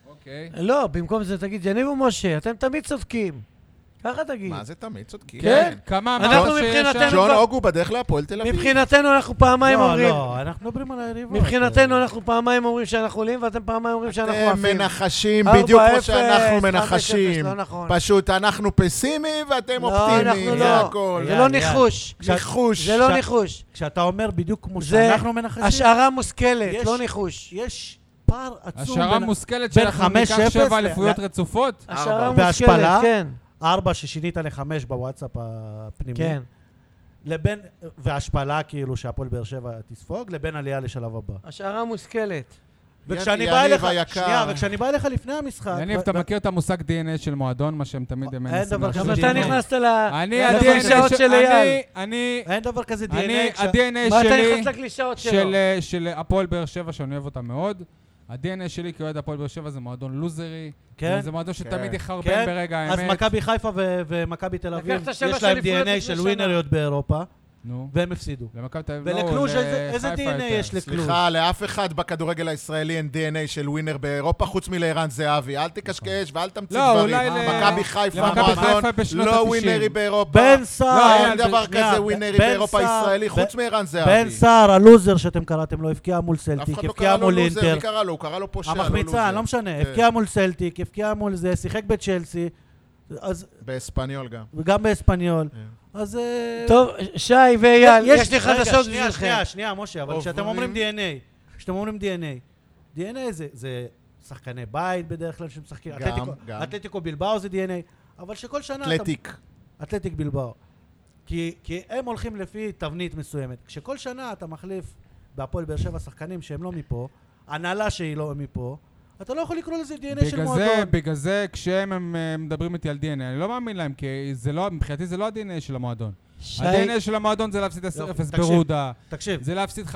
אוקיי.
לא, במקום זה תגיד, יניב ומשה, אתם תמיד צודקים. ככה תגיד.
מה זה תמיד צודקים?
כן, כמה
אנחנו
אמרת שיש
מבחינתנו-
שם?
ג'ון
כן. כבר-
אוגו בדרך להפועל תל אביב.
מבחינתנו אנחנו פעמיים
לא,
אומרים.
לא, אנחנו מדברים על היריבות.
מבחינתנו אנחנו פעמיים אומרים שאנחנו עולים, ואתם פעמיים אומרים שאנחנו
אתם
עפים.
מנחשים
ארבע,
בדיוק כמו
אפס,
שאנחנו
חמש,
מנחשים.
אפס, לא נכון.
פשוט אנחנו פסימיים ואתם
לא,
אופטימיים,
אנחנו
זה
לא.
הכל.
זה
יד,
לא
יד.
ניחוש.
כשה-
ניחוש.
זה לא
ש-
ניחוש.
כשאתה אומר בדיוק כמו
זה
שאנחנו מנחשים,
השערה מושכלת,
יש-
לא ניחוש.
יש פער עצום.
השערה
בין-
מושכלת
בין
שאנחנו ניקח
5-0
שבע
ל-
אליפויות רצופות?
השערה
ארבע.
מושכלת,
בהשפלה?
כן.
ארבע ששינית לחמש בוואטסאפ הפנימי.
כן.
לבין, והשפלה כאילו שהפועל באר שבע תספוג, לבין עלייה לשלב הבא.
השערה מושכלת.
וכשאני
יניב
בא אליך,
היקר.
שנייה, וכשאני בא אליך לפני המשחק...
יניב,
ו-
אתה
ו-
מכיר את המושג DNA של מועדון, מה שהם תמיד
אין
מנסים
דבר
להשאיר?
גם
זה
אתה
DNA.
נכנסת ל...
אה,
אני,
לקלישאות
ה-DNA
של
של אני,
אייל.
אני,
אין דבר כזה DNA.
אני,
כש-
ה-DNA
מה אתה
שלי,
נכנס לקלישאות שלו?
של, אה, של הפועל באר שבע, שאני אוהב אותה מאוד. ה-DNA שלי כאוהד הפועל באר שבע זה מועדון לוזרי.
כן?
זה מועדון שתמיד
כן.
יחרבן
כן?
ברגע
אז
האמת.
מכבי חיפה ו- ומכבי תל אביב,
לקחת שבע
יש להם
אליפויות לפני
DNA של
שנה.
ווינריות באירופה,
נו,
והם הפסידו.
למכבי תל אביב לא,
ולקלוז' איזה- איזה
לחיפה
DNA
יותר.
יש לקלוז'?
סליחה, לאף אחד בכדורגל הישראלי אין DNA של ווינר באירופה חוץ מלערן זהבי. אל תקשקש ואל תמציא
לא,
דברים.
אולי ל-
מכבי חיפה,
למכבי חיפה
מועדון,
בשנות
לא
ה-90.
ווינרי באירופה. לא,
בן סער,
אין
אייל,
דבר
בן-
כזה
שנייה,
ווינרי
בן
באירופה
סער,
ישראלי
בן-
חוץ מערן
בן
זהבי.
סער, הלוזר שאתם קראתם לו, הבקיע מול
אף אחד
סלטיק,
לא
הבקיע
קרא לו
מול
לוזר,
אינטר.
מי קרא לו? הוא קרא לו פושע, לא
המחמיצה, לא
לוזר.
משנה,
כן.
הבקיע מול סלטיק, הבקיע מול זה, שיחק בצ'לסי, אז
באספניול גם.
וגם באספניול.
כן.
אז... אה,
טוב, שי ואייל, יש לי
רגע,
חדשות
שנייה,
בשבילכם.
שנייה, שנייה, משה, אבל כשאתם אומרים
עוברים.
DNA, כשאתם אומרים DNA, DNA זה- זה שחקני בית בדרך כלל שמשחקים.
גם,
אתלטיקו-
גם.
אתלטיקו בלבאו זה DNA, אבל שכל שנה... לא, אתה-
אתלטיק.
אתלטיק בלבאו. כי, כי הם הולכים לפי תבנית מסוימת. כשכל שנה אתה מחליף בהפועל באר שבע שחקנים שהם לא מפה, הנהלה שהיא לא מפה, אתה לא יכול לקרוא לזה DNA של
בגלל זה,
מועדון.
בגלל זה כשהם הם, אה, מדברים איתי על DNA, אני לא מאמין להם, כי זה לא, מבחינתי זה לא ה-DNA של המועדון.
שי,
ה-DNA של המועדון זה להפסיד 10-0
לא, תקשיב.
ברודה,
תקשיב,
זה להפסיד 5-0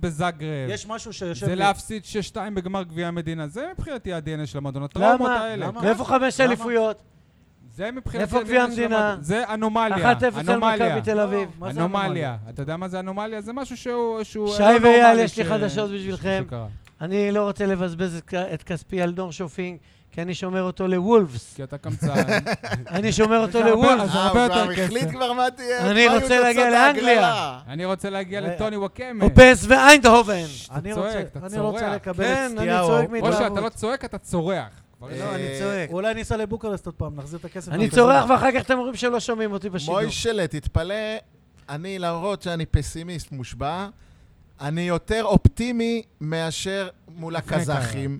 בזאגרב,
יש משהו שיושב...
זה
לי-
להפסיד 6-2 בגמר גביע המדינה, זה מבחינתי ה-DNA של המועדון, הטראומות
למה?
האלה. כן?
למה?
מאיפה חמש
למה?
אליפויות?
זה מבחינתי
איפה
ה-DNA
גביע
של
המדינה?
המועדון. זה אנומליה,
1-0 על
אנומליה.
מכבי תל אביב.
לא, מה זה
אנומליה. אתה יודע מה זה אנומליה? זה משהו שהוא... שהוא
שי
לא
ואייל,
נורמלי
יש לי
ש-
חדשות בשבילכם.
שקרה.
אני לא רוצה לבזבז את כ- את כספי על דור שופינג, כי אני שומר אותו לוולפס.
כי אתה קמצן.
אני שומר אותו
הרבה-
לוולפס.
כן. זה הרבה
אה, הוא
יותר
כבר החליט
כסף.
כבר מה תהיה.
אני
מה יהיו
רוצה להגיע
תוצאות
לאנגליה.
ההגרלה.
אני רוצה להגיע
רגע.
לטוני וואקמה.
או פס ואיינדהובן.
אני
צועק,
רוצה-
אתה
אני
צורח.
רוצה לקבל
כן,
את
אני
סטיהו.
צועק
משה,
מהתלהבות.
אתה לא צועק, אתה צורח. כבר
אה,
לא, אני צועק.
אולי ניסע לבוקרשט עוד פעם, נחזיר את הכסף.
אני
מהפזורה.
צורח ואחר כך אתם אומרים שלא שומעים אותי בשידור.
מוישלה, תתפלא, אני, למרות שאני פסימיסט מושבע, אני יותר אופטימי מאשר מול הקזחים,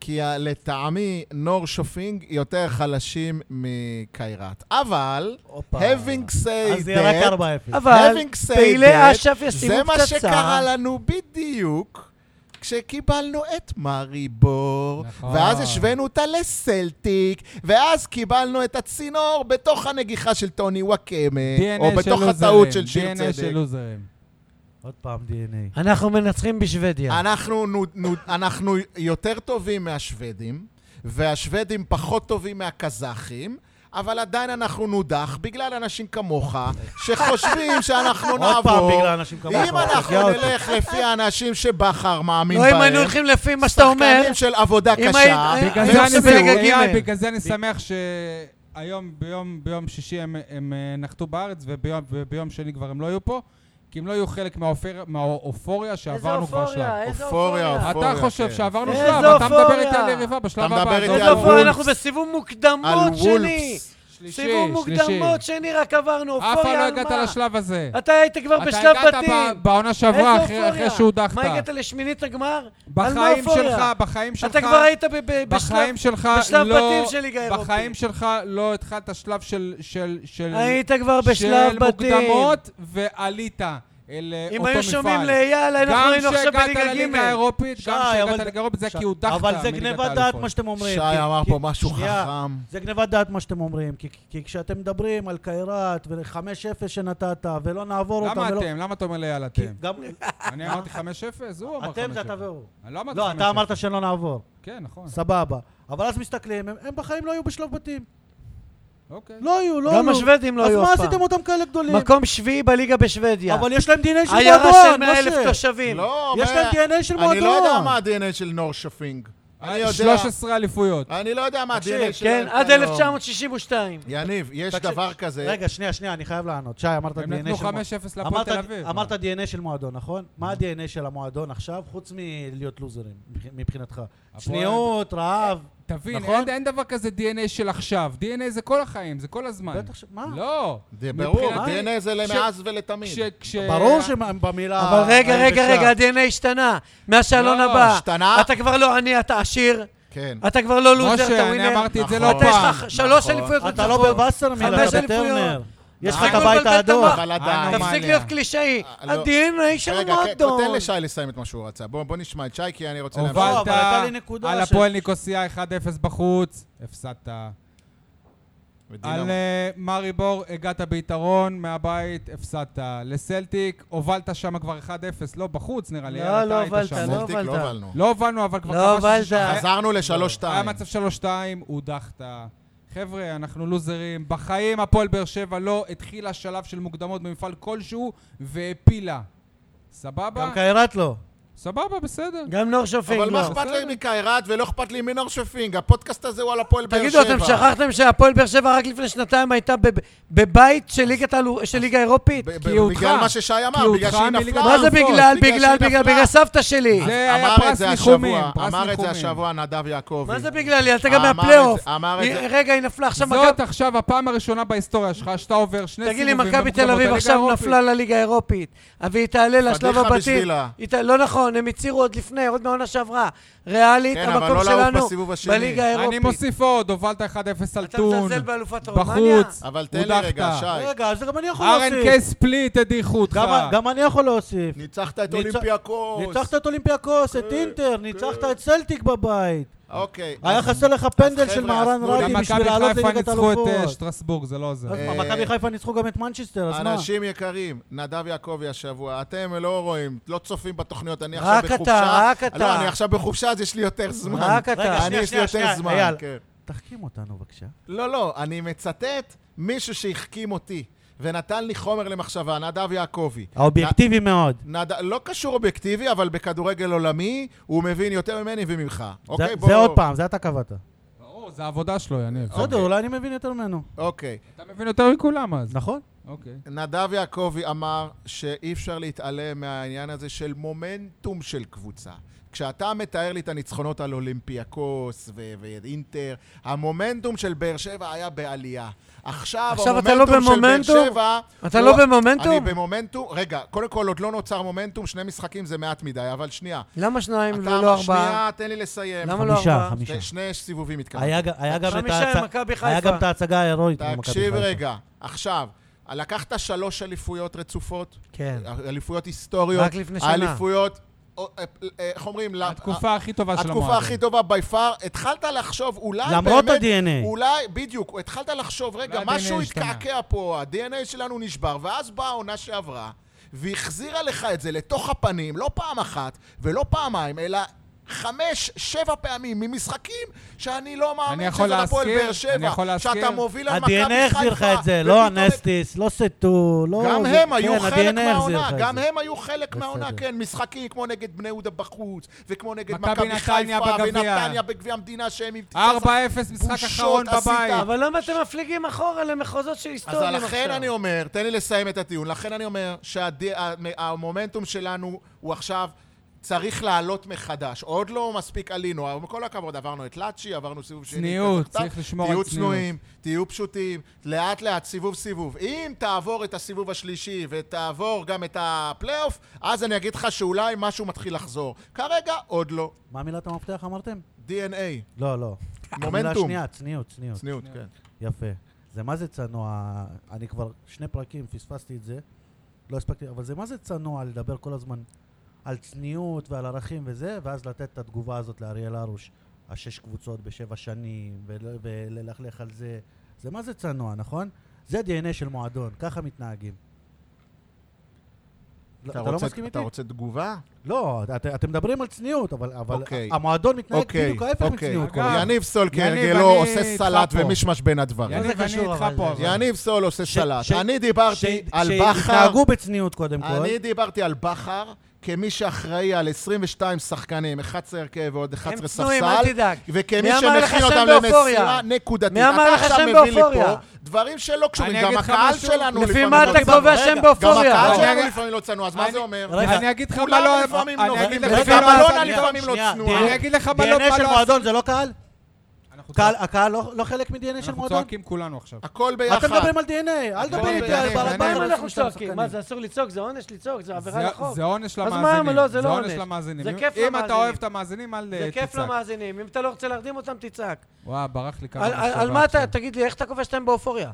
כי ה- לטעמי נור שופינג יותר חלשים מקיירת. אבל,
הופה.
having said
אז יהיה רק
that,
4-0.
אבל
having said
פעילי
that,
אש"ף
זה
ישימו
מה שקרה
פצצה.
לנו בדיוק. כשקיבלנו את מאריבור,
נכון.
ואז השווינו אותה לסלטיק, ואז קיבלנו את הצינור בתוך הנגיחה של טוני וואקמה, אה, או
DNA של
בתוך
לוזרים.
הטעות של שיר
DNA של
צדק.
לוזרים.
עוד פעם DNA.
אנחנו מנצחים בשוודיה.
אנחנו, נו, נו, אנחנו יותר טובים מהשוודים, והשוודים פחות טובים מהקזחים. אבל עדיין אנחנו נודח בגלל אנשים כמוך, שחושבים שאנחנו
עוד פעם
לא נעבור.
בגלל אנשים כמוך.
אם אנחנו
תרגיע אותי.
נלך לפי האנשים שבכר מאמין
לא
בהם,
אם היינו הולכים לפי מה שאתה אומר,
שחקנים של עבודה
אם
קשה, לא
היית-
בגלל
אני
זה
חושב
אני-
שבליגה
אייל,
ג'.
בגלל זה אני שמח שהיום, ביום- ביום שישי הם- הם אה, נחתו בארץ, וביום- וביום שני כבר הם לא היו פה, כי הם לא היו חלק מהאופר- מהאופוריה
איזה
שעברנו כבר שלב.
אופוריה, איזה
אופוריה,
אופוריה.
אופוריה.
אתה חושב
כן.
שעברנו
איזה
שלב, אתה מדבר
אופוריה.
איתי על יריבה בשלב
אתה
הבא.
מדבר
זה
איתי
איזה
על
לא, אופוריה,
וולפס.
אנחנו בסיבוב
על
מוקדמות שני.
וולפס.
שלישי,
סיבוב
שלישי.
מוקדמות שני, רק עברנו
אף פעם
אופוריה
לא
על
הגעת
מה?
לשלב הזה.
אתה היית כבר
כן. אתה
בשלב
הגעת
בתים.
ב- בעונה שעברה
איזה
אחרי אחרי
אופוריה?
שהודחת.
מה הגעת לשמינית הגמר? על מה
בחיים
אופוריה?
שלך, בחיים שלך,
אתה כבר היית ב- ב- בשלב...
בחיים שלך
בשלב
לא,
בתים של ליגה האירופית.
בחיים שלך לא התחלת שלב של, של, של,
היית כבר בשלב
של
בתים.
מוקדמות ועלית אל אה, אותו מפעל.
אם היו שומעים לאייל, אנחנו היינו עכשיו בליגה
גם שהגעת לליגה
ג'.
האירופית,
שי,
גם שהגעת
אבל-
לליגה האירופית, זה
ש-
היה כי הודחת
אבל זה
מליגת
גנבת דעת
האלופות.
מה שאתם אומרים.
שי
כי-
אמר
כי-
פה משהו
שנייה,
חכם.
זה גנבת דעת מה שאתם אומרים, כי- כי כשאתם מדברים על קיירת ו-5-0 שנתת, ולא נעבור אותם,
למה
ולא-
אתם? למה אתה אומר לאייל
כי
אתם?
גם-
אני אמרתי 5-0, הוא אמר 5-0.
אתם זה אתה והוא.
אני לא אמרתי 5-0.
לא, אתה אמרת שלא נעבור,
כן, נכון.
סבבה. אבל אז מסתכלים, הם- הם בחיים לא היו בשלב בתים.
אוקיי.
לא היו, לא היו.
גם השוודים לא
אז
היו
מה
אף פעם.
עשיתם אותם כאלה גדולים?
מקום שביעי בליגה בשוודיה.
אבל יש להם DNA של
עיירה של
מועדון,
100 אלף
משה.
תושבים.
לא,
יש
מה-
להם DNA של מועדון.
אני לא יודע מה ה-DNA של נור שופינג.
אה,
אני יודע...
13 אה, אליפויות.
אני לא יודע מה
תקשיב,
ה-DNA של...
כן, עד
היום.
1962.
לא. יניב, יש
תקשיב,
דבר כזה.
רגע, שנייה, שנייה, אני חייב לענות. שי, אמרת DNA של
הם נתנו 5-0
מועדון.
להפועל
אמרת-
תל אביב.
אמרת DNA של מועדון, נכון? מה ה-DNA של המועדון עכשיו, חוץ מלהיות לוזרים, מבח- מבחינתך? צניעות, רעב,
תבין,
נכון?
אין, אין דבר כזה DNA של עכשיו. DNA זה כל החיים, זה כל הזמן.
בטח ש... מה?
כן. לא.
זה ברור,
מבחינת-
DNA זה למאז ולתמיד.
כש... כש...
ברור שבמילה...
אבל רגע, רגע, רגע,
היבשה.
ה-DNA השתנה. מהשאלון
לא,
הבא.
השתנה.
אתה כבר לא עני, אתה עשיר.
כן.
אתה כבר לא לוזר, אתה
משה, אני
ווינר.
אמרתי את זה לא
נכון.
אתה יש
פעם.
לך שלוש
נכון.
אליפויות
אתה לא בווסרמיל,
חמש
אתה
אליפויות.
בטרנר. יש לך את
אתה
הבית
מבלבל את
האדום.
המוח.
אבל עדיין.
תפסיק להיות קלישאי.
לא.
ה-DNA של
רגע, כן,
המועדון.
תן לשי לסיים את מה שהוא רצה. בוא בוא נשמע את שי, כי אני רוצה להמשיך.
אבל
הובלת
הייתה לי נקודה
על
ש-
הפועל ניקוסיה 1-0 בחוץ, הפסדת.
ודינמו.
על אה, מאריבור הגעת ביתרון מהבית, הפסדת. לסלטיק הובלת שם כבר 1-0, לא בחוץ נראה לי.
לא,
יאללה, אתה
לא
היית
הובלת,
שם.
לא.
סלטיק, לא
הובלת.
הובלנו.
לא הובלנו, אבל כבר
לא אה,
כבשנו
הובלת.
שישה-
חזרנו לשלוש-שתיים.
היה מצב 3-2, הודחת. חבר'ה, אנחנו לוזרים. בחיים הפועל באר שבע לא התחילה שלב של מוקדמות במפעל כלשהו והפילה. סבבה?
כן.
גם קיירת לא.
סבבה, בסדר.
גם נור שופינג
אבל מה
לא.
אכפת לי מקיירת ולא אכפת לי מנור שפינג? הפודקאסט הזה הוא על הפועל באר
תגידו,
שבע.
אתם שכחתם שהפועל באר שבע רק לפני שנתיים הייתה בב- בבית של ליגת האלו- של ליגה אירופית?
ב- ב-
כי הוא
בגלל
אותך.
מה ששי
כי
אמר,
הוא
בגלל
אותך
שהיא
מליגת
נפלה.
מה זה
העל.
בגלל? אה,
בגלל
בגלל,
שהיא
בגלל,
נפלה.
בגלל סבתא שלי.
זה היה
כן. אמר את
פרס
זה
ניחומים,
השבוע,
פרס
אמר את זה
ניחומים.
השבוע נדב יעקבי.
מה זה בגלל? היא עלתה גם
אה, אמר את
מהפלייאוף.
זה, אמר את
היא-
זה.
רגע, היא נפלה עכשיו
זאת
מכבי...
עכשיו הפעם הראשונה בהיסטוריה שלך שאתה עובר שני
תגיד לי,
סיבובים
מכבי
במוקדמות
תל אביב
הליגה
עכשיו
האירופית.
נפלה לליגה האירופית, והיא תעלה לשלב
פדיחה
הבתים.
בשבילה.
היא ת- לא נכון, הם הצהירו עוד לפני, עוד מהעונה שעברה. ריאלית,
כן, אבל
המקום
לא לעוף
שלנו
בסיבוב השני.
בליגה
אני
האירופית.
מוסיף עוד, הובלת 1-0 על
אתה
טון,
מזלזל באלופת רומניה?
בחוץ,
אבל תן לי רגע,
הודחת.
שי.
רגע, אז גם אני יכול
לא
RNK
להוסיף.
ספליט הדיחו אותך.
גם- גם אני יכול להוסיף.
ניצחת את
ניצ-
אולימפיאקוס.
ניצחת את אולימפיאקוס, את אינטר, ניצחת את סלטיק בבית.
אוקיי.
היה
אז-
חסר לך פנדל של
חבר'ה,
מהרן
אז תנו לי-
רדי
גם
בשביל
מכבי
לעלות
חיפה
לליגת
ניצחו את אה,
אלופות.
שטרסבורג, זה לא עוזר.
אז
אה,
מה, מכבי חיפה ניצחו גם את מנצ'סטר, אז מה?
אנשים יקרים, נדב יעקבי השבוע, אתם לא רואים, לא צופים בתוכניות, אני
רק
עכשיו
אתה,
בחופשה.
רק אתה.
לא, אני עכשיו בחופשה, אז יש לי יותר זמן.
רק אתה.
אני, יש לי יותר זמן,
אייל,
כן.
תחכים אותנו בבקשה.
לא, לא, אני מצטט מישהו שהחכים אותי ונתן לי חומר למחשבה, נדב יעקבי.
האובייקטיבי מאוד.
נד... לא קשור אובייקטיבי, אבל בכדורגל עולמי הוא מבין יותר ממני וממך. אוקיי,
זה-
בוא...
זה עוד פעם, זה אתה קבעת.
ברור, זה העבודה שלו, יניב.
בסדר, אולי אני מבין יותר ממנו.
אוקיי.
אתה מבין יותר מכולם אז.
נכון?
אוקיי.
נדב יעקבי אמר שאי אפשר להתעלם מהעניין הזה של מומנטום של קבוצה. כשאתה מתאר לי את הניצחונות על אולימפיאקוס ו- ואינטר, המומנטום של באר שבע היה בעלייה. עכשיו,
עכשיו אתה
המומנטום
לא
של באר
במומנטום?
שבע...
אתה לא במומנטום?
אני במומנטום. רגע, קודם כל עוד לא נוצר מומנטום, שני משחקים זה מעט מדי, אבל שנייה.
למה שניים
אתה אמר,
ולא ארבעה?
שנייה, תן לי לסיים.
למה לא
חמישה,
ארבעה?
חמישה.
שני- שני סיבובים התכוונתי.
היה ג- היה גם את
חמישה
ההצ-
עם מכבי חיפה.
היה גם את ההצגה ההירואית. עם מכבי
תקשיב
חיפה.
רגע, עכשיו, לקחת שלוש אליפויות רצופות?
כן.
אליפויות היסטוריות.
רק לפני שנה.
אליפויות, או, אה, אה, איך אומרים? לה-
התקופה הכי טובה של המועדון.
התקופה הכי טובה בי פאר, התחלת לחשוב, אולי באמת...
למרות ה-DNA.
אולי, בדיוק, התחלת לחשוב, רגע,
אולי ה-DNA
משהו
השתנה."
התקעקע פה, ה-DNA שלנו נשבר, ואז באה העונה שעברה, והחזירה לך את זה לתוך הפנים, לא פעם אחת ולא פעמיים, אלא... חמש, שבע פעמים ממשחקים שאני לא
אני
מאמין
יכול
שזה הפועל
להזכיר,
באר שבע.
אני יכול להזכיר.
שאתה מוביל על מכבי חיפה.
ה-DNA החזיר לך את זה, לא
ופתאום את-
הנסטיס, לא סטו, לא...
גם
זה-
הם היו
כן,
חלק
ה-DNA החזיר
מהעונה,
לך את
גם
זה.
הם היו חלק מהעונה,
בסדר.
כן, משחקים כמו נגד בני יהודה בחוץ, וכמו נגד
מכבי
מכבי
נתניה
חיפה,
בגביע.
ונתניה בגביע המדינה שהם... עם תשע
4-0, משחק
בושות
אחרון
עשית.
בבית.
אבל למה אתם מפליגים אחורה למחוזות של
אז
היסטוריה עכשיו?
לכן אני אומר, תן לי לסיים את הטיעון, לכן אני אומר שהמומנטום שלנו הוא עכשיו... צריך לעלות מחדש. עוד לא מספיק עלינו, אבל כל הכבוד, עברנו את לאצ'י, עברנו סיבוב שני.
צניעות,
כזה,
צריך לשמור על
תהיו
צניעות.
צנועים, תהיו פשוטים, לאט לאט, סיבוב סיבוב. אם תעבור את הסיבוב השלישי ותעבור גם את הפלייאוף, אז אני אגיד לך שאולי משהו מתחיל לחזור. כרגע עוד לא.
מה מילת המפתח אמרתם?
DNA,
לא, לא. המילה
מומנטום.
שנייה, צניעות, צניעות.
צניעות, כן.
יפה. זה מה זה צנוע? אני כבר שני פרקים פספסתי את זה, לא הספקתי, אבל זה מה זה צנוע לדבר כל הזמן על צניעות ועל ערכים וזה, ואז לתת את התגובה הזאת לאריאל הרוש, השש קבוצות בשבע שנים, ול- וללכלך על זה. זה מה זה צנוע, נכון? זה דנ"א של מועדון, ככה מתנהגים. לא, אתה, לא
רוצה-
מסכים איתי?
אתה רוצה תגובה?
לא, את, אתם מדברים על צניעות, אבל, אבל
אוקיי.
המועדון מתנהג
אוקיי,
בדיוק ההפך
אוקיי.
מצניעות. כל
אגב,
הזמן.
יניב סול
יניב, אני
כהרגלו עושה
איתך
סלט
פה.
ומש בין הדברים.
מה
יניב,
זה
אני
קשור,
איתך
אבל
פה.
זה-
אבל.
יניב סול עושה
ש-
סלט.
ש-
אני דיברתי
ש-
על בכר,
שהתנהגו בצניעות קודם כל.
אני דיברתי על בכר כמי שאחראי על 22 שחקנים, 11 הרכב ועוד 11
צנועים, אל
ספסל,
תדאג.
וכמי
מי אמר לך
שמכין
שהם
אותם
באופוריה?
למסירה נקודתית.
מי אמר
אתה
לך
עכשיו
שהם
מביא לי
באופוריה?
פה דברים שלא קשורים,
אני
גם
אגיד לך
הקהל
משהו?
שלנו
לפי
לפעמים
מה
לא
אתה
צנוע.
קובע
רגע,
שהם באופוריה?
גם הקהל
רגע,
שלנו
רגע.
לפעמים לא צנוע, אז מה זה אומר?
רגע,
אני אגיד לך מה
כולנו
לא...
לפעמים
אני
נובלים,
אגיד
רגע,
לך
וגם
מה לא...
אלונה
עשית.
לפעמים לא
שנייה,
צנועה.
DNA
אני אגיד לך מה לא... מה
DNA של
לא
מועדון זה לא קהל?
עשית. אנחנו
קהל- הקהל לא לא חלק מ-DNA של
אנחנו
מועדון?
צועקים כולנו עכשיו.
הכל
מה אתם
ביחד.
מדברים על DNA? אל תדבר
בואו,
איתי
DNA,
על בעל
DNA.
הבית.
מה
מה
אנחנו צועקים? מה, זה אסור לצעוק, זה עונש לצעוק, זה עבירה
זה-
לחוק.
זה עונש
אז מה,
למאזינים.
לא, זה לא
עונש
עונש.
למאזינים.
זה
אם-
כיף
אם אתה
למאזינים.
אוהב את המאזינים, אל
זה
אה,
כיף
תצעק.
למאזינים, אם אתה לא רוצה להרדים אותם, תצעק.
וואו, ברח לי כמה...
על- על
מחשבה
על מה אתה,
עכשיו.
תגיד לי, איך אתה קובע שאתם באופוריה?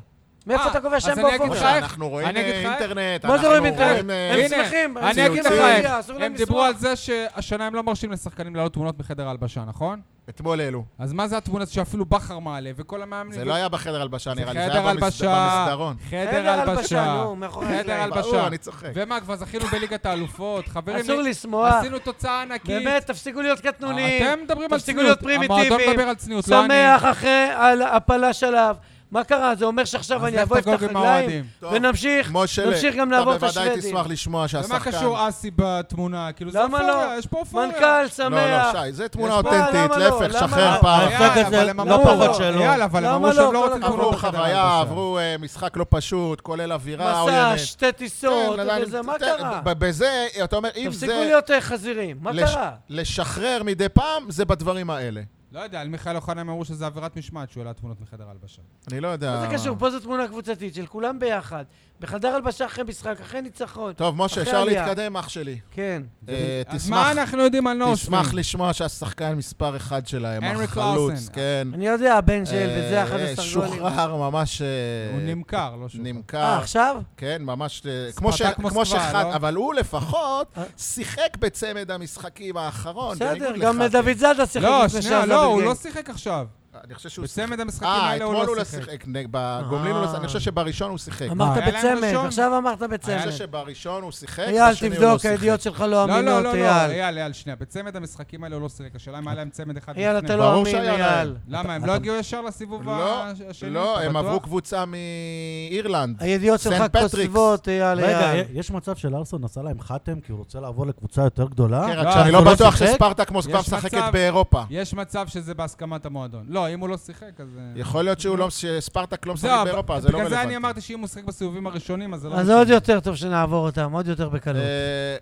מאיפה
אה,
אתה קובע
אז
שאתם
אני אגיד
כמו
לך
באופוריה?
איך-
שאנחנו רואים
אני אגיד לך
אה,
איך-
אינטרנט,
מה זה
אנחנו
רואים אינטרנט?
אה,
הם
הנה,
שמחים, הם
אני
צועקים
אגיד לך
במליאה,
איך.
אסור להם
הם דיברו
לשמוח.
על זה שהשנה הם לא מרשים לשחקנים להעלות תמונות מחדר ההלבשה, נכון?
אתמול העלו.
אז מה זה התמונה שאפילו בכר מעלה, וכל המאמנים...
זה לא היה בחדר הלבשה, נראה לי, זה
חדר
היה במס-
הלבשה,
במסדרון.
חדר
חדר
הלבשה,
הלבשה, נו, מאחורי
חדר
הקלעים.
ברור,
הלבשה.
אני צוחק.
ומה, כבר זכינו בליגת האלופות, חברים.
אסור
לי-
לשמוח.
עשינו תוצאה ענקית.
באמת, תפסיקו להיות קטנונים.
אתם מדברים על
תפסיקו
צניעות.
להיות פרימיטיביים.
המועדון מדבר על צניעות, לא אני.
שמח אחרי על הפלה שלב. מה קרה? זה אומר
אז
שעכשיו אני
לך
אבוא
תבוא
אפתח
עם
רגליים,
האוהדים.
טוב,
ונמשיך,
משה,
נמשיך גם לעבור את
אתה בוודאי
השוודים.
תשמח לשמוע שהשחקן...
ומה קשור אסי בתמונה? כאילו, זה
למה
אופוריה,
לא?
יש פה אופוריה.
מנכ"ל
לא, לא,
שמח.
שי, זה תמונה
יש פה-
אותנטית,
למה לא?
להפך,
למה
שחרר
לא?
פעם.
היה- הפסק הזה לא פחות שלו.
יאללה, אבל הם
למה
אמרו
לא?
שהם לא רוצים
כל
תמונות
עברו
בחדר
חוויה,
הלבשה.
עברו אה, משחק לא פשוט, כולל אווירה
מסע,
עוינת.
שתי טיסות,
כן, עדיין-
וזה, מה
ת-
קרה?
ב- בזה, אתה אומר, אם
תפסיקו
זה...
להיות אה, חזירים, מה
לש-
קרה?
לשחרר מדי פעם, זה בדברים האלה.
לא יודע, על מיכאל אוחנה הם אמרו שזה עבירת משמעת שהוא העלה תמונות מחדר הלבשה.
אני לא יודע...
מה זה קשור? פה זו תמונה קבוצתית של כולם ביחד, בחדר הלבשה אחרי משחק, אחרי ניצחון.
טוב, משה,
אחרי
אפשר
עלייה.
להתקדם, אח שלי.
כן.
אה,
אז
תשמח-
מה אנחנו יודעים על נורסמן?
תשמח לשמוע שהשחקן מספר אחד שלהם,
לא הנרי
החלוץ,
קלאוסן.
כן.
אני יודע, הבן של,
אה,
וזה אחד
אה,
עשר גולים.
שוחרר ממש... אה,
הוא נמכר, לא שוב.
אה,
נמכר.
עכשיו?
כן, ממש... אה, כמו ש-
ספרטק
כמו
מוסקבה,
שחד...
לא?
אבל הוא לפחות
אה.
שיחק בצמד המשחקים האחרון.
בסדר,
בניגוד
גם
לחתם.
דוד זאדה שיחק
לא,
לפני
שנייה,
שעזב
לא, הוא
את
לא
גנג.
שיחק עכשיו.
אני חושב שהוא שיחק.
בצמד המשחקים
אה,
האלה הוא
אתמול הוא
לא
לא
שיחק. אה,
שיחק. נג- בגומלין הוא לא
אה.
שיחק. אני חושב שבראשון הוא שיחק.
אמרת
היה להם ראשון.
בצמד, עכשיו אמרת
אני
בצמד.
חושב שבראשון הוא שיחק,
אייל,
בשני הוא לא
תבדוק,
שיחק.
הידיעות שלך לא
לא, לא,
אמינות,
לא, לא,
אייל.
אייל, אייל, שנייה. בצמד המשחקים האלה הוא לא שיחק. השאלה אם היה להם צמד אחד
אייל,
לפני.
אתה לא
ברור
אמין,
שהיה להם.
אייל.
למה, הם
אתה-
לא הגיעו ישר לסיבוב
לא,
הש- השני?
לא,
אתה
הם
בטוח?
עברו קבוצה מאירלנד.
הידיעות
סנט
שלך
פטריקס.
כותבות, אייל,
רגע,
אה,
אייל.
יש מצב שלארסון עשה להם חתם כי הוא רוצה לעבור לקבוצה יותר גדולה?
כן,
לא,
רק שאני
אז
לא
הוא לא
בטוח
שיחק?
שספרטק מוסקבה
יש
משחקת
מצב.
באירופה.
יש מצב שזה בהסכמת המועדון. לא, אם הוא לא שיחק, אז... אה,
יכול להיות שהוא לא- שספרטק לא משחק
זהו,
באירופה,
אבל
זה לא
בגלל זה אני
רלוונטי.
אמרתי שאם הוא שיחק בסיבובים הראשונים, אז זה לא...
אז
משנה.
עוד יותר טוב שנעבור אותם, עוד יותר בקלות.
אה,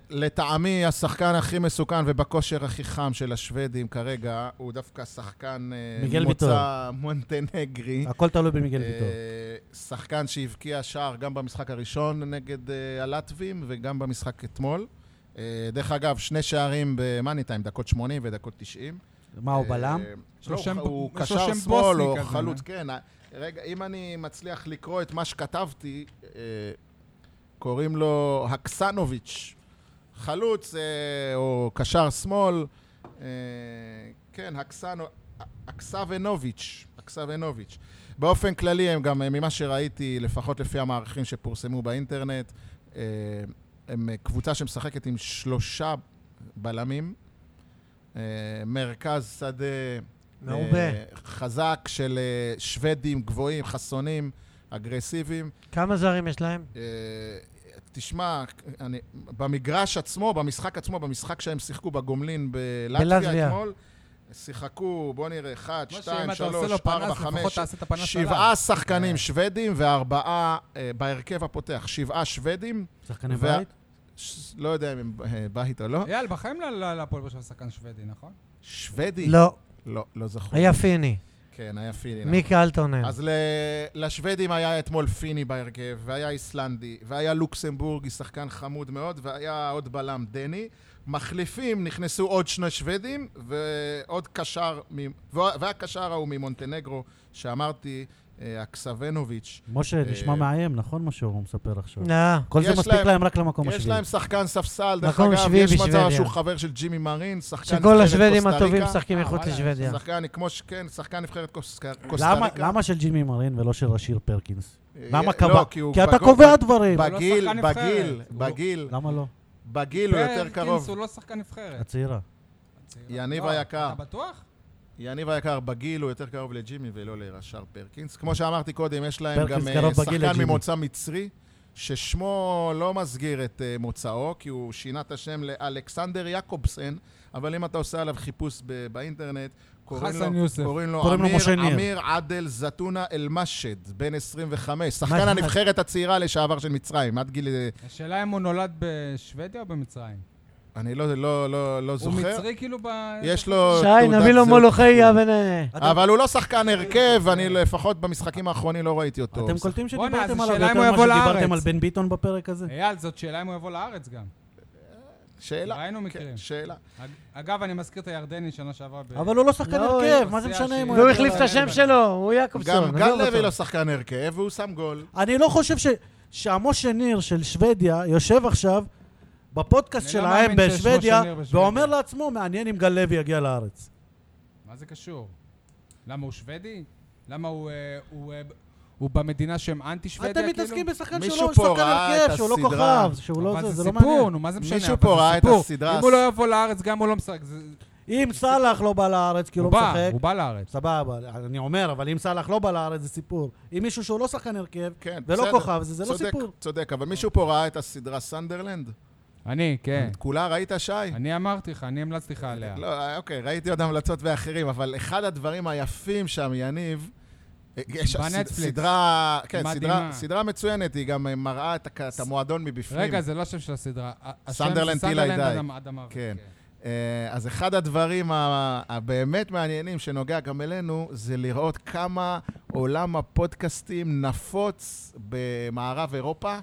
לטעמי, השחקן הכי מסוכן ובכושר הכי חם של השוודים כרגע, הוא דווקא שחקן אה,
מיגל
מוצא מונטנגרי.
הכל תלוי במיגל
אה,
ויטור.
שחקן שהבקיע שער גם במשחק הראשון נגד אה, הלטבים וגם במשחק אתמול. אה, דרך אגב, שני שערים במאני טיים, דקות 80 ודקות 90.
מה, הוא בלם?
אה,
יש לו
לא,
שם-
הוא
יש לו
קשר
שם
שמאל
בוסני
או
כזה,
חלוץ,
אה?
כן. אה, רגע, אם אני מצליח לקרוא את מה שכתבתי, אה, קוראים לו הקסנוביץ'. חלוץ אה, או קשר שמאל, אה, כן, הקסנו... אקסבנוביץ', אקסבנוביץ'. באופן כללי, הם גם, אה, ממה שראיתי, לפחות לפי המערכים שפורסמו באינטרנט, אה, הם אה, קבוצה שמשחקת עם שלושה בלמים, אה, מרכז שדה...
מעובה.
אה, חזק של אה, שוודים גבוהים, חסונים, אגרסיביים.
כמה זרים יש להם?
אה, תשמע, אני, במגרש עצמו, במשחק עצמו, במשחק שהם שיחקו בגומלין
בלטביה.
בלטביה אתמול, שיחקו, בוא נראה, 1,
כמו
2,
שאם אתה עושה
3,
לו
4,
פנס,
5,
לפחות תעשה את הפנס עליו.
שבעה שחקנים שוודים וארבעה, אה, בהרכב הפותח, שבעה שוודים.
שחקני
וה-
בית?
ש- לא יודע אם הם אה, בית או לא.
אייל, בחיים לא- לא להפועל באר שבע שחקן שוודי, נכון?
שוודי?
לא,
לא, לא זכור.
היה פיני,
כן, היה פיני. נכון.
מיקי אלטונן.
אז ל- לשוודים היה אתמול פיני בהרכב, והיה איסלנדי, והיה לוקסמבורגי, שחקן חמוד מאוד, והיה עוד בלם דני. מחליפים, נכנסו עוד שני שוודים, ועוד קשר, מ- וה- והקשר ההוא ממונטנגרו, שאמרתי, אה, הקסבנוביץ'.
משה, נשמע
אה,
מאיים, נכון מה שהוא מספר עכשיו?
נא,
כל נכון, זה
יש
מספיק
להם-
להם רק למקום
יש
השביעי.
להם שחקן ספסל, דרך
מקום
אגב,
שביעי
יש מצב
בשוודיה.
שהוא חבר של ג'ימי מרין, שחקן
שכל
נבחרת
השוודים
קוסטה
הטובים
ריקה.
משחקים מחוץ
וואלה,
לשוודיה.
שחקן, כמו ש- כן, שחקן נבחרת קוס- קוסטה
למה-
ריקה.
למה של ג'ימי מרין ולא של רשיר פרקינס?
אה,
למה
לא,
קבע?
הוא
כי אתה
בגו-
קובע דברים.
הוא לא
בגיל,
שחקן
בגיל,
נבחרת. הוא-
בגיל,
למה לא?
בגיל הוא כאילו, יותר
פרקינס
קרוב.
הוא לא שחקן נבחרת.
הצעירה.
יניב
לא,
היקר.
אתה בטוח?
יניב היקר, בגיל הוא יותר קרוב לג'ימי ולא לרש"ר פרקינס. כמו שאמרתי קודם, יש להם
פרקינס
גם אה,
קרוב בגיל
שחקן
לג'ימי.
ממוצא מצרי, ששמו לא מסגיר את אה, מוצאו, כי הוא שינה את השם לאלכסנדר יעקובסן, אבל אם אתה עושה עליו חיפוש ב- באינטרנט, קוראים
חסן
לו-
יוסף.
קוראים לו
קוראים לו משה
אמיר-
ניר.
אמיר עדל זתונה אל-משד, בן 25, שחקן
מה-
הנבחרת הצעירה לשעבר של מצרים, עד גיל... אה,
השאלה אם הוא נולד בשוודיה או במצרים.
אני לא- לא- לא לא
הוא
זוכר.
מצרי כאילו ב...
יש לו
שי,
אה, תעודת
נביא לו
זהות.
מולוכיה ונהנה.
אבל הוא לא שחקן הרכב, אני לפחות במשחקים האחרונים לא ראיתי אותו.
אתם קולטים
בואנה, אז
שדיברתם עליו
השאלה אם
יותר
הוא
ממה
יבוא
שדיברתם על
לארץ. כן.
בן ביטון בפרק הזה?
אייל, זאת שאלה אם הוא יבוא לארץ גם.
שאלה.
ראינו
כן,
מקרים.
שאלה.
אג- אגב, אני מזכיר את הירדני שנה שעברה ב...
אבל הוא לא שחקן
לא,
הרכב,
הוא
מה זה
עושה
משנה אם
השיר.
הוא...
והוא
לא,
יבוא
החליף את
לארץ?
השם שלו, הוא
גם
יעקובסון.
גל
עזוב
לוי
אותו.
לא שחקן הרכב, והוא שם גול.
אני לא חושב ש... שהמשה ניר של שוודיה יושב עכשיו בפודקאסט
אני לא
שלהם
מאמין שיש
בשוודיה,
משה ניר בשוודיה.
ואומר לעצמו, מעניין אם גל לוי יגיע לארץ.
מה זה קשור? למה הוא שוודי? למה הוא... אה, הוא, אה, הוא במדינה שהם כאילו? אנטי שוודיה?
אתם מתעסקים בשחקן
מישהו
שהוא לא
פה
שחקן
ראה את
הרכב, שהוא לא
הסדרה?
כוכב, שהוא לא
אבל
זה,
זה
זה לא
סיפור,
מעניין.
נו, מה זה משנה?
מישהו
אבל
פה
זה
ראה את
סיפור.
הסדרה
אם הוא לא יבוא לארץ, גם הוא לא משחק. זה-
אם סאלח לא בא לארץ כי הוא לא
הוא בא,
משחק,
הוא בא לארץ.
סבבה, אני אומר, אבל אם סאלח לא בא לארץ זה סיפור. אם מישהו שהוא לא שחקן הרכב,
כן,
ולא
בסדר.
כוכב, זה זה לא
צודק,
סיפור.
צודק, אבל מישהו פה ראה את הסדרה סנדרלנד?
אני, כן.
את כולה ראית, שי?
אני אמרתי לך, אני המלצתי לך עליה.
אה. לא, אה, אוקיי, ראיתי עוד המלצות ואחרים, אבל אחד הדברים היפים שם, יניב, אה, יש שם סד-
בנטפליקס.
סדרה, כן,
מדהימה.
סדרה, סדרה מצוינת, היא גם אה, מראה את, הכ- את המועדון מבפנים.
רגע, זה לא השם של הסדרה. ה- השם
סנדרלנד,
זה
טיל
סנדרלנד
הידי.
עד המ- עד המוות.
כן. אה, אז אחד הדברים ה- הבאמת מעניינים שנוגע גם אלינו, זה לראות כמה עולם הפודקאסטים נפוץ במערב אירופה,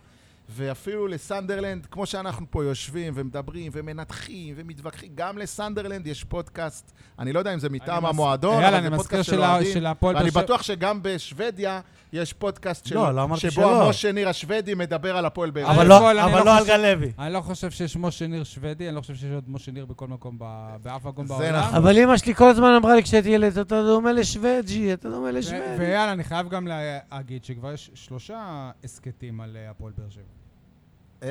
ואפילו לסנדרלנד, כמו שאנחנו פה יושבים ומדברים ומנתחים ומתווכחים, גם לסנדרלנד יש פודקאסט, אני לא יודע אם זה מטעם
מז-
המועדון,
אייל,
אבל
אני
זה
מזכיר
פודקאסט של
של ה-
אוהדים,
של הפועל
ואני
באר שבע-
בטוח שגם בשוודיה יש פודקאסט
לא,
של-
לא אמרתי
שבו
שלא.
משה ניר השוודי מדבר על הפועל באר שבע.
אבל
אלף
לא-
כל, אני
אבל
לא
לא על
חושב-
גל לוי.
אני לא חושב שיש משה ניר שוודי, אני לא חושב שיש עוד משה ניר בכל מקום, ב- באף מקום
זה
בעולם.
נכון.
אבל אמא שלי כל הזמן אמרה לי כשהייתי ילד, אתה דומה לשווג'י, אתה דומה
ו-
לשווג'י.
ויאללה, אני חייב גם להגיד שכבר יש שלושה הסכתים על אה, הפועל באר שבע.
אה,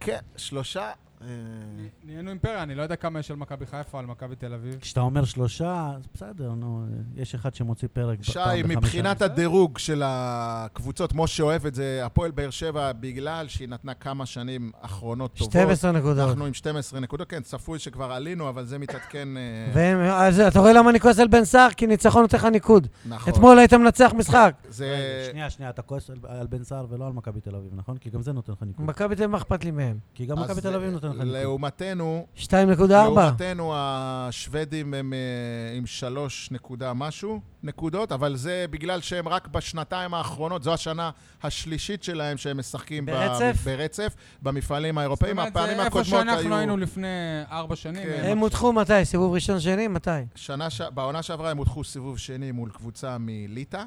כן, שלושה... אה,
נהיינו אימפריה, אני לא יודע כמה יש על מכבי חיפה, על מכבי תל אביב.
כשאתה אומר שלושה, אז בסדר, נו, יש אחד שמוציא פרק.
שי,
פעם בחמש
מבחינת
שנים.
הדירוג של הקבוצות, משה אוהב את זה, הפועל באר שבע, בגלל שהיא נתנה כמה שנים אחרונות טובות.
12 נקודות.
אנחנו עם 12 נקודות, כן, צפוי שכבר עלינו, אבל זה מתעדכן... אה,
והם, אז אתה רואה למה אני כועס על בן סער? כי ניצחון נותן לך ניקוד.
נכון.
אתמול היית מנצח משחק.
זה...
שנייה, שנייה, אתה כועס על- על בן סער ולא על מכבי תל אביב, נכון? כי גם זה נותן לך ניקוד.
מכבי תל אביב, מה אכפת לי מהם?
כי גם
אז
מכבי תל אביב נותן לך ניקוד.
לעומתנו,
2.4.
לעומתנו, השוודים הם אה, עם שלוש נקודה משהו נקודות, אבל זה בגלל שהם רק בשנתיים האחרונות, זו השנה השלישית שלהם שהם משחקים ב-
ברצף?
ברצף, במפעלים
זאת
האירופאים.
אומרת,
הפעמים
זה איפה
הקודמות היו...
שאנחנו היינו לפני ארבע שנים. אה,
כן.
הם הודחו מתי? סיבוב ראשון, שני? מתי?
שנה ש... בעונה שעברה הם הודחו סיבוב שני מול קבוצה מליטא,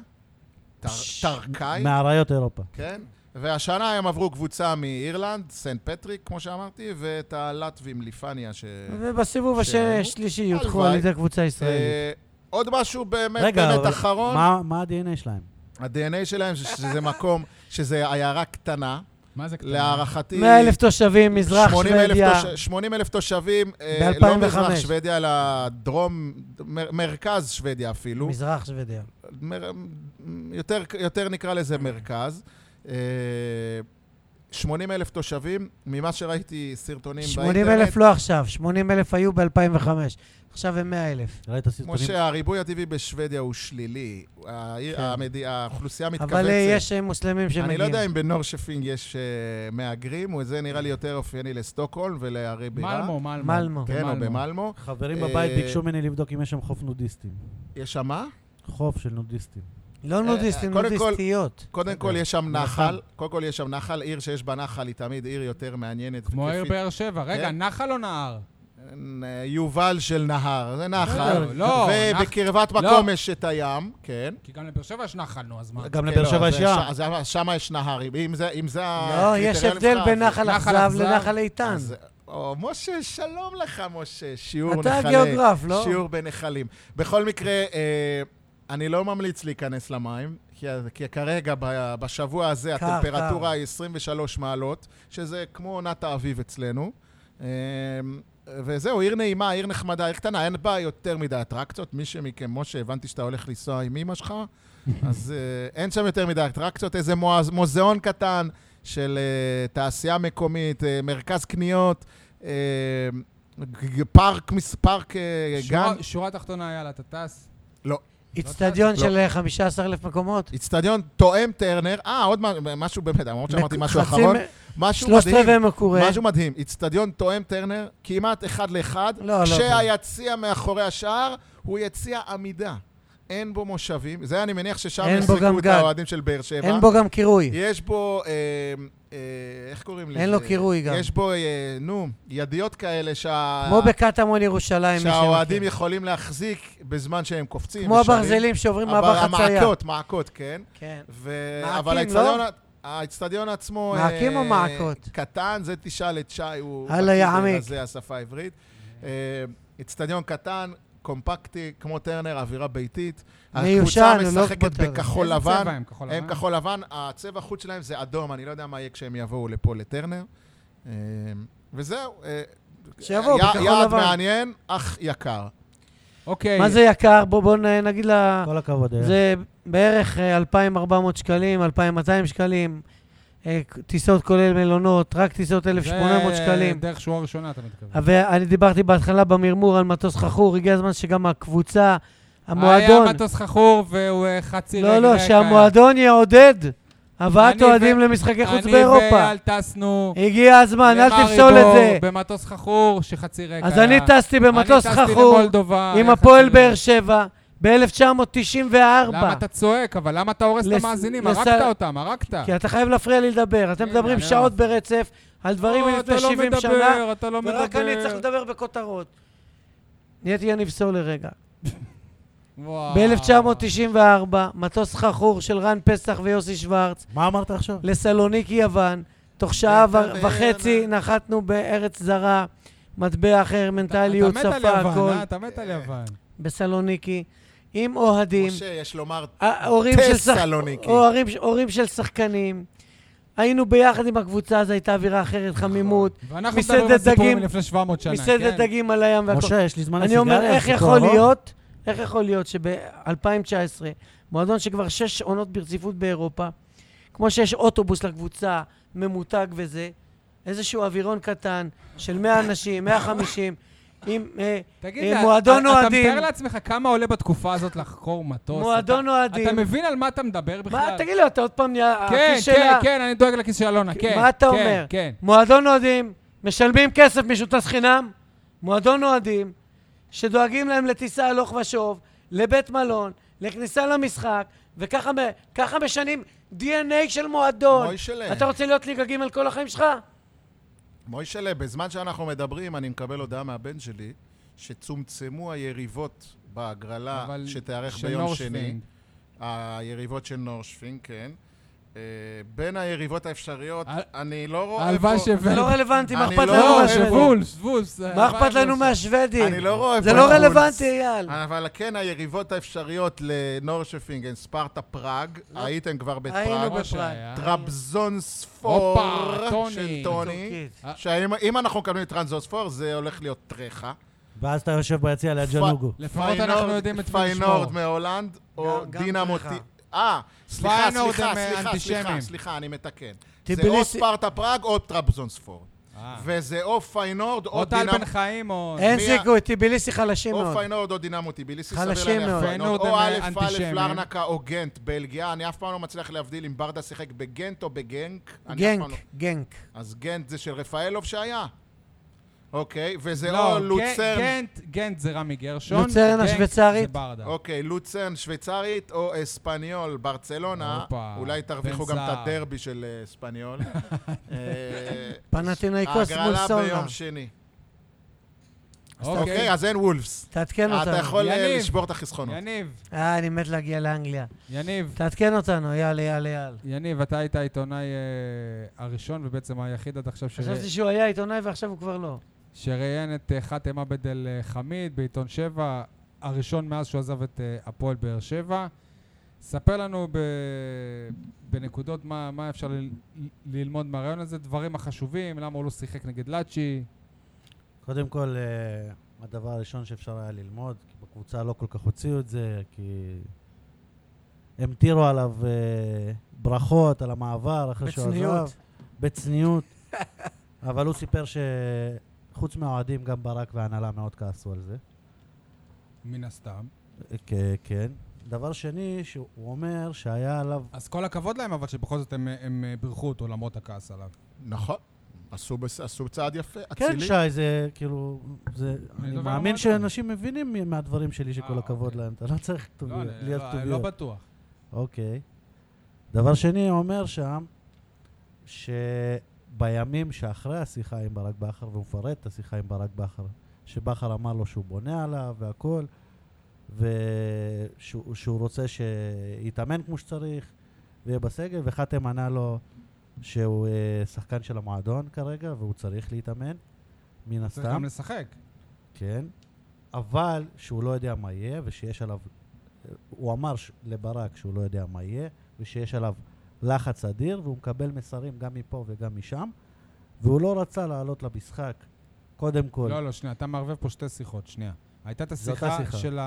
טר...
פש,
טרקאי,
מאריות אירופה.
כן? והשנה הם עברו קבוצה מאירלנד, סנט פטריק, כמו שאמרתי, ואת הלטבים, ליפניה, ש...
ובסיבוב
שהיו.
השלישי יודחו
הלוואי.
על ידי קבוצה ישראלית.
אה, עוד משהו באמת,
רגע,
באמת
אבל
אחרון,
מה- מה ה-DNA שלהם?
ה-DNA שלהם זה שזה מקום, שזה עיירה קטנה,
מה זה קטנה?
להערכתי...
100 אלף תושבים, מזרח
80 אה, אלף
שוודיה.
תוש- 80 אלף תושבים, אה,
ב-
לא מזרח
2005.
שוודיה, אלא דרום, מר- מרכז שוודיה אפילו.
מזרח שוודיה.
מר- יותר, יותר נקרא לזה מרכז. אה, 80 אלף תושבים, ממה שראיתי סרטונים
80 אלף לא עכשיו, 80 אלף היו ב-2005. עכשיו הם 100 אלף.
ראית
כמו
סרטונים?
שהריבוי הטבעי בשוודיה הוא שלילי. העיר-
כן.
המד- האוכלוסייה מתכווצת.
אבל אה, יש אה, מוסלמים שמגיעים.
אני לא יודע אם בנורשפינג יש אה, מהגרים, או זה נראה לי יותר אופייני לסטוקהולם ולערי בירה.
מלמו, מלמו.
מלמו.
כן, או במלמו.
חברים
אה,
בבית ביקשו ממני לבדוק אם יש שם חוף נודיסטים.
יש שם מה?
חוף של נודיסטים.
לא נודיסטים,
אה, קודם כל-
נודיסטיות.
קודם
כן.
כל יש שם
נחל.
נחל. קודם כל יש שם נחל. עיר שיש בה נחל היא תמיד עיר יותר מעניינת.
כמו העיר
וכיפית.
באר שבע. רגע,
כן.
נחל או נהר?
אה, יובל של נהר, זה נחל.
לא, לא,
ובקרבת
נח-
מקום יש את הים, כן.
כי גם לבאר שבע יש נחל, נו, אז מה?
גם
כן, אה,
לבאר
לא,
שבע
אז
יש
זה
ים.
ש- אז שם יש נהר, אם זה אם זה
לא,
הקריטריון
יש הבדל
שלך,
בין
אז-
נחל
נחל
אכזב
אכזב.
לנחל איתן.
אז- או, משה, שלום לך, משה. שיעור נחלי.
אתה הגיאוגרף, לא?
שיעור בנחלים. בכל מקרה, אה, אני לא ממליץ להיכנס למים, כי- כי כרגע, ב- בשבוע הזה,
קר, קר.
הטמפרטורה היא 23 מעלות, שזה כמו עונת האביב אצלנו. אה, וזהו, עיר נעימה, עיר נחמדה, עיר קטנה, אין בה יותר מדי אטרקציות. מי שמכם, משה, הבנתי שאתה הולך לנסוע עם אמא שלך, אז אה, אין שם יותר מדי אטרקציות, איזה מוע- מוזיאון קטן של אה, תעשייה מקומית, אה, מרכז קניות, אה, ג- פארק, מס- פארק אה, גן,
שורה- שורה תחתונה, יאללה, אתה טס.
איצטדיון
לא.
של אה, 15,000 מקומות.
איצטדיון תואם טרנר. אה, עוד מה- משהו באמת, אמרת שאמרתי משהו
חצי
אחרון.
מ-
משהו
שלושת
מדהים,
רבעי מקורה.
משהו מדהים. איצטדיון תואם טרנר, כמעט אחד לאחד,
לא, לא.
כשהיציע מאחורי השער הוא יציע עמידה. אין בו מושבים, זה אני מניח ששם
אין בו גם
יחזקו את
גג.
האוהדים של באר שבע.
אין בו גם קירוי.
יש בו, אה, אה, איך קוראים לזה?
כן. אין לו קירוי גם.
יש בו, אה, נו, ידיות כאלה שה...
כמו בקטמון ירושלים. מי
שהאוהדים
שמכיר.
יכולים להחזיק בזמן שהם קופצים.
כמו
ושרים.
הברזלים שעוברים מעבר
אבל
חצייה.
המעקות, מעקות, כן.
כן.
ו...
מעקים,
אבל
לא?
האצטדיון... האצטדיון עצמו... אה,
מעקים או מעקות?
קטן, זה תשאל את שי, הוא...
הלאה, יא
בקיא
עמיק.
ברזי השפה העברית. אה, אצטדיון קטן, קומפקטי, כמו טרנר, אווירה ביתית.
מיושן, הוא
הקבוצה
לא כמו
משחקת
טרנר.
בכחול
איזה
לבן.
צבע הם? כחול
הם
לבן?
כחול לבן, הצבע חוץ שלהם זה אדום, אני לא יודע מה יהיה כשהם יבואו לפה לטרנר. אה, וזהו. אה,
שיבואו
י-
בכחול
יעד
לבן.
מעניין, אך יקר.
אוקיי.
מה זה יקר? בואו נגיד לה...
כל הכבוד,
כן.
אה. אייל.
זה בערך אה, 2,400 שקלים, 2,200 שקלים, אה, טיסות כולל מלונות, רק טיסות 1,800
זה
שקלים.
דרך שורה ראשונה, אתה מתכוון.
ואני דיברתי בהתחלה במרמור על מטוס חכור, הגיע הזמן שגם הקבוצה,
היה
המועדון,
מטוס חכור והוא אה, חצי
לא,
רגל
לא,
יקר.
שהמועדון יעודד הבאת
אני
אוהדים
ו-
למשחקי חוץ
אני
באירופה.
ואייל טסנו
הגיע הזמן, אל
למריבור
תפסול את זה.
במטוס חכור שחצי רגע.
אז אני טסתי במטוס חכור
אה,
עם הפועל באר שבע ב-1994.
למה אתה צועק? אבל למה אתה הורס את
לס-
המאזינים?
לס-
הרגת אותם, הרגת.
כי אתה חייב להפריע לי לדבר. אתם
כן,
מדברים
אני לא-
שעות ברצף על דברים
לא,
מלפני 70
אתה לא
שנה,
מדבר, אתה לא מדבר.
ורק אני צריך לדבר בכותרות. נהייתי יניב סול לרגע.
וואו.
ב-1994, מטוס חכור של רן פסח ויוסי שוורץ
מה אמרת עכשיו?
לסלוניקי, יוון. תוך שעה ו-
בטברנה.
אה,
וחצי נחתנו בארץ זרה, מטבע אחר, מנטליות,
אתה מת על
שפה,
יוון,
הכל,
אה? אתה מת על יוון.
בסלוניקי, עם אוהדים.
משה, יש לומר
ה- הורים של, שח...
טסלוניקי.
הורים, הורים של שחקנים. היינו ביחד עם הקבוצה, אז הייתה אווירה אחרת, חמימות,
ואנחנו
מסעדת
מדברים על סיפורים
דגים-
מלפני 700 שנה,
מסעדת
כן?
דגים על הים והכל.
משה, יש לי זמן
אני
לסיגריה?
אומר, איך
סיפור
יכול
ארוך?
להיות, איך יכול להיות שב-2019, מועדון שכבר שש עונות ברציפות באירופה, כמו שיש אוטובוס לקבוצה, ממותג וזה, איזשהו אווירון קטן של 100 אנשים, 150, עם אה,
תגיד
אה,
לי,
מועדון
אתה-
אוהדים.
אתה מתאר לעצמך כמה עולה בתקופה הזאת לחקור מטוס?
מועדון
אתה-
אוהדים.
אתה מבין על מה אתה מדבר בכלל?
מה, תגיד לי, אתה עוד פעם נהיה...
כן,
הכיס
כן,
שלה-
כן, אני דואג לכיס של אלונה, כן.
מה אתה
כן,
אומר?
כן.
מועדון אוהדים, משלמים כסף, מישהו טס חינם? מועדון אוהדים, שדואגים להם לטיסה הלוך ושוב, לבית מלון, לכניסה למשחק, וככה מ- ככה משנים DNA של מועדון.
מוישלה.
אתה רוצה להיות ליגה ג' כל החיים שלך?
מוישלה, בזמן שאנחנו מדברים, אני מקבל הודעה מהבן שלי שצומצמו היריבות בהגרלה
אבל
שתיארך
של
ביום
נורשפינג.
שני. היריבות של נורשפינג, כן. אה, בין היריבות האפשריות,
אל-
אני לא רואה
הלוואי
איפה...
זה לא
שוולף...
רלוונטי, מה
אני
אכפת
לא
לנו
רואה לא
לא,
מהשוודים?
שוולף, שוולף.
מה אכפת לנו
אה,
מהשוודים?
אני לא רואה
זה
איפה
לא
וולס.
רלוונטי, אייל.
אבל כן, היריבות האפשריות לנורשפינג הן ספרטה פראג, הייתם כבר בפראג,
לא. היינו בפריים.
טרבזון ספור
הופה, טוני. אה.
של טוני,
טורקית.
שאם אם אנחנו מקבלים את טרנזון ספור זה הולך להיות טרחה.
ואז אתה יושב ביציע ליד ג'נוגו.
לפחות אנחנו יודעים את מי לשמור.
פיינורד מהולנד, או
גם
דינה
טרחה.
מוטי... אה, סליחה,
פיינורד
סליחה,
הם, אה,
סליחה,
אנטישמים.
סליחה, סליחה, אני מתקן. זה
טיבליסי-
או ספרטה פראג או טרבזון ספור.
אה.
וזה או פיינורד
או
או
טל
דינה...
בן חיים או...
אין
מי-
סיכוי, טיביליסי חלשים
או
מאוד.
פיינורד או דינמו טיביליסי, סביר
חלשים מאוד.
להניח
פיינורד
פיינורד, או
הם,
א'
אה,
א'
אנטישמים.
לארנקה או גנט, בלגיה. אני אף פעם לא מצליח להבדיל אם ברדה שיחק בגנט או בגנק. אני אף פעם
גנק,
לא-
גנק.
אז גנט זה של רפאלוב שהיה. אוקיי, וזה
לא,
או
גן-
לוצרן,
גנט, גנט זה רמי גרשון.
לוצרן
גנט
השוויצרית.
זה ברדה.
אוקיי, לוצרן שוויצרית או אספניול ברצלונה.
הופה,
אולי תרוויחו
בן
גם את
זהב.
הדרבי של אה, אספניול. אה,
פנתינאיקוס מול
ההגרלה
סונה.
ביום שני.
אוקיי,
אוקיי, אז אין וולפס.
תעדכן אותנו.
אתה יכול אה,
יניב.
לשבור את החסכונות.
יניב,
אה, אני מת להגיע לאנגליה.
יניב.
תעדכן אותנו, יאללה, יאללה, יאללה.
יניב, אתה היית העיתונאי אה, הראשון ובעצם היחיד עד עכשיו ש-
חשבתי שהוא היה עיתונאי ועכשיו הוא כבר לא.
שראיין את אה, חאתם עבד אל אה, חמיד בעיתון שבע, הראשון מאז שהוא עזב את אה, הפועל באר שבע. ספר לנו ב... בנקודות מה, מה אפשר ל... ללמוד מהרעיון הזה, דברים החשובים, למה הוא לא שיחק נגד לאצ'י.
קודם כל, אה, הדבר הראשון שאפשר היה ללמוד, כי בקבוצה לא כל כך הוציאו את זה, כי הם טירו עליו אה, ברכות על המעבר אחרי שהוא
בצניעות.
עזב. בצניעות. אבל הוא סיפר שחוץ מהאוהדים, גם ברק וההנהלה מאוד כעסו על זה.
מן הסתם.
אה, כ- כן. דבר שני, שהוא אומר שהיה עליו...
אז כל הכבוד להם, אבל שבכל זאת הם, הם אה, בירכו אותו למרות הכעס עליו.
נכון. עשו בס- עשו צעד יפה,
כן,
אצילי.
שי, זה כאילו... זה, אני
דובר
מאמין
המועדון.
שאנשים מבינים מ- מהדברים שלי שכל
אה,
הכבוד
אוקיי.
להם. אתה לא צריך כתוביות- להיות
אני לא
כתוביות.
בטוח.
אוקיי. דבר שני, אומר שם, שבימים שאחרי השיחה עם ברק בכר, והוא מפרט את השיחה עם ברק בכר, שבכר אמר לו שהוא בונה עליו והכול, ושהוא שהוא רוצה שיתאמן כמו שצריך, ויהיה בסגל, וחתם ענה לו שהוא אה, שחקן של המועדון כרגע, והוא צריך להתאמן, מן
צריך
הסתם.
גם לשחק.
כן, אבל שהוא לא יודע מה יהיה, ושיש עליו... הוא אמר ש- לברק שהוא לא יודע מה יהיה, ושיש עליו לחץ אדיר, והוא מקבל מסרים גם מפה וגם משם, והוא לא רצה לעלות למשחק, קודם כל.
לא, לא, שנייה, אתה מערבב פה שתי שיחות, שנייה. הייתה את
זו אותה
השיחה
שיחה.
של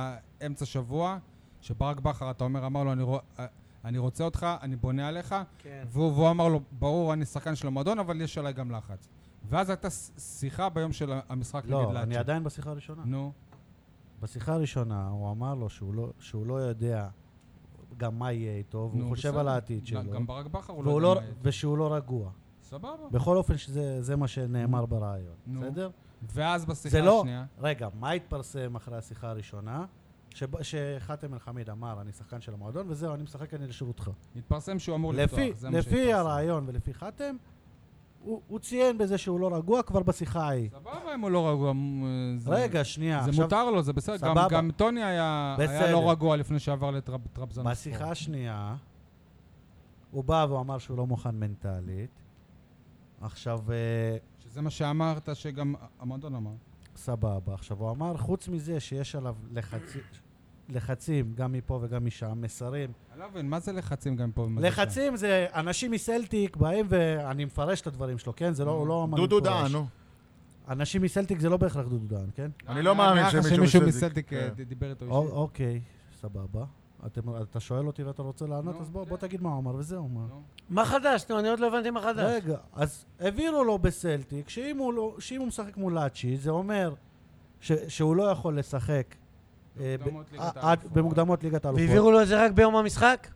האמצע שבוע, שברק בכר, אתה אומר, אמר לו, "אני רוא- אה, אני רוצה אותך, אני בונה עליך,
כן.
והוא, והוא אמר לו, ברור, אני שחקן של המועדון, אבל יש עליי גם לחץ. ואז הייתה ס- שיחה ביום של המשחק נגד
לא,
לאצ'י.
אני עדיין בשיחה הראשונה.
נו,
בשיחה הראשונה הוא אמר לו שהוא לא- שהוא לא יודע גם מה יהיה איתו, והוא
נו,
חושב
בסדר. לא,
על העתיד שלו,
גם ברק בכר הוא לא
והוא לא-
יודע מה יהיה.
ושהוא לא רגוע.
סבבה.
בכל אופן, שזה- זה מה שנאמר ברעיון,
נו.
בסדר?
ואז בשיחה
זה לא...
השנייה...
רגע, מה התפרסם אחרי השיחה הראשונה? שב- שחאתם אל-חמיד אמר, אני שחקן של המועדון, וזהו, אני משחק, אני לשירותך.
התפרסם שהוא אמור לפתוח.
לפי,
זה מה
לפי
שהתפרסם.
הרעיון ולפי חאתם, הוא הוא ציין בזה שהוא לא רגוע כבר בשיחה ההיא.
סבבה אם הוא לא רגוע. מ- זה-
רגע, שנייה.
זה
עכשיו-
מותר לו, זה בסדר. גם-
סבבה.
גם טוני היה היה
בסדר.
לא רגוע לפני שעבר נכון. לטרבזון.
בשיחה השנייה, הוא בא והוא אמר שהוא לא מוכן מנטלית. עכשיו, אה,
שזה מה שאמרת, שגם המועדון אמר.
סבבה. עכשיו, הוא אמר, חוץ מזה שיש עליו לחצים, לחצים, גם מפה וגם משם, מסרים.
אני לא מבין, מה זה לחצים גם פה? ומה זה שם?
לחצים זה אנשים מסלטיק באים, ואני מפרש את הדברים שלו, כן? זה לא, הוא לא אמר...
דודו
מפורש.
דהן, נו.
אנשים מסלטיק זה לא בהכרח דודו דהן, כן?
אני לא מאמין
נראה לך
שמישהו מסלטיק,
מסלטיק אה,
כן.
ד- דיבר איתו
או-
אישית.
אוקיי, סבבה. אתם- אתה שואל אותי ואתה רוצה לענות,
נו,
אז בוא
כן.
בוא תגיד מה הוא אמר, וזהו, מה.
נו.
מה חדש? נו, אני עוד לא הבנתי מה חדש.
רגע, אז הבהירו לו בסלטיק שאם הוא, לא, שאם הוא משחק מול לאצ'י, זה אומר ש, שהוא לא יכול לשחק אה, ב-
במוקדמות ליגת
עד-
האלופות.
במוקדמות ליגת האלופות.
והעבירו לו את זה רק ביום המשחק?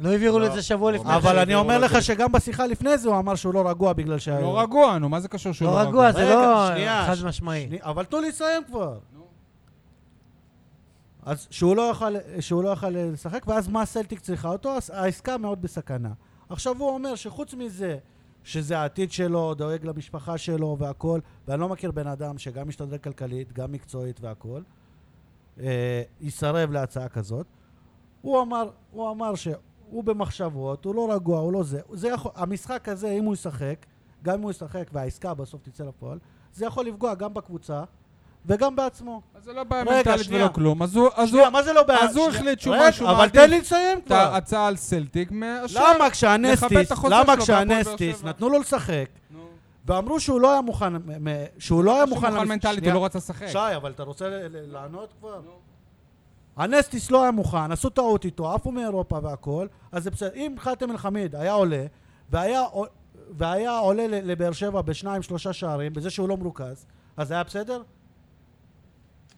לא העבירו לו את זה שבוע
לא,
לפני.
אבל אני
שהעבירו
אומר
לו את זה.
לך שגם בשיחה לפני זה הוא אמר שהוא לא רגוע בגלל שה...
לא רגוע, נו, מה זה קשור שהוא
לא רגוע, זה
רגע,
לא
שנייה,
חד
ש-
משמעי.
שני- אבל תנו לי לסיים כבר.
נו.
אז שהוא לא יכל, שהוא לא יכל לשחק, ואז מה סלטיק צריכה אותו? אז העסקה מאוד בסכנה. עכשיו הוא אומר שחוץ מזה, שזה העתיד שלו, דואג למשפחה שלו והכול, ואני לא מכיר בן אדם שגם משתדל כלכלית, גם מקצועית והכול, אה, יסרב להצעה כזאת. הוא אמר, הוא אמר שהוא במחשבות, הוא לא רגוע, הוא לא זה. זה יכול, המשחק הזה, אם הוא ישחק, גם אם הוא ישחק והעסקה בסוף תצא לפועל, זה יכול לפגוע גם בקבוצה וגם בעצמו.
אז זה לא בעיה
רגע,
מנטלית
שנייה.
ולא כלום. אז הוא... אז
שנייה,
הוא-
מה זה לא בעיה?
אז הוא
שנייה,
החליט שהוא
רגע,
משהו
אבל
מעדיף.
תן לי לסיים
את
כבר.
ההצעה על סלטיק מהשאר.
למה
לכבד את
כשאנסטיס,
החוזה
למה
שלו בהפועל באר
כשאנסטיס
שבע.
נתנו לו לשחק,
נו.
ואמרו שהוא לא היה מוכן, מ- מ- שהוא לא היה
שהוא
מוכן...
מוכן
למש-
מנטלית, הוא
שנייה.
לא רצה לשחק.
שי, אבל אתה רוצה ל- ל- לענות כבר?
נו.
אנסטיס לא היה מוכן, עשו טעות איתו, עפו מאירופה והכל, אז זה בסדר. אם חאתם אל-חמיד היה עולה, והיה עו- והיה עולה ל- לבאר שבע בשניים, שלושה שערים, בזה שהוא לא מרוכז, אז היה בסדר?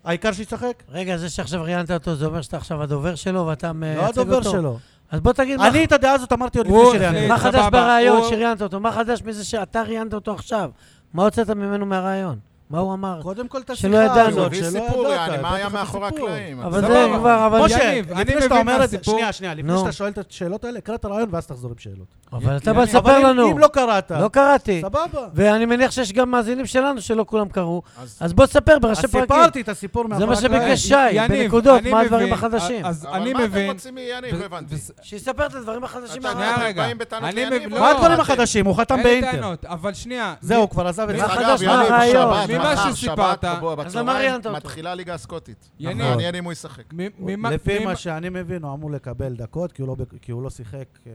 העיקר שישחק?
רגע, זה שעכשיו ראיינת אותו, זה אומר שאתה עכשיו הדובר שלו ואתה מייצג
לא
אותו?
הדובר שלו.
אז בוא תגיד מה-
אני את הדעה הזאת אמרתי עוד
הוא
לפני שלי.
החליט.
מה חדש
סבבה,
ברעיון
הוא-
שראיינת אותו? מה חדש מזה שאתה ראיינת אותו עכשיו? מה הוצאת ממנו מהרעיון? מה הוא אמר?
קודם כל את
שלא
השיחה
ידענו.
הוא
הזאת,
הביא
לא, שלא
סיפור,
ידעת,
יעני, מה
הבאתי
היה
לך
מאחורי
סיפור.
הקלעים? לא,
אבל זה
סבבה.
כבר, אבל...
משה,
יניב, אני
לפני שאתה
מבין
אומר את זה,
מהסיפור-
שנייה, שנייה, לפני
נו.
שאתה שואל את השאלות האלה, קרא את הרעיון ואז תחזור עם שאלות.
אבל אתה
יניב,
בא
אבל
לספר
אם-
לנו.
אם לא קראת,
לא קראתי.
סבבה.
ואני מניח שיש גם מאזינים שלנו שלא כולם קראו.
אז-
אז בוא תספר
אז
בראשי פרקים.
סיפרתי את הסיפור
זה מה
מאחורי הקלעים.
שביקש שי,
יניב,
בנקודות,
אה, אני
מה הדברים
מבין,
החדשים.
אז
אבל
אני
מה אתם
מבין...
רוצים מיניב? לא
ו-
הבנתי.
ו-
שיספר את הדברים החדשים
אתה-
מהרעיון.
שנייה
אתם
רגע,
באים בטענות
אני
ליניב?
מבין,
לא,
מה הדברים
אתם-
החדשים? הוא חתם
אין לי
באינטר.
טענות, אבל שנייה,
זהו, כבר עזב את
דרך
מה
אגב,
זה.
חדש
יניב,
ברעיון?
שבת,
ממה
מחר,
שסיפרת-
שבת, בוא,
אז למה
בצהריים
ראיינת אותו?
מתחילה הליגה הסקוטית.
יניב.
נכון.
מעניין אם הוא ישחק.
מ- ממה...
לפי
ממה-
מה שאני מבין, הוא אמור לקבל דקות, כי הוא לא ב- כי הוא לא שיחק אה,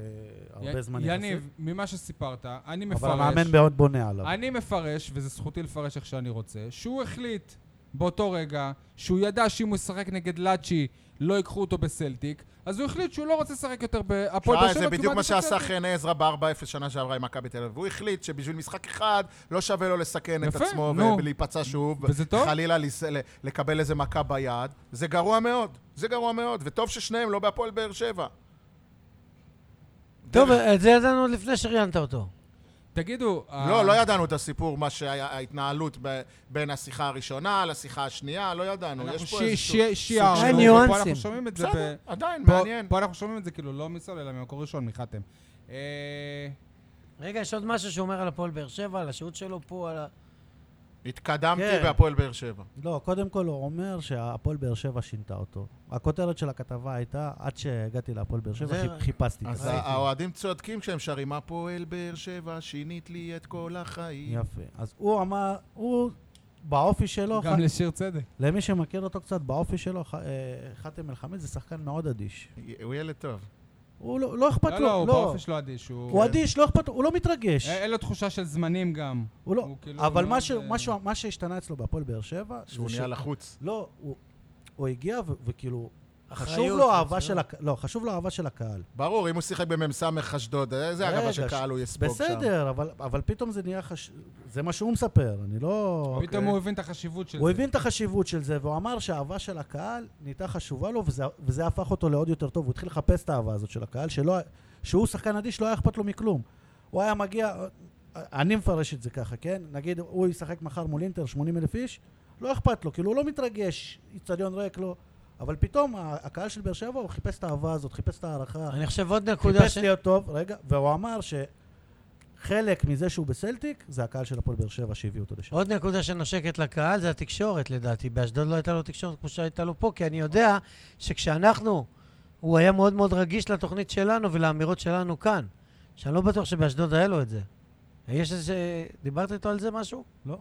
הרבה
י-
זמן יחסית.
יניב, ממה שסיפרת, אני
אבל
מפרש,
המאמן מאוד בונה עליו.
אני מפרש, וזו זכותי לפרש איך שאני רוצה, שהוא החליט באותו רגע שהוא ידע שאם הוא ישחק נגד לאצ'י לא ייקחו אותו בסלטיק, אז הוא החליט שהוא לא רוצה לשחק יותר בהפועל באר
שי,
שבע.
זה
כי הוא
בדיוק מה
מעדיף
שעשה
בסלטיק.
חן עזרא ב-4-0 שנה שעברה עם מכבי תל אביב. הוא החליט שבשביל משחק אחד לא שווה לו לסכן את
יפה,
עצמו
נו.
ולהיפצע שוב.
וזה טוב?
חלילה לס- ל- לקבל איזה מכה ביד. זה גרוע מאוד. זה גרוע מאוד. וטוב ששניהם לא בהפועל באר שבע.
טוב, את זה ידענו עוד לפני שראיינת אותו.
תגידו... אה,
לא, לא ידענו את הסיפור, מה שהיה, ההתנהלות ב- בין השיחה הראשונה לשיחה השנייה, לא ידענו.
אנחנו
יש פה
שי-
איזשהו...
שי- שיערנו,
אין
ופה
ניואנסים.
אנחנו שומעים את זה
בסדר,
ב...
עדיין,
פה-
מעניין.
פה אנחנו שומעים את זה כאילו לא מסולל, אלא ממקור ראשון, מחתם. אה,
רגע, יש עוד משהו שהוא אומר על הפועל באר שבע, על השהות שלו פה, על ה...
התקדמתי
כן.
בהפועל באר שבע.
לא, קודם כל הוא אומר שהפועל באר שבע שינתה אותו. הכותרת של הכתבה הייתה, עד שהגעתי להפועל באר שבע,
זה-
חיפ- חיפשתי.
אז
ראיתי.
האוהדים צודקים כשהם שרים, הפועל באר שבע, שינית לי את כל החיים.
יפה. אז הוא אמר, הוא באופי שלו, ח...
גם לשיר צדק.
למי שמכיר אותו קצת, באופי שלו, ח... אה, חאתם אל-חמיד זה שחקן מאוד אדיש.
הוא ילד טוב.
הוא לא, לא אכפת
לא,
לו,
לא, הוא באופי שלו אדיש.
הוא אדיש, לא אכפת, הוא לא מתרגש.
כן. אה, אין לו תחושה של זמנים גם.
הוא לא,
הוא כאילו
אבל
מאוד,
מה, ש,
אה,
מה, ש, מה שהשתנה אצלו בהפועל באר שבע, זה
שהוא
ש-
נהיה לחוץ.
לא, הוא, הוא הגיע ו, וכאילו, חשוב
אחריות,
לו אהבה
אה?
אחריות.
של הקהל, לא, חשוב לו אהבה של הקהל.
ברור, אם הוא שיחק במ"ס אשדוד, אה, זה
רגע,
הגבה
ש-
שקהל הוא יספוג שם.
בסדר, אבל, אבל פתאום זה נהיה חש... זה מה שהוא מספר, אני לא...
פתאום הוא הבין את החשיבות של זה.
הוא הבין את החשיבות של זה, והוא אמר שהאהבה של הקהל נהייתה חשובה לו, וזה, וזה הפך אותו לעוד יותר טוב. הוא התחיל לחפש את האהבה הזאת של הקהל, שלא, שהוא שחקן אדיש, לא היה אכפת לו מכלום. הוא היה מגיע, אני מפרש את זה ככה, כן? נגיד, הוא ישחק מחר מול אינטר, 80 אלף איש, לא אכפת לו, כאילו, הוא לא מתרגש, איצטדיון ריק לו, אבל פתאום ה- הקהל של באר שבע, הוא חיפש את האהבה הזאת, חיפש את ההערכה.
אני חושב עוד נקודה
חיפש
ש...
להיות טוב, רגע, והוא אמר שחלק מזה שהוא בסלטיק, זה הקהל של הפועל באר שבע שהביא אותו לשם.
עוד נקודה שנושקת לקהל זה התקשורת לדעתי. באשדוד לא הייתה לו תקשורת כמו שהייתה לו פה, כי אני יודע שכשאנחנו, הוא היה מאוד מאוד רגיש לתוכנית שלנו ולאמירות שלנו כאן. שאני לא בטוח שבאשדוד היה לו את זה. יש איזה... דיברת איתו על זה משהו?
לא.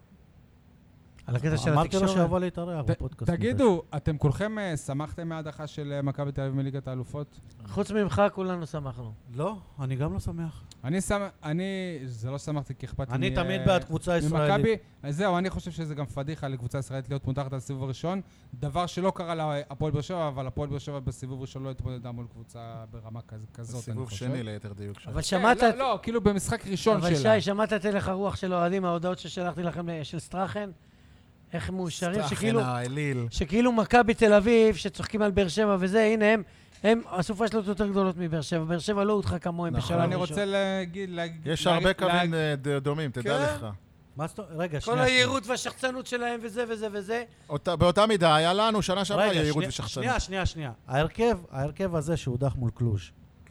על הקטע של
אמרתי לו
התקשורת?
שיבוא להתארח
ת-
בפודקאסט.
תגידו, אתם כולכם אה, שמחתם מההדחה של אה, מכבי תל אביב מליגת האלופות?
חוץ ממך כולנו שמחנו.
לא, אני גם לא שמח. אני
אני שם... אני... זה לא שמחתי כי אכפת לי...
אני
מ-
תמיד
אה,
בעד קבוצה ישראלית.
ממכבי, אז זהו, אני חושב שזה גם פדיחה לקבוצה ישראלית להיות מודחת על סיבוב ראשון, דבר שלא קרה להפועל באר שבע, אבל הפועל באר שבע בסיבוב ראשון לא התמודדה מול קבוצה ברמה כז- כזאת, אני
סיבוב
חושב.
שני ליתר דיוק. שם.
אבל
כן,
שמעת...
לא, לא, כאילו במשחק ראשון
אבל
שלה.
שי, שמעת את הלך הרוח של האוהדים, ההודעות ששלחתי לכם, של סטרחן? איך הם מאושרים שכאילו...
סטרחן האליל.
שכאילו מכבי תל אביב, שצוחקים על באר שבע וזה, הנה הם, הם, הסופה שלו יותר גדולות מבאר שבע. באר שבע לא הודחה כמוהם
נכון.
בשלב
אני
ראשון.
רוצה להגיד... להגיד-
יש
להגיד-
הרבה
להגיד-
קווים אה, ד- דומים,
כן.
תדע לך.
מה זאת אומרת? רגע,
כל
שנייה.
היהירות והשחצנות שלהם וזה וזה וזה.
אותה- באותה מידה היה לנו שנה שעברה
רגע,
יהירות
שנייה,
ושחצנות.
שנייה, שנייה, שנייה. ההרכב, ההרכב הזה שהודח מול קלוז',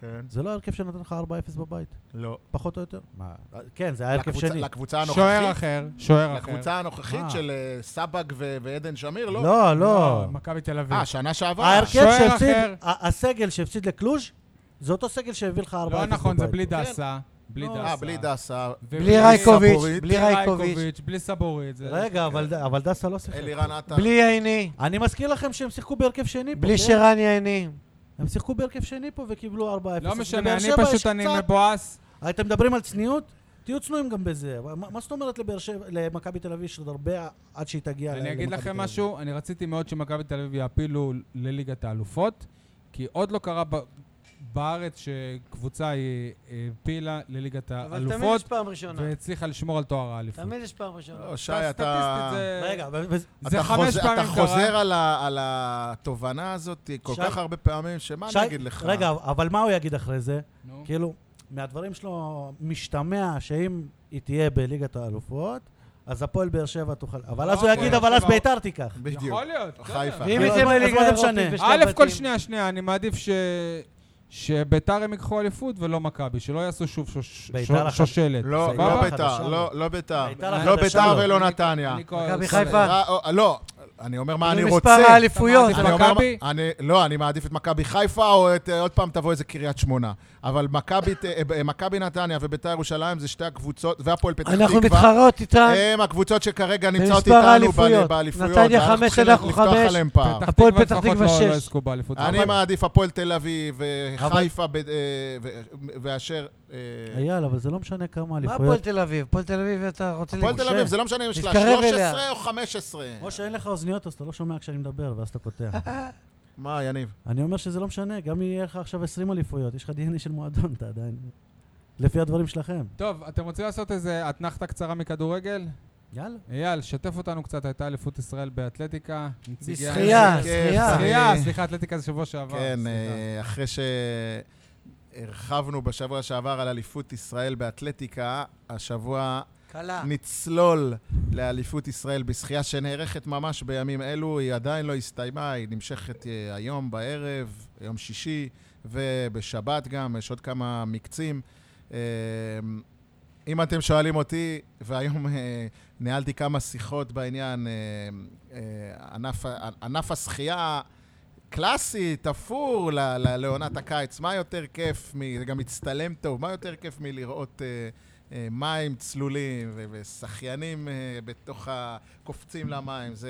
כן.
זה לא ההרכב שנתן לך 4-0 בבית,
לא.
פחות או יותר? מה? כן, זה ההרכב
לקבוצה-
שלי.
לקבוצה
שוער
הנוכחית?
אחר, שוער אחר.
לקבוצה הנוכחית
אה.
של אה, סבג ו- ועדן שמיר? לא.
לא, לא.
לא, מכבי תל אביב.
אה, שנה שעברה.
ההרכב
שוער
שהפסיד,
אחר.
ה- הסגל שהפסיד לקלוז', זה אותו סגל שהביא לך 4-0 בבית.
לא נכון, זה בלי
כן.
דסה. בלי
לא.
דסה.
אה, בלי דסה.
ובלי-
בלי רייקוביץ',
סבורית,
בלי רייקוביץ',
בלי סבורית. זה-
רגע, אבל- אבל דסה לא שיחק.
אלירן עטר.
בלי עיני,
אני מזכיר לכם שהם שיחקו בהרכב שני פה.
בלי
כן?
שרן עיני.
הם שיחקו בהרכב שני פה וקיבלו 4-0.
לא
אז
משנה,
לבאר
אני
שבע יש
פשוט, אני
קצת-
מבואס.
אה,
אתם מדברים על צניעות? תהיו צנועים גם בזה. מה, מה זאת אומרת לבאר שבע, למכבי תל אביב יש עוד הרבה עד שהיא תגיע ל-
אני אגיד
למכבי תל
לכם
אביב.
משהו, אני רציתי מאוד שמכבי תל אביב יעפילו לליגת האלופות, כי עוד לא קרה ב- בארץ שקבוצה היא העפילה לליגת
אבל תמיד יש
האלופות,
פעם ראשונה.
והצליחה לשמור על תואר האליפות.
תמיד יש פעם ראשונה.
לא, שי,
סטטיסטית
אתה...
זה-
רגע, ו- ו-
זה
אתה
חמש
חוזר-
פעמים
אתה
קרה.
חוזר על ה- על התובנה הזאת כל
שי-
כך הרבה פעמים, שמה
שי,
אני אגיד לך?
רגע, אבל מה הוא יגיד אחרי זה?
נו.
כן,
כאילו, מהדברים שלו משתמע שאם היא תהיה בליגת האלופות, אז הפועל באר שבע תוכל... אבל אז הוא
לא,
יגיד,
הפועל
אבל אז
שבע-
ביתר תיקח.
בדיוק.
יכול להיות.
חיפה.
ואם
לא,
היא
אז
תהיה
מה- אז
בליגה
מה זה
האירופית
משנה?
בשתי
א' כל,
הבתים.
שנייה, שנייה, אני מעדיף ש... שביתר הם ייקחו אליפות ולא מכבי, שלא יעשו שוב שוש-
ביתר
שוש-
אחת.
שושלת.
לא,
סבבה?
לא
בית"ר
ביתר,
החדשה.
לא- לא ביתר.
בית"ר
לא
החדשה,
ביתר
לא.
ולא נתניה.
אני כל-
מכבי
בסדר.
חיפה.
אה, או- לא, אני אומר מה אני
מספר
רוצה.
האליפויות.
אתה
אני אומר,
מכבי?
אני, לא, אני מעדיף את מכבי חיפה, או את, אה, עוד פעם תבוא איזה קריית שמונה. אבל מכבי ת- אה, מכבי נתניה וביתר ירושלים זה שתי הקבוצות, והפועל פתח תקווה.
אנחנו מתחרות איתן.
הם הקבוצות שכרגע נמצאות
במספר
איתנו
האליפויות.
ב- באליפויות.
נתניה
ואנחנו
חמש,
צריכים
אנחנו
לפתוח
חמש.
עליהם פער.
פתח
הפועל
תקווה
פתח
לפחות
תקווה
לא- לא
שש.
יזכו באליפות.
אני
אבל-
מעדיף הפועל תל אביב,
אבל-
וחיפה, ב- אה, ו- ואשר... אה,
אייל, אבל זה לא משנה כמה
מה הפועל
אליפויות.
תל אביב? הפועל תל אביב אתה רוצה
הפועל תל
לגושר?
אביב, זה לא משנה אם יש לה
תתקרב אליה.
13 או 15.
משה, אין לך אוזניות, אז אתה לא שומע כשאני מדבר, ואז אתה קוטע.
מה, יניב?
אני אומר שזה לא משנה, גם יהיה לך עכשיו 20 אליפויות, יש לך DNA של מועדון, אתה עדיין... לפי הדברים שלכם.
טוב, אתם רוצים לעשות איזה אתנחתה קצרה מכדורגל?
יאללה.
אייל, שתף אותנו קצת, הייתה אליפות ישראל באתלטיקה. נציגי-
בשחייה, אה,
איזה כיף.
שחייה.
שחייה,
אני-
סליחה, אתלטיקה זה שבוע שעבר.
אה, כן,
סליחה.
אה, אחרי שהרחבנו בשבוע שעבר על אליפות ישראל באתלטיקה, השבוע
קלה.
נצלול לאליפות ישראל בשחייה שנערכת ממש בימים אלו. היא עדיין לא הסתיימה, היא נמשכת אה, היום בערב, יום שישי, ובשבת גם, יש עוד כמה מקצים. אה, אם אתם שואלים אותי, והיום אה, ניהלתי כמה שיחות בעניין, אה, אה, ענף, ה- ענף השחייה קלאסי, תפור ל- ל- לעונת הקיץ, מה יותר כיף, מ- זה גם מצטלם טוב, מה יותר כיף מלראות אה, אה, מים צלולים ו- ושחיינים אה, בתוך ה... קופצים למים, זה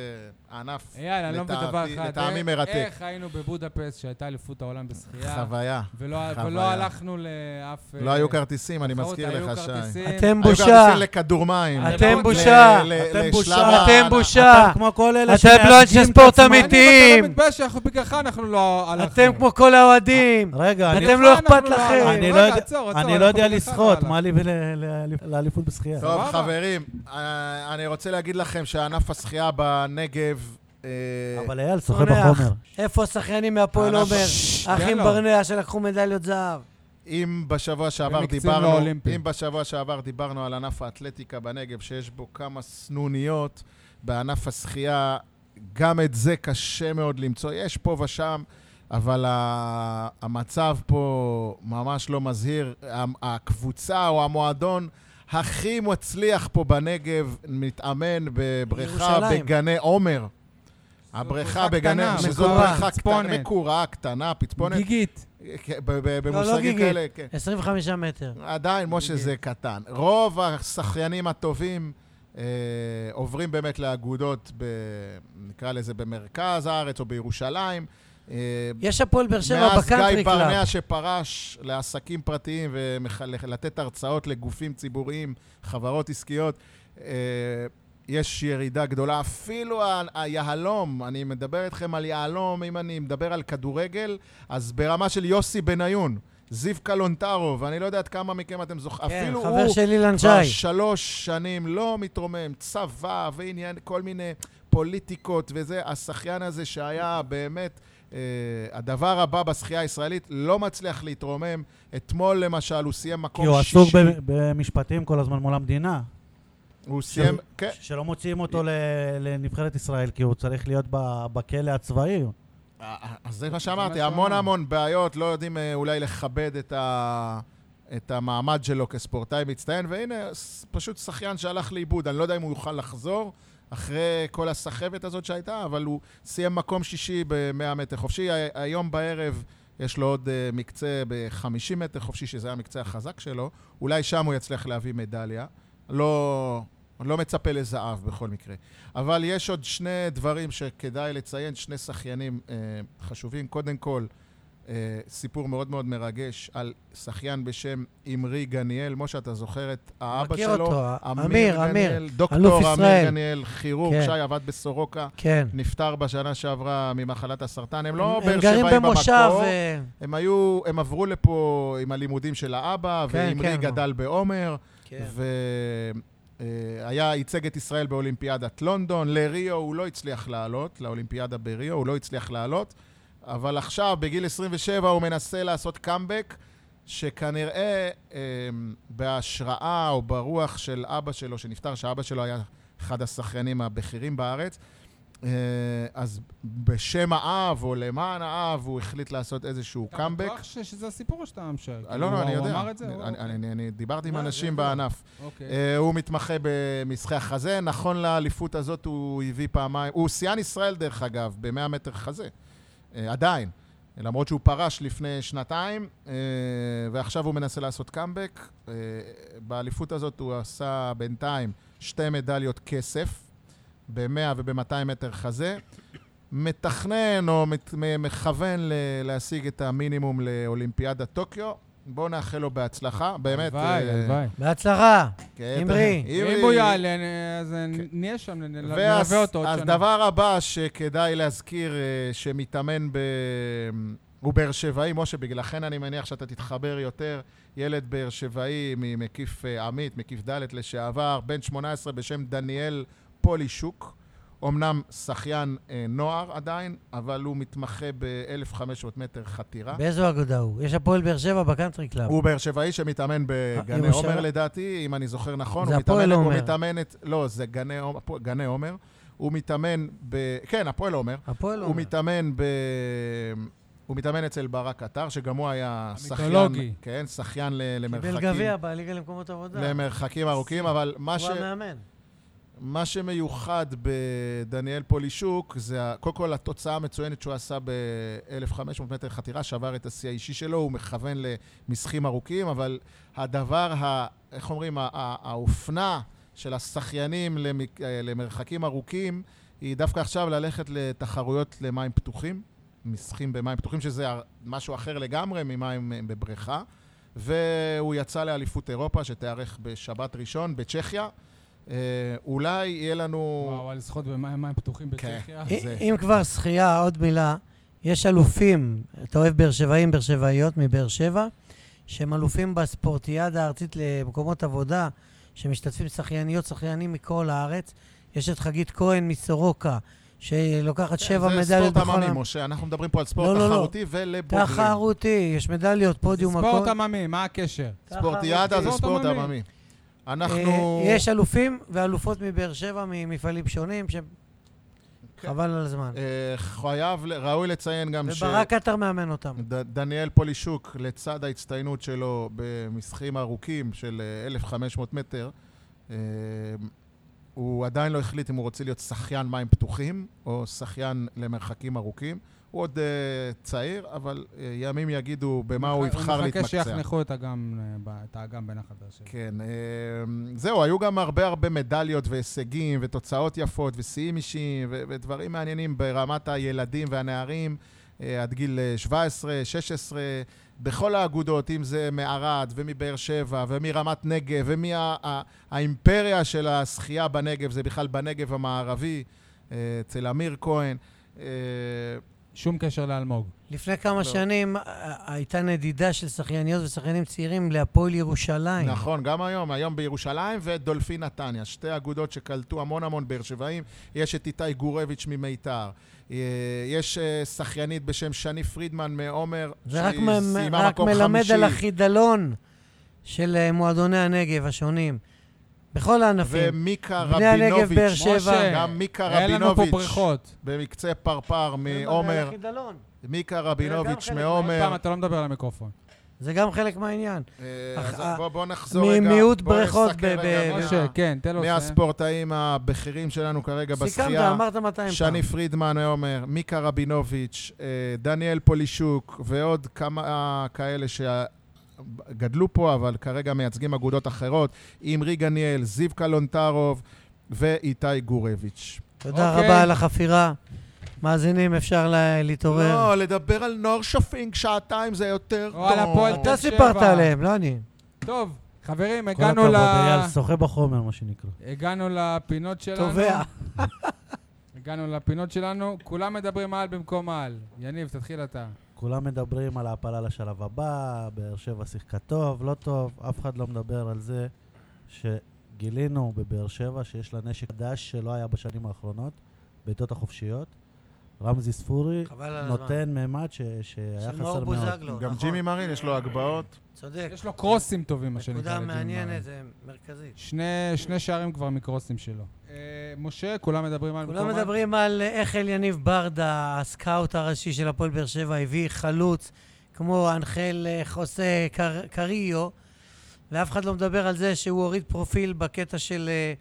ענף
אייל, אני לא מבין דבר
לטעמי-
אחד.
לטעמי
איך-
מרתק.
איך היינו בבודפסט שהייתה אליפות העולם בשחייה,
חוויה.
ולא
חוויה.
ולא הלכנו לאף...
לא
אה,
היו כרטיסים, אני
תחרות,
מזכיר
היו
לך, שי. היו
כרטיסים.
אתם בושה.
כרטיסים לכדור מים.
אתם
ל-
בושה.
ל- ל-
אתם
לשלב
בושה.
ההנאה.
אתם בושה.
כמו כל אלה
אתם לא אנשי
שמייצגים את
ספורט
עצמם.
אמיתי.
אני
מתים.
ואתה מתבייש שאנחנו בגללך אנחנו לא הלכנו.
אתם כמו כל האוהדים.
אה,
רגע, אני-
אתם
לך
לא
אנחנו
אכפת
לא
לכם.
הלכנו.
אני
רגע,
לא יודע-
עצור, עצור,
אני לא
אנחנו
יודע
בגללך
לשחות,
הלכנו.
מה לי ולאליפות בשחייה?
טוב,
סבבה.
חברים, אה, אני רוצה להגיד לכם שענף השחייה בנגב... אה,
אבל אייל שוחה
צונח.
בחומר.
איפה השחיינים מהפועל
אנחנו-
עומר?
ששש, תן
האחים
לו.
ברנע שלקחו מדליות זהב.
אם בשבוע שעבר
במקצים
דיברנו,
לא אולימפיים.
אם בשבוע שעבר דיברנו על ענף האתלטיקה בנגב, שיש בו כמה סנוניות, בענף השחייה, גם את זה קשה מאוד למצוא. יש פה ושם, אבל ה- המצב פה ממש לא מזהיר. המ- הקבוצה או המועדון הכי מצליח פה בנגב מתאמן בבריכה
ירושלים.
בגני עומר.
זו
הבריכה
בריכה
בגני,
קטנה,
שזו
מקורה,
בריכה קטנה,
צפונת.
מקורה, קטנה, פטפונת,
גיגית.
כן, ב- ב-
לא
במושגים
גיגית.
כאלה, כן.
25 מטר.
עדיין, משה, זה קטן. רוב השחיינים הטובים אה, עוברים באמת לאגודות, ב, נקרא לזה במרכז הארץ או בירושלים. אה,
יש הפועל באר שבע
מאז גיא
בקאנטרי
ברנע
קלאב.
שפרש לעסקים פרטיים ולתת הרצאות לגופים ציבוריים, חברות עסקיות, אה, יש ירידה גדולה. אפילו ה- היהלום, אני מדבר איתכם על יהלום, אם אני מדבר על כדורגל, אז ברמה של יוסי בניון, זיו קלונטרוב, אני לא יודע עד כמה מכם אתם זוכרים,
כן,
אפילו
חבר
הוא
של אילן
כבר
שי.
שלוש שנים לא מתרומם, צבא ועניין, כל מיני פוליטיקות וזה, השחיין הזה שהיה באמת אה, הדבר הבא בשחייה הישראלית, לא מצליח להתרומם. אתמול למשל הוא סיים
כי הוא
מקום
עסוק
שישי.
ב- במשפטים כל הזמן מול המדינה.
הוא סיים, כן.
ש- שלא מוציאים אותו ל- לנבחרת ישראל, כי הוא צריך להיות ב- בכלא הצבאי.
אה, אז זה מה
מה
שאמרתי,
שהוא
המון
אמר.
המון בעיות, לא יודעים אה, אולי לכבד את ה... את המעמד שלו כספורטאי מצטיין, והנה, ס- פשוט שחיין שהלך לאיבוד. אני לא יודע אם הוא יוכל לחזור אחרי כל הסחבת הזאת שהייתה, אבל הוא סיים מקום שישי ב-100 מטר חופשי. ה- היום בערב יש לו עוד אה, מקצה ב-50 מטר חופשי, שזה המקצה החזק שלו. אולי שם הוא יצליח להביא מדליה. לא, לא מצפה לזהב בכל מקרה. אבל יש עוד שני דברים שכדאי לציין, שני שחיינים אה, חשובים. קודם כל, אה, סיפור מאוד מאוד מרגש על שחיין בשם אמרי גניאל. משה, אתה זוכר את האבא
מכיר
שלו?
אותו, אמיר, אמיר.
גניאל, דוקטור
אלוף ישראל.
אמיר גניאל, כירורג,
כן.
שי עבד בסורוקה,
כן.
נפטר בשנה שעברה ממחלת הסרטן. הם לא
הם
באר
גרים
שבעים
במושב...
במקור.
אה,
הם היו, הם עברו לפה עם הלימודים של האבא,
כן,
ואמרי
כן.
גדל בעומר.
כן.
והיה, אה, ייצג את ישראל באולימפיאדת לונדון, לריו הוא לא הצליח לעלות, לאולימפיאדה בריו הוא לא הצליח לעלות, אבל עכשיו, בגיל 27, הוא מנסה לעשות קאמבק, שכנראה אה, בהשראה או ברוח של אבא שלו, שנפטר, שאבא שלו היה אחד השחיינים הבכירים בארץ, אה, אז בשם האב או למען האב, הוא החליט לעשות איזשהו
אתה
קאמבק.
בטוח ש- לא, שזה הסיפור שאתה משער?
אה, לא,
כאילו,
לא, אני
הוא
יודע.
אמר את זה?
אני-
או-
אני- אני- אני דיברתי עם
מה, זה
אנשים
ידוע.
בענף.
אוקיי.
אה, הוא מתמחה במשחי החזה. נכון לאליפות הזאת הוא הביא פעמיים... הוא שיאן ישראל, דרך אגב, ב-100 מטר חזה. אה, עדיין. למרות שהוא פרש לפני שנתיים, אה, ועכשיו הוא מנסה לעשות קאמבק. אה, באליפות הזאת הוא עשה בינתיים שתי מדליות כסף, ב-100 וב-200 מטר חזה. מתכנן או מת, מ- מכוון ל- להשיג את המינימום לאולימפיאדת טוקיו. בואו נאחל לו בהצלחה, באמת.
הלוואי,
אה,
הלוואי.
בהצלחה.
כן,
אמרי.
אתה-
אם הוא יעלה, נ- אז נהיה שם, נ-
כן. ואז-
נלווה אותו עוד
אז
שנה.
דבר הבא שכדאי להזכיר, אה, שמתאמן ב... הוא באר שבעי, משה, בגללכן אני מניח שאתה תתחבר יותר. ילד באר שבעי ממקיף אה, עמית, מקיף ד' לשעבר, בן 18 בשם דניאל פולישוק. אמנם שחיין אה, נוער עדיין, אבל הוא מתמחה ב-1500 מטר חתירה.
באיזו אגודה הוא? יש הפועל באר שבע בקאנטרי קלאב.
אה? הוא באר שבעי שמתאמן בגני
ירושלים?
עומר לדעתי, אם אני זוכר נכון.
זה
הוא
הפועל
מתאמן-
עומר.
הוא מתאמן את... לא, זה גני עומר- הפועל- גני עומר. הוא מתאמן ב... כן, הפועל עומר.
הפועל
הוא
עומר.
מתאמן ב... הוא מתאמן אצל ברק עטר, שגם הוא היה שחיין...
המיתולוגי.
כן, שחיין ל-
קיבל
למרחקים.
גביע בליגה למקומות עבודה.
למרחקים ארוכים, אבל מה ש...
הוא המאמן.
מה שמיוחד בדניאל פולישוק זה ה- קודם כל התוצאה המצוינת שהוא עשה ב-1500 מטר חתירה, שבר את השיא האישי שלו, הוא מכוון למסחים ארוכים, אבל הדבר, ה, איך אומרים, ה- ה- האופנה של השחיינים למק- אה, למרחקים ארוכים היא דווקא עכשיו ללכת לתחרויות למים פתוחים, מסחים במים פתוחים, שזה ה- משהו אחר לגמרי ממים אה, בבריכה. והוא יצא לאליפות אירופה שתיארך בשבת ראשון בצ'כיה. אה, אולי יהיה לנו...
וואו, על לשחות במים מים פתוחים
כן.
בצ'כיה.
זה-
אם כבר שחייה, עוד מילה. יש אלופים, אתה אוהב באר שבעים, באר שבעיות מבאר שבע, שהם אלופים בספורטיאדה הארצית למקומות עבודה, שמשתתפים שחייניות, שחיינים מכל הארץ. יש את חגית כהן מסורוקה, שלוקחת שבע מדליות בכל...
זה ספורט
העם.
עממי, משה. אנחנו מדברים פה על
לא,
ספורט
לא, לא.
תחרותי ולבוגרים.
תחרותי, יש מדליות, פודיום, הכל.
ספורט עממי, מה הקשר?
ספורטיאדה זה
ספורט
ספורט
עממי.
עממי.
אנחנו...
אנחנו...
אה, יש אלופים ואלופות מבאר שבע, ממפעלים שונים, שהם...
כן.
חבל על הזמן.
אה, חייב, ל- ראוי לציין גם ש...
וברק עטר מאמן אותם.
ד- דניאל פולישוק, לצד ההצטיינות שלו במסחים ארוכים של אה, 1,500 מטר, אה, הוא עדיין לא החליט אם הוא רוצה להיות שחיין מים פתוחים או שחיין למרחקים ארוכים. הוא עוד אה, צעיר, אבל אה, ימים יגידו במה הוא יבחר
מחכה
להתמקצע.
אה, שיחנכו את האגם, אה, ב- את האגם בין החדש.
כן, אה, זהו, היו גם הרבה הרבה מדליות והישגים ותוצאות יפות ושיאים אישיים ו- ודברים מעניינים ברמת הילדים והנערים אה, עד גיל אה, 17, 16, בכל האגודות, אם זה מערד ומבאר שבע ומרמת נגב ומהאימפריה של השחייה בנגב, זה בכלל בנגב המערבי, אה, אצל אמיר כהן. אה,
שום קשר לאלמוג.
לפני כמה שנים אה, הייתה נדידה של שחייניות ושחיינים צעירים להפועל ירושלים.
נכון, גם היום, היום בירושלים ודולפין נתניה, שתי אגודות שקלטו המון המון באר שבעים. יש את איתי גורביץ' ממיתר, אה, יש אה, שחיינית בשם שני פרידמן מעומר,
זה רק,
שהיא
מ-
סיימה
רק
מקום
מלמד
חמישי.
על החידלון של אה, מועדוני הנגב השונים. בכל הענפים.
ומיקה
בני הנגב באר
רבינוביץ',
שבע.
שבע. כן.
גם מיקה
אין לנו פה
רבינוביץ',
בריכות.
במקצה פרפר מעומר, מיקה רבינוביץ'
חלק
פעם
מעומר.
אתה לא מדבר על המיקרופון.
זה גם חלק מהעניין.
אה, אז
אך- אה,
בוא- בוא נחזור רגע.
ממיעוט
בוא
בריכות
נסתכל
ב-
רגע
ב-
מה-
משה, כן, תן לו
מי
לסיים.
הספורטאים הבכירים שלנו כרגע בשחייה?
סיכמת, אמרת 200 פעם.
שני פרידמן עומר, מיקה רבינוביץ', אה, דניאל פולישוק ועוד כמה אה, כאלה שגדלו פה, אבל כרגע מייצגים אגודות אחרות, עמרי גניאל, זיו קלונטרוב ואיתי גורביץ'.
תודה
אוקיי.
רבה על החפירה. מאזינים, אפשר לה- להתעורר.
לא, לדבר על נוער שפינג שעתיים זה יותר
או על
טוב.
הפועל תל-
אתה סיפרת
שבע.
עליהם, לא אני.
טוב, חברים,
כל
הגענו ל...
הכבוד, אייל, שוחה בחומר, מה שנקרא.
הגענו לפינות
לא,
שלנו.
תובע.
הגענו לפינות שלנו, כולם מדברים על במקום על. יניב, תתחיל אתה.
כולם מדברים על ההעפלה לשלב הבא, באר שבע שיחקה טוב, לא טוב, אף אחד לא מדבר על זה שגילינו בבאר שבע שיש לה נשק חדש שלא היה בשנים האחרונות, בעיטות החופשיות. רמזי ספורי
חבל על הזמן.
נותן ממד ש- שהיה
של
חסר
מאור
מאוד.
בוזגלו,
גם
נכון.
ג'ימי מרין יש לו הגבהות.
צודק.
יש לו קרוסים טובים, מה שנקרא.
נקודה
לג'ימי מרין.
מעניינת, זה מרכזית.
שני, שני שערים כבר מקרוסים שלו. אה, משה, כולם מדברים על
כולם
מקומן?
מדברים על אה, איך אליניב ברדה, הסקאוט הראשי של הפועל באר שבע, הביא חלוץ כמו אנחל אה, חוסה קר- קריו, ואף אחד לא מדבר על זה שהוא הוריד פרופיל בקטע של אה,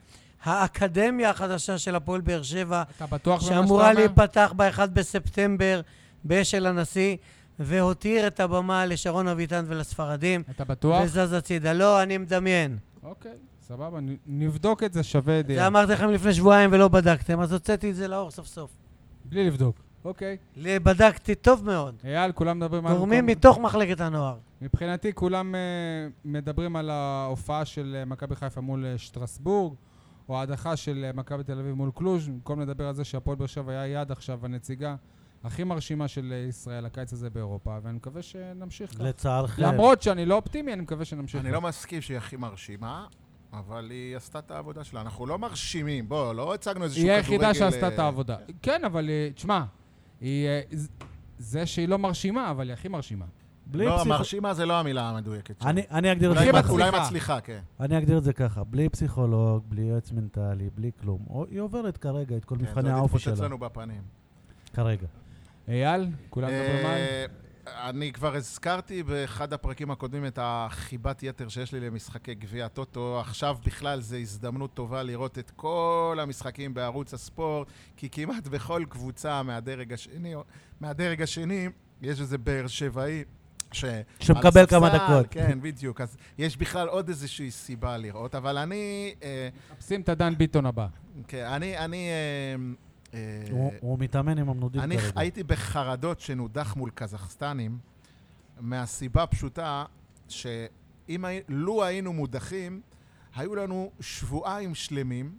האקדמיה החדשה של הפועל באר שבע,
אתה בטוח במה שאתה אומר?
שאמורה להיפתח ב-1 בספטמבר באשל הנשיא, והותיר את הבמה לשרון אביטן ולספרדים,
אתה בטוח?
וזז הצידה. לא, אני מדמיין.
אוקיי, סבבה, נ- נבדוק את זה, שווה
זה
ידיעה.
אמרתי לכם לפני שבועיים ולא בדקתם, אז הוצאתי את זה לאור סוף סוף.
בלי לבדוק. אוקיי.
בדקתי טוב מאוד.
אייל, כולם מדברים על...
גורמים
מקום-
מתוך מחלקת הנוער.
מבחינתי כולם אה, מדברים על ההופעה של אה, מכבי חיפה מול אה, שטרסבורג, או ההדחה של אה, מכבי תל אביב מול קלוז', במקום לדבר על זה שהפועל באר שבע היה יד עכשיו הנציגה הכי מרשימה של אה, ישראל הקיץ הזה באירופה, ואני מקווה שנמשיך כך.
לצערכם.
למרות שאני לא אופטימי, אני מקווה שנמשיך
אני
כך.
לא מסכים שהיא הכי מרשימה. אבל היא עשתה את העבודה שלה. אנחנו לא מרשימים, בוא, לא הצגנו איזשהו
היא
כדורגל...
היחידה שעשתה
אה,
את העבודה. כן, אבל אה, תשמע, היא, אה, ז- זה שהיא לא מרשימה, אבל היא הכי מרשימה.
בלי
לא,
פסיכו-
מרשימה זה לא המילה המדויקת. שלי.
אני- אני אגדיר את זה
הכי
אולי מצ-
ככה.
מצליחה.
אולי מצליחה, כן.
אני אגדיר את זה ככה, בלי פסיכולוג, בלי יועץ מנטלי, בלי כלום. או- היא עוברת כרגע את
כן,
כן,
כל מבחני האופי
זה עוד
שלה.
לנו בפנים.
כרגע.
אייל, כולם מדברים על...
אה, אני כבר הזכרתי באחד הפרקים הקודמים את החיבת יתר שיש לי למשחקי גביע הטוטו. עכשיו בכלל זו הזדמנות טובה לראות את כל המשחקים בערוץ הספורט, כי כמעט בכל קבוצה מהדרג השני, מהדרג השני יש איזה באר שבעי. ש...
שמקבל
על הספסל,
כמה דקות.
כן, בדיוק. אז יש בכלל עוד איזושהי סיבה לראות, אבל אני... אה,
מחפשים את הדן ביטון הבא.
כן, אני... אני אה, אה,
הוא- הוא מתאמן עם המנודים
אני
כרגע.
הייתי בחרדות שנודח מול קזחסטנים, מהסיבה הפשוטה שאם הי- לו היינו מודחים, היו לנו שבועיים שלמים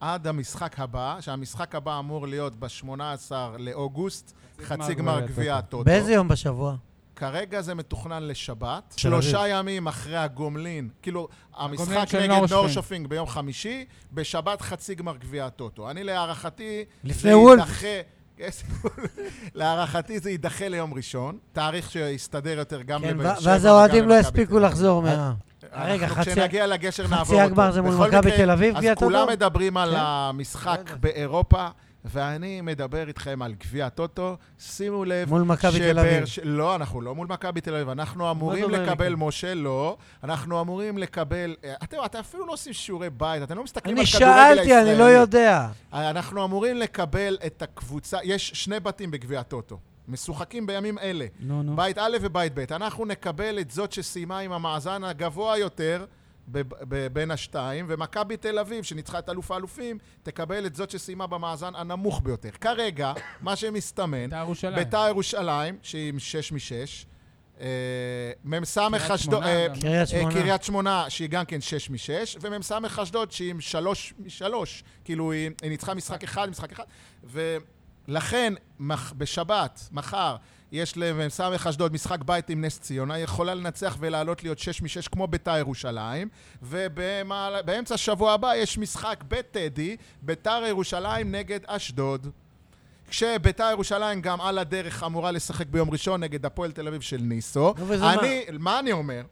עד המשחק הבא, שהמשחק הבא אמור להיות ב-18 לאוגוסט, חצי גמר גביע הטוטו.
באיזה יום בשבוע?
כרגע זה מתוכנן לשבת,
תל אביב.
שלושה ימים אחרי הגומלין, כאילו, המשחק
של
נגד
נורשפינג.
נורשפינג ביום חמישי, בשבת חצי גמר גביע הטוטו. אני להערכתי...
לפני
זה
וולף.
יידחה- יש- להערכתי זה יידחה ליום ראשון, תאריך שיסתדר יותר גם
כן,
לבאר
ו-
שבע.
ואז
וגם
האוהדים לא
למכבי תל
יספיקו
אביב.
לחזור מה...
אנחנו
רגע, חצי-
כשנגיע לגשר
חצי
נעבור אותו.
הגמר זה מול
בכל
מכבי
מקרה,
תל אביב, גביע
אז כולם
הטוטו?
מדברים על
כן.
המשחק
בסדר.
באירופה, ואני מדבר איתכם על גביע הטוטו. שימו לב
מול מכבי תל
שבאר
אביב.
ש- לא, אנחנו לא מול מכבי תל אביב, אנחנו אמורים
לא
לקבל,
מכבי?
משה, לא. אנחנו אמורים לקבל... אה, אתם אתם אפילו לא עושים שיעורי בית, אתם לא מסתכלים על
אני
כדורגל הישראלי.
שאלתי, אני לא יודע.
אנחנו אמורים לקבל את הקבוצה, יש שני בתים בגביע הטוטו, משוחקים בימים אלה,
נו, נו.
בית א' ובית ב'. אנחנו נקבל את זאת שסיימה עם המאזן הגבוה יותר ב- ב- בין השתיים, ומכבי תל אביב, שניצחה את אלוף האלופים, תקבל את זאת שסיימה במאזן הנמוך ביותר. כרגע, מה שמסתמן,
בית"ר ירושלים.
ביתר ירושלים, שהיא עם 6 מ-6, מ"ס
קריית
אשדוד,
שמונה
אה,
גם.
קריית
אה,
שמונה.
קריית שמונה, שהיא גם כן 6 מ-6, ומ"ס אשדוד, שהיא עם 3 מ-3. כאילו, היא היא ניצחה משחק אחד, משחק אחד. ולכן, מח- בשבת, מחר, יש למ"ס אשדוד משחק בית עם נס ציונה, היא יכולה לנצח ולעלות להיות 6 מ-6 כמו ביתר ירושלים, ובאמצע השבוע הבא יש משחק בטדי, ביתר ירושלים נגד אשדוד. כשביתר ירושלים גם על הדרך אמורה לשחק ביום ראשון נגד הפועל תל אביב של ניסו.
נו, וזה
אני, מה? מה אני אומר?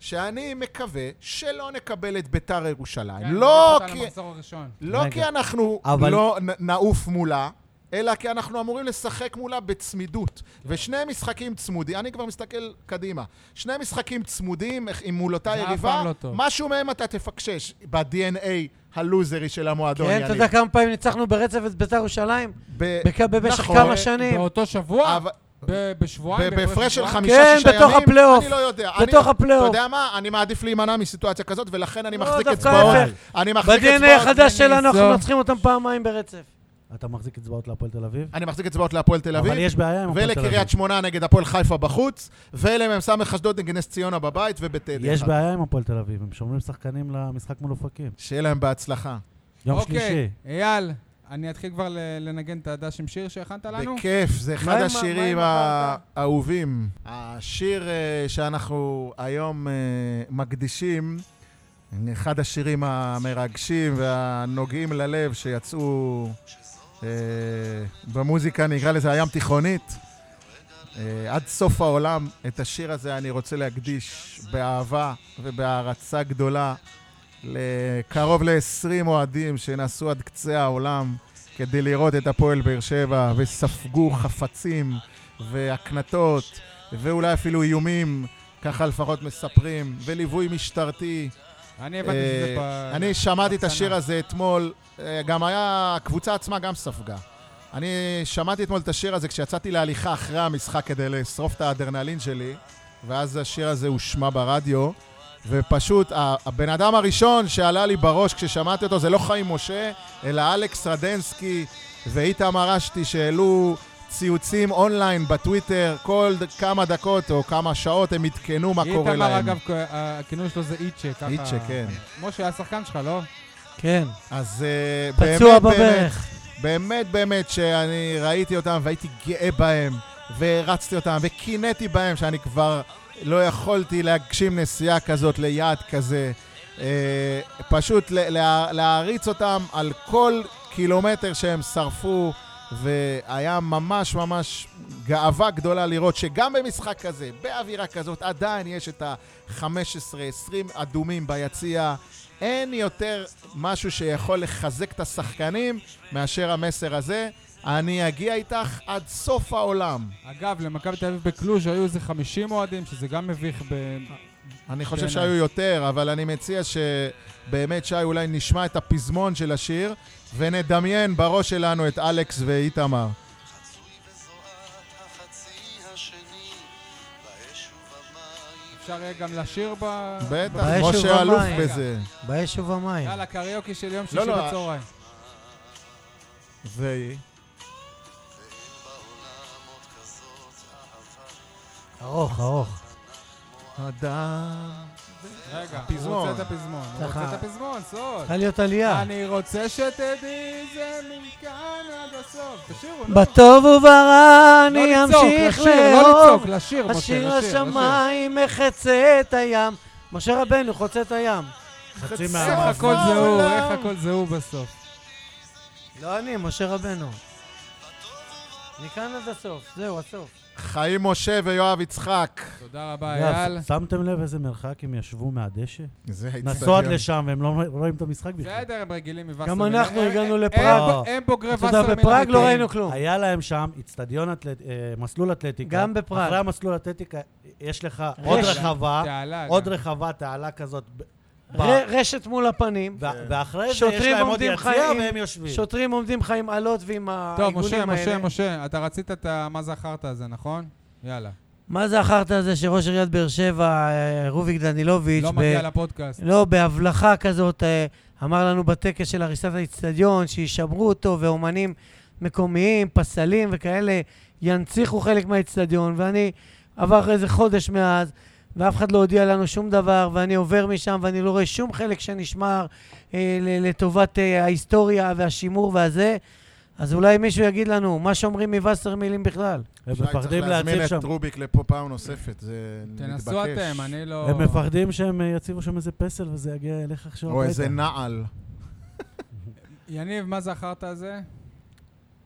שאני מקווה שלא נקבל את ביתר ירושלים.
כן,
לא,
נלך אותה
כי,
למחזור הראשון.
לא
רגע.
כי אנחנו
אבל-
לא נ- נעוף מולה, אלא כי אנחנו אמורים לשחק מולה בצמידות. ושני משחקים צמודים, אני כבר מסתכל קדימה, שני משחקים צמודים איך- עם מול אותה
זה אף
יריבה,
פעם לא טוב.
משהו מהם אתה תפקשש ב-DNA הלוזרי של המועדון,
כן, אתה
יניב.
יודע כמה פעמים ניצחנו ברצף את בית"ר ירושלים?
ב-
בכ- במשך
אה, נכון.
כמה שנים?
באותו שבוע?
אבל-
ב- בשבועיים?
בהפרש של
שבועיים?
כן,
חמישה-שישה ימים?
בתוך הפלייאוף.
אני לא יודע.
בתוך
אני-
הפלייאוף.
אתה יודע מה? אני מעדיף להימנע מסיטואציה כזאת, ולכן אני
לא,
מחזיק
דווקא
אצבעות.
ההפך.
אני מחזיק
ב-DNA
אצבעות.
החדש שלנו אנחנו
ניסו.
מנצחים אותם פעמיים ברצף.
אתה מחזיק אצבעות להפועל תל אביב?
אני מחזיק אצבעות להפועל תל
אבל
אביב,
יש בעיה עם הפועל תל אביב.
ולקריית שמונה נגד הפועל חיפה בחוץ, ולמ"ס אשדוד נגד נס ציונה בבית ובטדי.
יש
אחד.
בעיה עם הפועל תל אביב, הם שומרים שחקנים למשחק מול אופקים.
שיהיה להם בהצלחה.
יום
אוקיי,
שלישי.
אייל, אני אתחיל כבר ל- לנגן את הדש עם שיר שהכנת לנו?
בכיף, זה
מה
אחד
עם- מה עם
השירים
הפרטה?
האהובים. השיר אה, שאנחנו היום אה, מקדישים, אחד השירים המרגשים והנוגעים ללב שיצאו אה, במוזיקה, נקרא לזה הים תיכונית. אה, עד סוף העולם, את השיר הזה אני רוצה להקדיש באהבה ובהערצה גדולה לקרוב ל-20 אוהדים שנסעו עד קצה העולם כדי לראות את הפועל באר שבע, וספגו חפצים והקנטות, ואולי אפילו איומים, ככה לפחות מספרים, וליווי משטרתי.
אני הבנתי שזה ב...
אה, אני שמעתי את
בקטנה.
השיר הזה אתמול, אה, גם היה, הקבוצה עצמה גם ספגה. אני שמעתי אתמול את השיר הזה כשיצאתי להליכה אחרי המשחק כדי לשרוף את האדרנלין שלי, ואז השיר הזה הושמע ברדיו, ופשוט ה- הבן אדם הראשון שעלה לי בראש כששמעתי אותו זה לא חיים משה, אלא אלכס רדנסקי ואיתמר אשתי שהעלו ציוצים אונליין בטוויטר, כל ד- כמה דקות או כמה שעות הם עדכנו מה קורה
איתמר,
להם.
אגב, כ- הכינוי שלו זה איצ'ה, ככה...
איצ'ה, כן.
משה היה שחקן שלך, לא?
כן,
אז אה,
פצוע
באמת, באמת,
בברך.
באמת באמת שאני ראיתי אותם והייתי גאה בהם, והרצתי אותם, וקינאתי בהם שאני כבר לא יכולתי להגשים נסיעה כזאת ליעד כזה. אה, פשוט ל- לה- להעריץ אותם על כל קילומטר שהם שרפו, והיה ממש ממש גאווה גדולה לראות שגם במשחק כזה, באווירה כזאת, עדיין יש את ה-15-20 אדומים ביציע. אין יותר משהו שיכול לחזק את השחקנים מאשר המסר הזה, אני אגיע איתך עד סוף העולם.
אגב, למכבי תל אביב בקלוז' היו איזה 50 אוהדים, שזה גם מביך ב...
אני חושב
כן.
בעיניי.
שהיו יותר, אבל אני מציע שבאמת, שי, אולי נשמע את הפזמון של השיר, ונדמיין בראש שלנו את אלכס ואיתמר.
חצוי וזועת החצי השני, באש ובמים.
אפשר יהיה גם לשיר ב...
בטח,
באש
משה אלוף
ובמים.
בזה.
באש ובמים.
יאללה, קריוקי של יום
לא,
שישי
לא,
בצהריים.
זה היא.
ואין בעולם עוד כזאת אהבה.
ארוך, ארוך.
אדם.
רגע, הוא
אה, הפזמון.
רוצה את הפזמון. הוא
ככה.
רוצה את
נכון.
הפזמון, סוד.
צריכה להיות עלייה.
אני רוצה שתדעי זה מכאן עד הסוף. תשאירו, נו.
בטוב וברע
לא
אני
לצעוק,
אמשיך
לשיר, לא
לאהוב.
לצעוק, לשיר, משה, לשיר.
השיר
לשיר.
השמיים מחצה את הים. משה רבנו חוצה את הים.
חצי
איך
מהעולם.
הכל זה הוא,
העולם.
איך הכל זה הוא בסוף.
לא אני, משה רבנו. מכאן עד הסוף, זהו, הסוף.
חיים משה ויואב יצחק.
תודה רבה, אייל.
אגב, שמתם לב איזה מרחק הם ישבו מהדשא?
זה
נסעו עד
האיצטדיון.
לשם והם לא רואים את המשחק בכלל.
בסדר, הם רגילים אה, מווסרמיל.
גם אנחנו
הם-
הגענו
הם-
לפראג.
הם בוגרי אה,
אתה
וסרמיל.
יודע, בפראג לא
אמיתיים.
ראינו כלום.
היה להם שם אצטדיון, אתלט- אה, מסלול אתלטיקה.
גם בפראג.
אחרי המסלול אתלטיקה יש לך
רשת.
עוד רחבה,
תעלה
עוד
גם.
רחבה, תעלה כזאת. ב- ב-
ר- רשת מול הפנים.
ו- ואחרי זה יש
שוטרים
להם עוד
עומדים
יציע
חיים,
והם יושבים.
שוטרים עומדים לך עם אלות ועם
טוב, משה,
העיגולים
משה,
האלה.
משה, אתה רצית את ה... מה זה החרטא הזה, נכון? יאללה.
מה זה החרטא הזה שראש עיריית באר שבע, אה, רוביק דנילוביץ',
לא
ב-
מגיע לפודקאסט.
לא, בהבלחה כזאת, אה, אמר לנו בטקס של הריסת האיצטדיון, שישמרו אותו, ואומנים מקומיים, פסלים וכאלה, ינציחו חלק מהאיצטדיון, ואני, עבר איזה חודש מאז, ואף אחד לא הודיע לנו שום דבר, ואני עובר משם, ואני לא רואה שום חלק שנשמר אה, ל- לטובת אה, ההיסטוריה והשימור והזה, אז אולי מישהו יגיד לנו, מה שומרים מווסרמילים בכלל?
הם
שי, צריך
מפחדים
להזמין
להציב שם.
את רוביק לפה פעם נוספת, זה מתבקש.
תנסו אתם, אני לא...
הם מפחדים שהם אה, יציבו שם איזה פסל וזה יגיע אליך עכשיו.
או
הביתה.
איזה נעל.
יניב, מה זה החרטא הזה?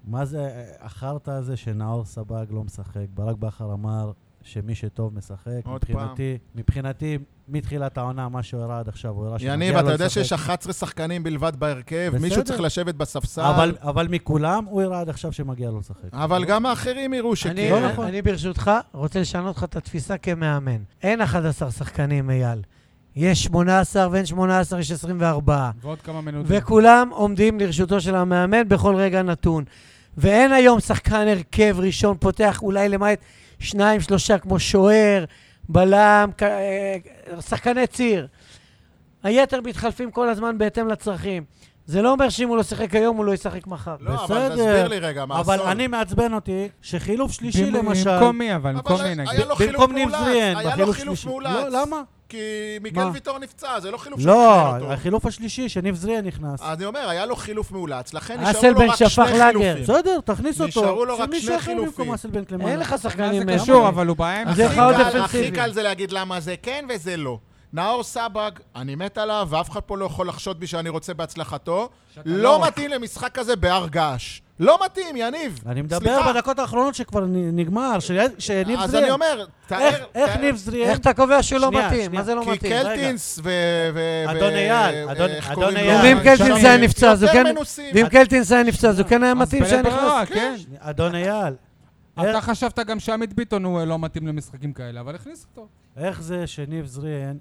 מה זה אה, החרטא הזה שנאור סבג לא משחק? ברק בכר אמר שמי שטוב משחק.
עוד פעם.
מבחינתי, מבחינתי, מתחילת העונה, מה שהוא הראה עד עכשיו, הוא הראה
יניב, אתה יודע שיש 11 שחקנים בלבד בהרכב, מישהו
בסדר.
צריך לשבת בספסל.
אבל, אבל מכולם, הוא הראה עד עכשיו שמגיע לו לשחק.
אבל גם האחרים יראו שכן.
אני,
לא
לא
נכון.
אני ברשותך רוצה לשנות לך את התפיסה כמאמן. אין 11 שחקנים, אייל. יש 18 ואין 18, יש 24.
ועוד כמה מנותים.
וכולם עומדים לרשותו של המאמן בכל רגע נתון. ואין היום שחקן הרכב ראשון פותח, אולי למעט שניים, שלושה, כמו שוער, בלם, ק- אה, שחקני ציר. היתר מתחלפים כל הזמן בהתאם לצרכים. זה לא אומר שאם הוא לא שיחק היום, הוא לא ישחק מחר.
לא, אבל
בסדר.
תסביר לי רגע, מה
אבל
הסוד?
אני מעצבן אותי שחילוף שלישי
במ-
למשל,
במקומי, אבל
אבל
במקומי נגיד.
היה לו לא, חילוף
במקום ניב
מאולץ,
זריאן,
היה לו
בחילוף
חילוף
שלישי.
מאולץ.
לא, למה?
כי מיגל
מה?
ויטור נפצע, זה לא חילוף
לא,
שמתחיל אותו.
החילוף השלישי, שניב זריה נכנס.
אני אומר, היה לו חילוף מאולץ, לכן
אסל
נשארו לו
בן
רק שני
שפך לאגר.
חילופים.
בסדר, תכניס אותו.
נשארו לו רק
שמישהו
שני
אחר
חילופים.
במקום אסל בן קלמן.
אין לך
מה
שחקנים...
זה
אה,
אוקיי.
קשור, אבל הוא באמצע.
אז זה
הכי
אחד
קל-
אופנסיבי.
הכי קל זה להגיד למה זה כן וזה לא. נאור סבג, אני מת עליו, ואף אחד פה לא יכול לחשוד בי שאני רוצה בהצלחתו. לא
לא.
מתאים למשחק כזה בהר געש. לא מתאים, יניב.
אני מדבר
סליחה.
בדקות האחרונות שכבר נ- נגמר, ש- שניב
אז אני
זריה...
אומר,
איך-
תאר...
איך
תאר-
ניב זריה...
איך אתה קובע שהוא לא
שנייה,
מתאים?
שנייה.
מה זה לא
כי
מתאים?
קלטינס ו... ו-
אדון
ו-
אייל,
אה,
אדון-
איך
אדון
קוראים לו?
אייל.
ואם קלטינס
שם-
היה נפצע, אז הוא כן-
יותר לא, מנוסים.
ואם קלטינס היה נפצע, זה כן היה מתאים
אז
שהיה
בלית
נכנס?
ברירה, כן.
אדון אייל, כן.
אתה חשבת גם שעמית ביטון הוא אה, לא מתאים למשחקים כאלה, אבל הכניס אותו.
איך זה שניב זריאן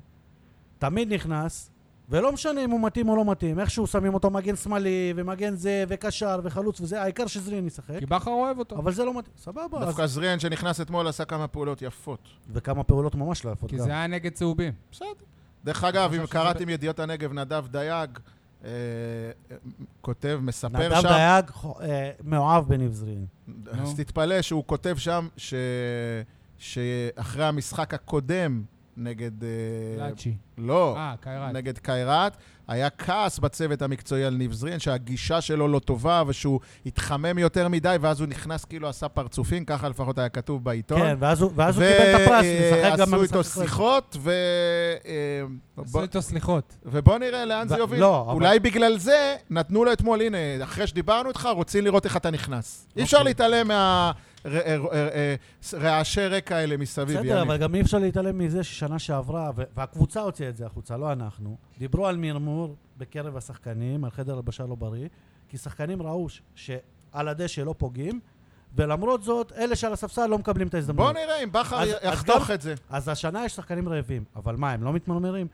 תמיד נכנס, ולא משנה אם הוא מתאים או לא מתאים, איכשהו שמים אותו מגן שמאלי, ומגן זה, וקשר, וחלוץ וזה, העיקר שזריאן ישחק,
כי בכר אוהב אותו.
כן. אבל זה לא מתאים, סבבה. אז...
דווקא זריאן שנכנס אתמול עשה כמה פעולות יפות.
וכמה פעולות ממש לא אה, יפות
כי
גם.
זה היה נגד צהובים.
בסדר. דרך אגב, אם
חושב
קראתם ידיעות הנגב, נדב דייג אה, אה, כותב, מספר
נדב
שם...
דייג חו- אה, מאוהב בניב זריאן.
אז
נו.
תתפלא שהוא כותב שם ש... שאחרי המשחק הקודם נגד... אה,
לאצ'י.
לא,
אה, קיירת.
נגד קיירת, היה כעס בצוות המקצועי על ניב זרין, שהגישה שלו לא טובה ושהוא התחמם יותר מדי, ואז הוא נכנס כאילו עשה פרצופים, ככה לפחות היה כתוב בעיתון.
כן, ואז הוא ואז הוא
נכון. ו-
קיבל את הפרס,
אה,
לשחק גם
עשו
במשחק
איתו
אחרי זה.
שיחות, ו... אה,
עשו
בוא-
איתו סליחות.
ובוא נראה לאן זה
ו-
יוביל.
לא, אבל-
אולי בגלל זה נתנו לו אתמול, הנה, אחרי שדיברנו איתך, רוצים לראות איך אתה נכנס. אי
אוקיי.
אפשר להתעלם מהרעשי אה, רקע האלה מסביב,
בסדר,
יניב.
אבל גם אי אפשר להתעלם מזה ששנה שעברה, ו- והקבוצה הוציאה את זה החוצה, לא אנחנו, דיברו על מרמור בקרב השחקנים, על חדר הלבשה לא בריא, כי שחקנים ראו ש- על הדשא לא פוגעים, ולמרות זאת, אלה שעל הספסל לא מקבלים את ההזדמנות.
בוא נראה אם בכר
אז- אז
יחתוך
גם-
את זה.
אז השנה יש שחקנים רעבים, אבל מה, הם לא מתמרמרים?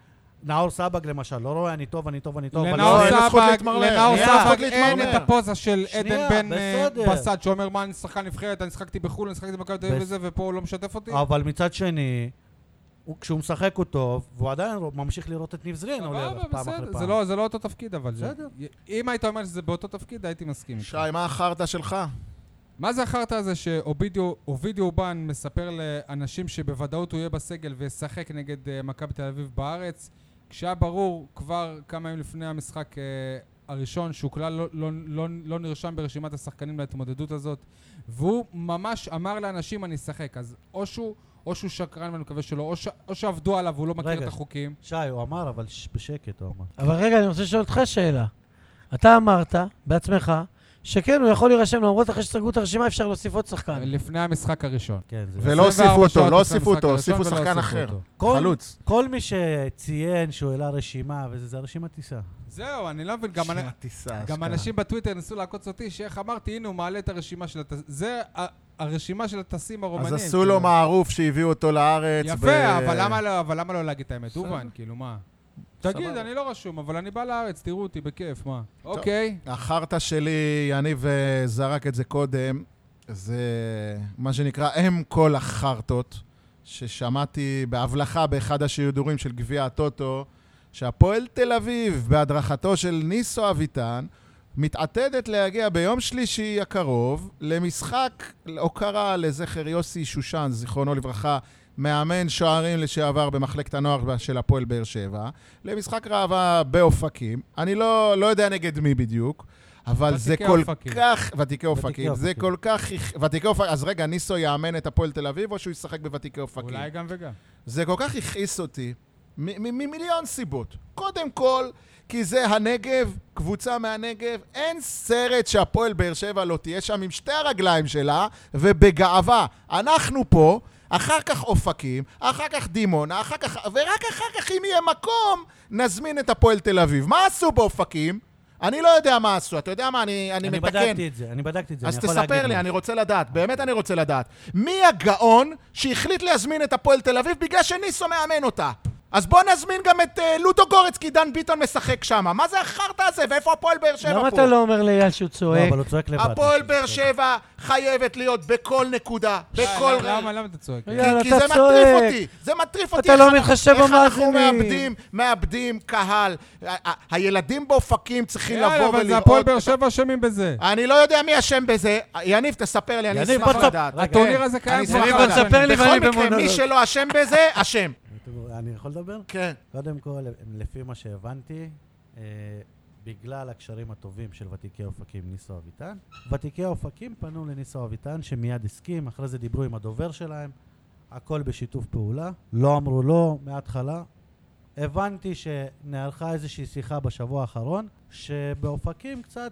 נאור סבג למשל, לא רואה, אני טוב, אני טוב, אני טוב, אבל לא
לנאור
אין
רואה...
לו זכות
סבג,
להתמרמר.
לנאור
אין לו זכות
סבג אין
להתמרמר.
את הפוזה של
שנייה,
עדן בן אה,
בסדר.
בסד שאומר מה אני שחקן נבחרת, אני שחקתי בחו"ל, אני שחקתי במכבי תל אביב
בס-
וזה, ופה הוא לא משתף אותי.
אבל מצד שני, הוא- כשהוא משחק הוא טוב, והוא עדיין רוא- ממשיך לראות את ניב זרין עולה
סבבה,
פעם אחרי
בסדר, זה
פעם.
לא- זה לא אותו תפקיד אבל. זה-
בסדר.
אם היית אומר שזה באותו תפקיד, הייתי מסכים איתך.
שי, מה החרטא שלך?
מה זה החרטא הזה שאובידיו אובן מספר לאנשים שבוודאות הוא יהיה בסגל וישחק נגד אה, מכבי תל אביב בארץ, כשהיה ברור כבר כמה ימים לפני המשחק אה, הראשון שהוא כלל לא, לא, לא, לא נרשם ברשימת השחקנים להתמודדות הזאת, והוא ממש אמר לאנשים אני אשחק, אז או שהוא, או שהוא שקרן ואני מקווה שלא, או, ש, או שעבדו עליו והוא לא מכיר
רגע.
את החוקים.
שי, הוא אמר, אבל ש- בשקט הוא אמר.
אבל רגע, אני רוצה לשאול אותך שאלה. אתה אמרת בעצמך שכן, הוא יכול להירשם, למרות אחרי שסגרו את הרשימה אפשר להוסיף עוד שחקן.
כן,
לפני המשחק הראשון.
כן, זה...
ולא
24
הוסיפו אותו,
שעות
לא
לפני
הוסיפו
המשחק הראשון
אותו, הוסיפו
ולא
שחקן
הוסיפו
אחר.
אותו.
כל-
חלוץ.
כל מי שציין שהוא העלה רשימה, וזה זה הרשימת טיסה.
זהו, אני לא מבין, גם אני...
הטיסה,
גם
אשכרה.
אנשים בטוויטר ניסו לעקוץ אותי, שאיך אמרתי, הנה הוא מעלה את הרשימה של הטסים. זה ה- הרשימה של הטסים הרומנים.
אז עשו
כאילו.
לו מערוף שהביאו אותו לארץ.
יפה, אבל למה לא- אבל למה לא להגיד את האמת? אובן, כאילו, מה? תגיד,
סבבה.
אני לא רשום, אבל אני בא לארץ, תראו אותי, בכיף, מה? אוקיי.
החרטא שלי, יניב אה, זרק את זה קודם, זה מה שנקרא אם כל החרטות, ששמעתי בהבלחה באחד השידורים של גביע הטוטו, שהפועל תל אביב, בהדרכתו של ניסו אביטן, מתעתדת להגיע ביום שלישי הקרוב למשחק הוקרה לזכר יוסי שושן, זיכרונו לברכה, מאמן שוערים לשעבר במחלקת הנוער של הפועל באר שבע, למשחק ראווה באופקים. אני לא, לא יודע נגד מי בדיוק, אבל זה
ותיקי
כל
אופקים.
כך... ותיקי אופקים. זה
אופקים.
כל כך... הכ- ותיקי אופקים. אז רגע, ניסו יאמן את הפועל תל אביב, או שהוא ישחק בוותיקי אופקים?
אולי גם וגם.
זה כל כך הכעיס אותי, מ- מ- ממיליון סיבות. קודם כל, כי זה הנגב, קבוצה מהנגב, אין סרט שהפועל באר שבע לא תהיה שם עם שתי הרגליים שלה, ובגאווה. אנחנו פה, אחר כך אופקים, אחר כך דימונה, אחר כך... ורק אחר כך, אם יהיה מקום, נזמין את הפועל תל אביב. מה עשו באופקים? אני לא יודע מה עשו, אתה יודע מה, אני, אני,
אני
מתקן.
בדקתי את זה, אני בדקתי את זה, אני
אז
יכול להגיד.
תספר לי,
לך.
אני רוצה לדעת, באמת אני רוצה לדעת. מי הגאון שהחליט להזמין את הפועל תל אביב בגלל שניסו מאמן אותה? אז בוא נזמין גם את אה, לודו גורץ, כי דן ביטון משחק שם. מה זה החרטא הזה? ואיפה הפועל באר שבע פה?
למה אתה לא אומר לאייל שהוא
לא,
צועק?
אבל הוא צועק לבד.
הפועל באר שבע חייבת להיות בכל נקודה, בכל...
למה- אה, למה למה אתה צועק?
כי-
יאללה,
כי
אתה
זה מטריף
צועק.
אותי, זה מטריף
אתה
אותי. איך
לא
אנחנו-
מתחשב
איך אנחנו
במאזינים.
מאבדים, מאבדים קהל. ה- ה- הילדים באופקים צריכים לבוא
יאללה,
ולראות...
אבל זה הפועל באר
את-
שבע אשמים בזה.
אני לא יודע מי אשם בזה. יניב, תספר לי, אני
יניב,
אשמח
בוא תספר-
לדעת.
רגע,
הטורניר הזה קיים
אה, אני
כבר
אשמח
כמה
לדעת.
שנים.
תספר לי ואני
בכל מקרה, מי
במונולוג.
שלא אשם בזה, אשם.
אני יכול לדבר?
כן.
קודם כל, לפי מה שהבנתי, אה, בגלל הקשרים הטובים של ותיקי אופקים ניסו אביטן, ותיקי אופקים פנו לניסו אביטן שמיד הסכים, אחרי זה דיברו עם הדובר שלהם, הכל בשיתוף פעולה, לא אמרו לא מההתחלה. הבנתי שנערכה איזושהי שיחה בשבוע האחרון, שבאופקים קצת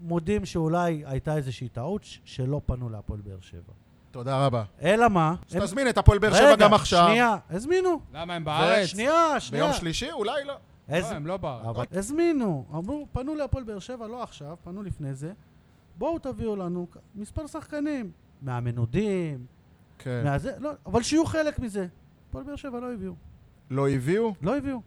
מודים שאולי הייתה איזושהי טעות ש- שלא פנו להפועל באר שבע.
תודה רבה.
אלא מה? הם-
תזמין את הפועל באר שבע
רגע,
גם עכשיו.
שנייה, הזמינו.
למה הם בארץ?
שנייה, שנייה.
ביום שלישי? אולי לא.
לא,
איזה-
הם לא בארץ.
אבל הזמינו, אמרו, פנו להפועל באר שבע, לא עכשיו, פנו לפני זה, בואו תביאו לנו כ- מספר שחקנים, מהמנודים,
כן.
מהזה, לא, אבל שיהיו חלק מזה. הפועל באר שבע לא הביאו,
לא הביאו?
לא הביאו.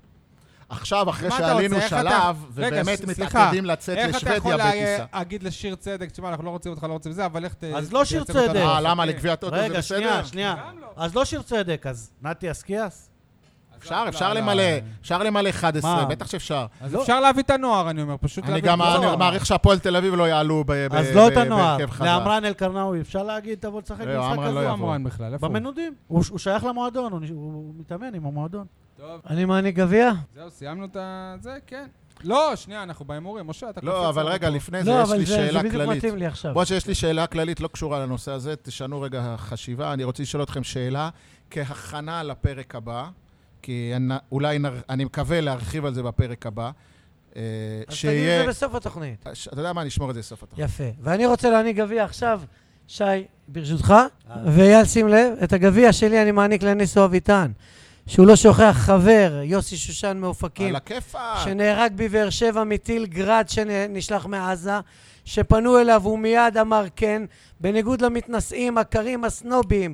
עכשיו, אחרי
מה אתה
שעלינו
רוצה? איך
שלב,
אתה- רגע,
ובאמת
ס- סליחה.
מתעתדים לצאת
איך אתה יכול
לשוודיה בטיסה.
לה- להגיד לשיר צדק, תשמע, אנחנו לא רוצים אותך, לא רוצים זה, אבל איך ת...
אז לא שיר
תייצג אותנו כן.
צדק.
אה,
באופקים.
למה? לגביע הטוטו זה
רגע,
בסדר?
שנייה, שנייה.
גם לא.
אז לא שיר צדק, אז נתי אסקיאס?
אז
אפשר,
לא,
אפשר
לא,
למלא,
לא.
אפשר למלא 11,
מה?
בטח שאפשר.
אז
לא.
אפשר להביא את הנוער, אני אומר, פשוט
אני
להביא
גם
את הנוער.
אני מעריך שהפועל תל אביב לא יעלו ב- ב-
אז לא
ב-
את הנוער,
בהרכב חזק.
לעמרן אלקרנאוי, אפשר להגיד, תבוא לשחק
לא,
במשחק
עמרן
כזה?
לא יבוא.
איפה הוא אמרן בכלל? איפה הוא?
במנודים, הוא הוא שייך למועדון, הוא נש- הוא מתאמן עם המועדון.
טוב,
אני מעניק גביע?
זהו, סיימנו את ה... זה, כן. לא, שנייה, אנחנו בהימורים, משה, אתה
לא,
קופץ
אבל
לנו
רגע,
פה.
לפני זה
לא,
יש
אבל
לי
זה זה
שאלה
בדיוק
כללית.
מתאים לי עכשיו.
בוא, שיש לי שאלה כללית, לא קשורה לנושא הזה, תשנו רגע חשיבה. אני רוצה לשאול אתכם שאלה כהכנה לפרק הבא, כי אני- אולי, נר- אני מקווה להרחיב על זה בפרק הבא. אה,
אז תגיד את
שיהיה...
זה בסוף התוכנית.
ש- אתה יודע מה, נשמור את זה לסוף התוכנית.
יפה. ואני רוצה להעניק גביע עכשיו,
אה.
שי, ברשותך, ואייל, שים לב, את הגביע שלי אני מעניק לניסו אביטן, שהוא לא שוכח חבר, יוסי שושן מאופקים,
על הכיפאק.
שנהרג בבאר שבע מטיל גראד שנשלח מעזה, שפנו אליו הוא מיד אמר כן, בניגוד למתנשאים, הקרים, הסנובים,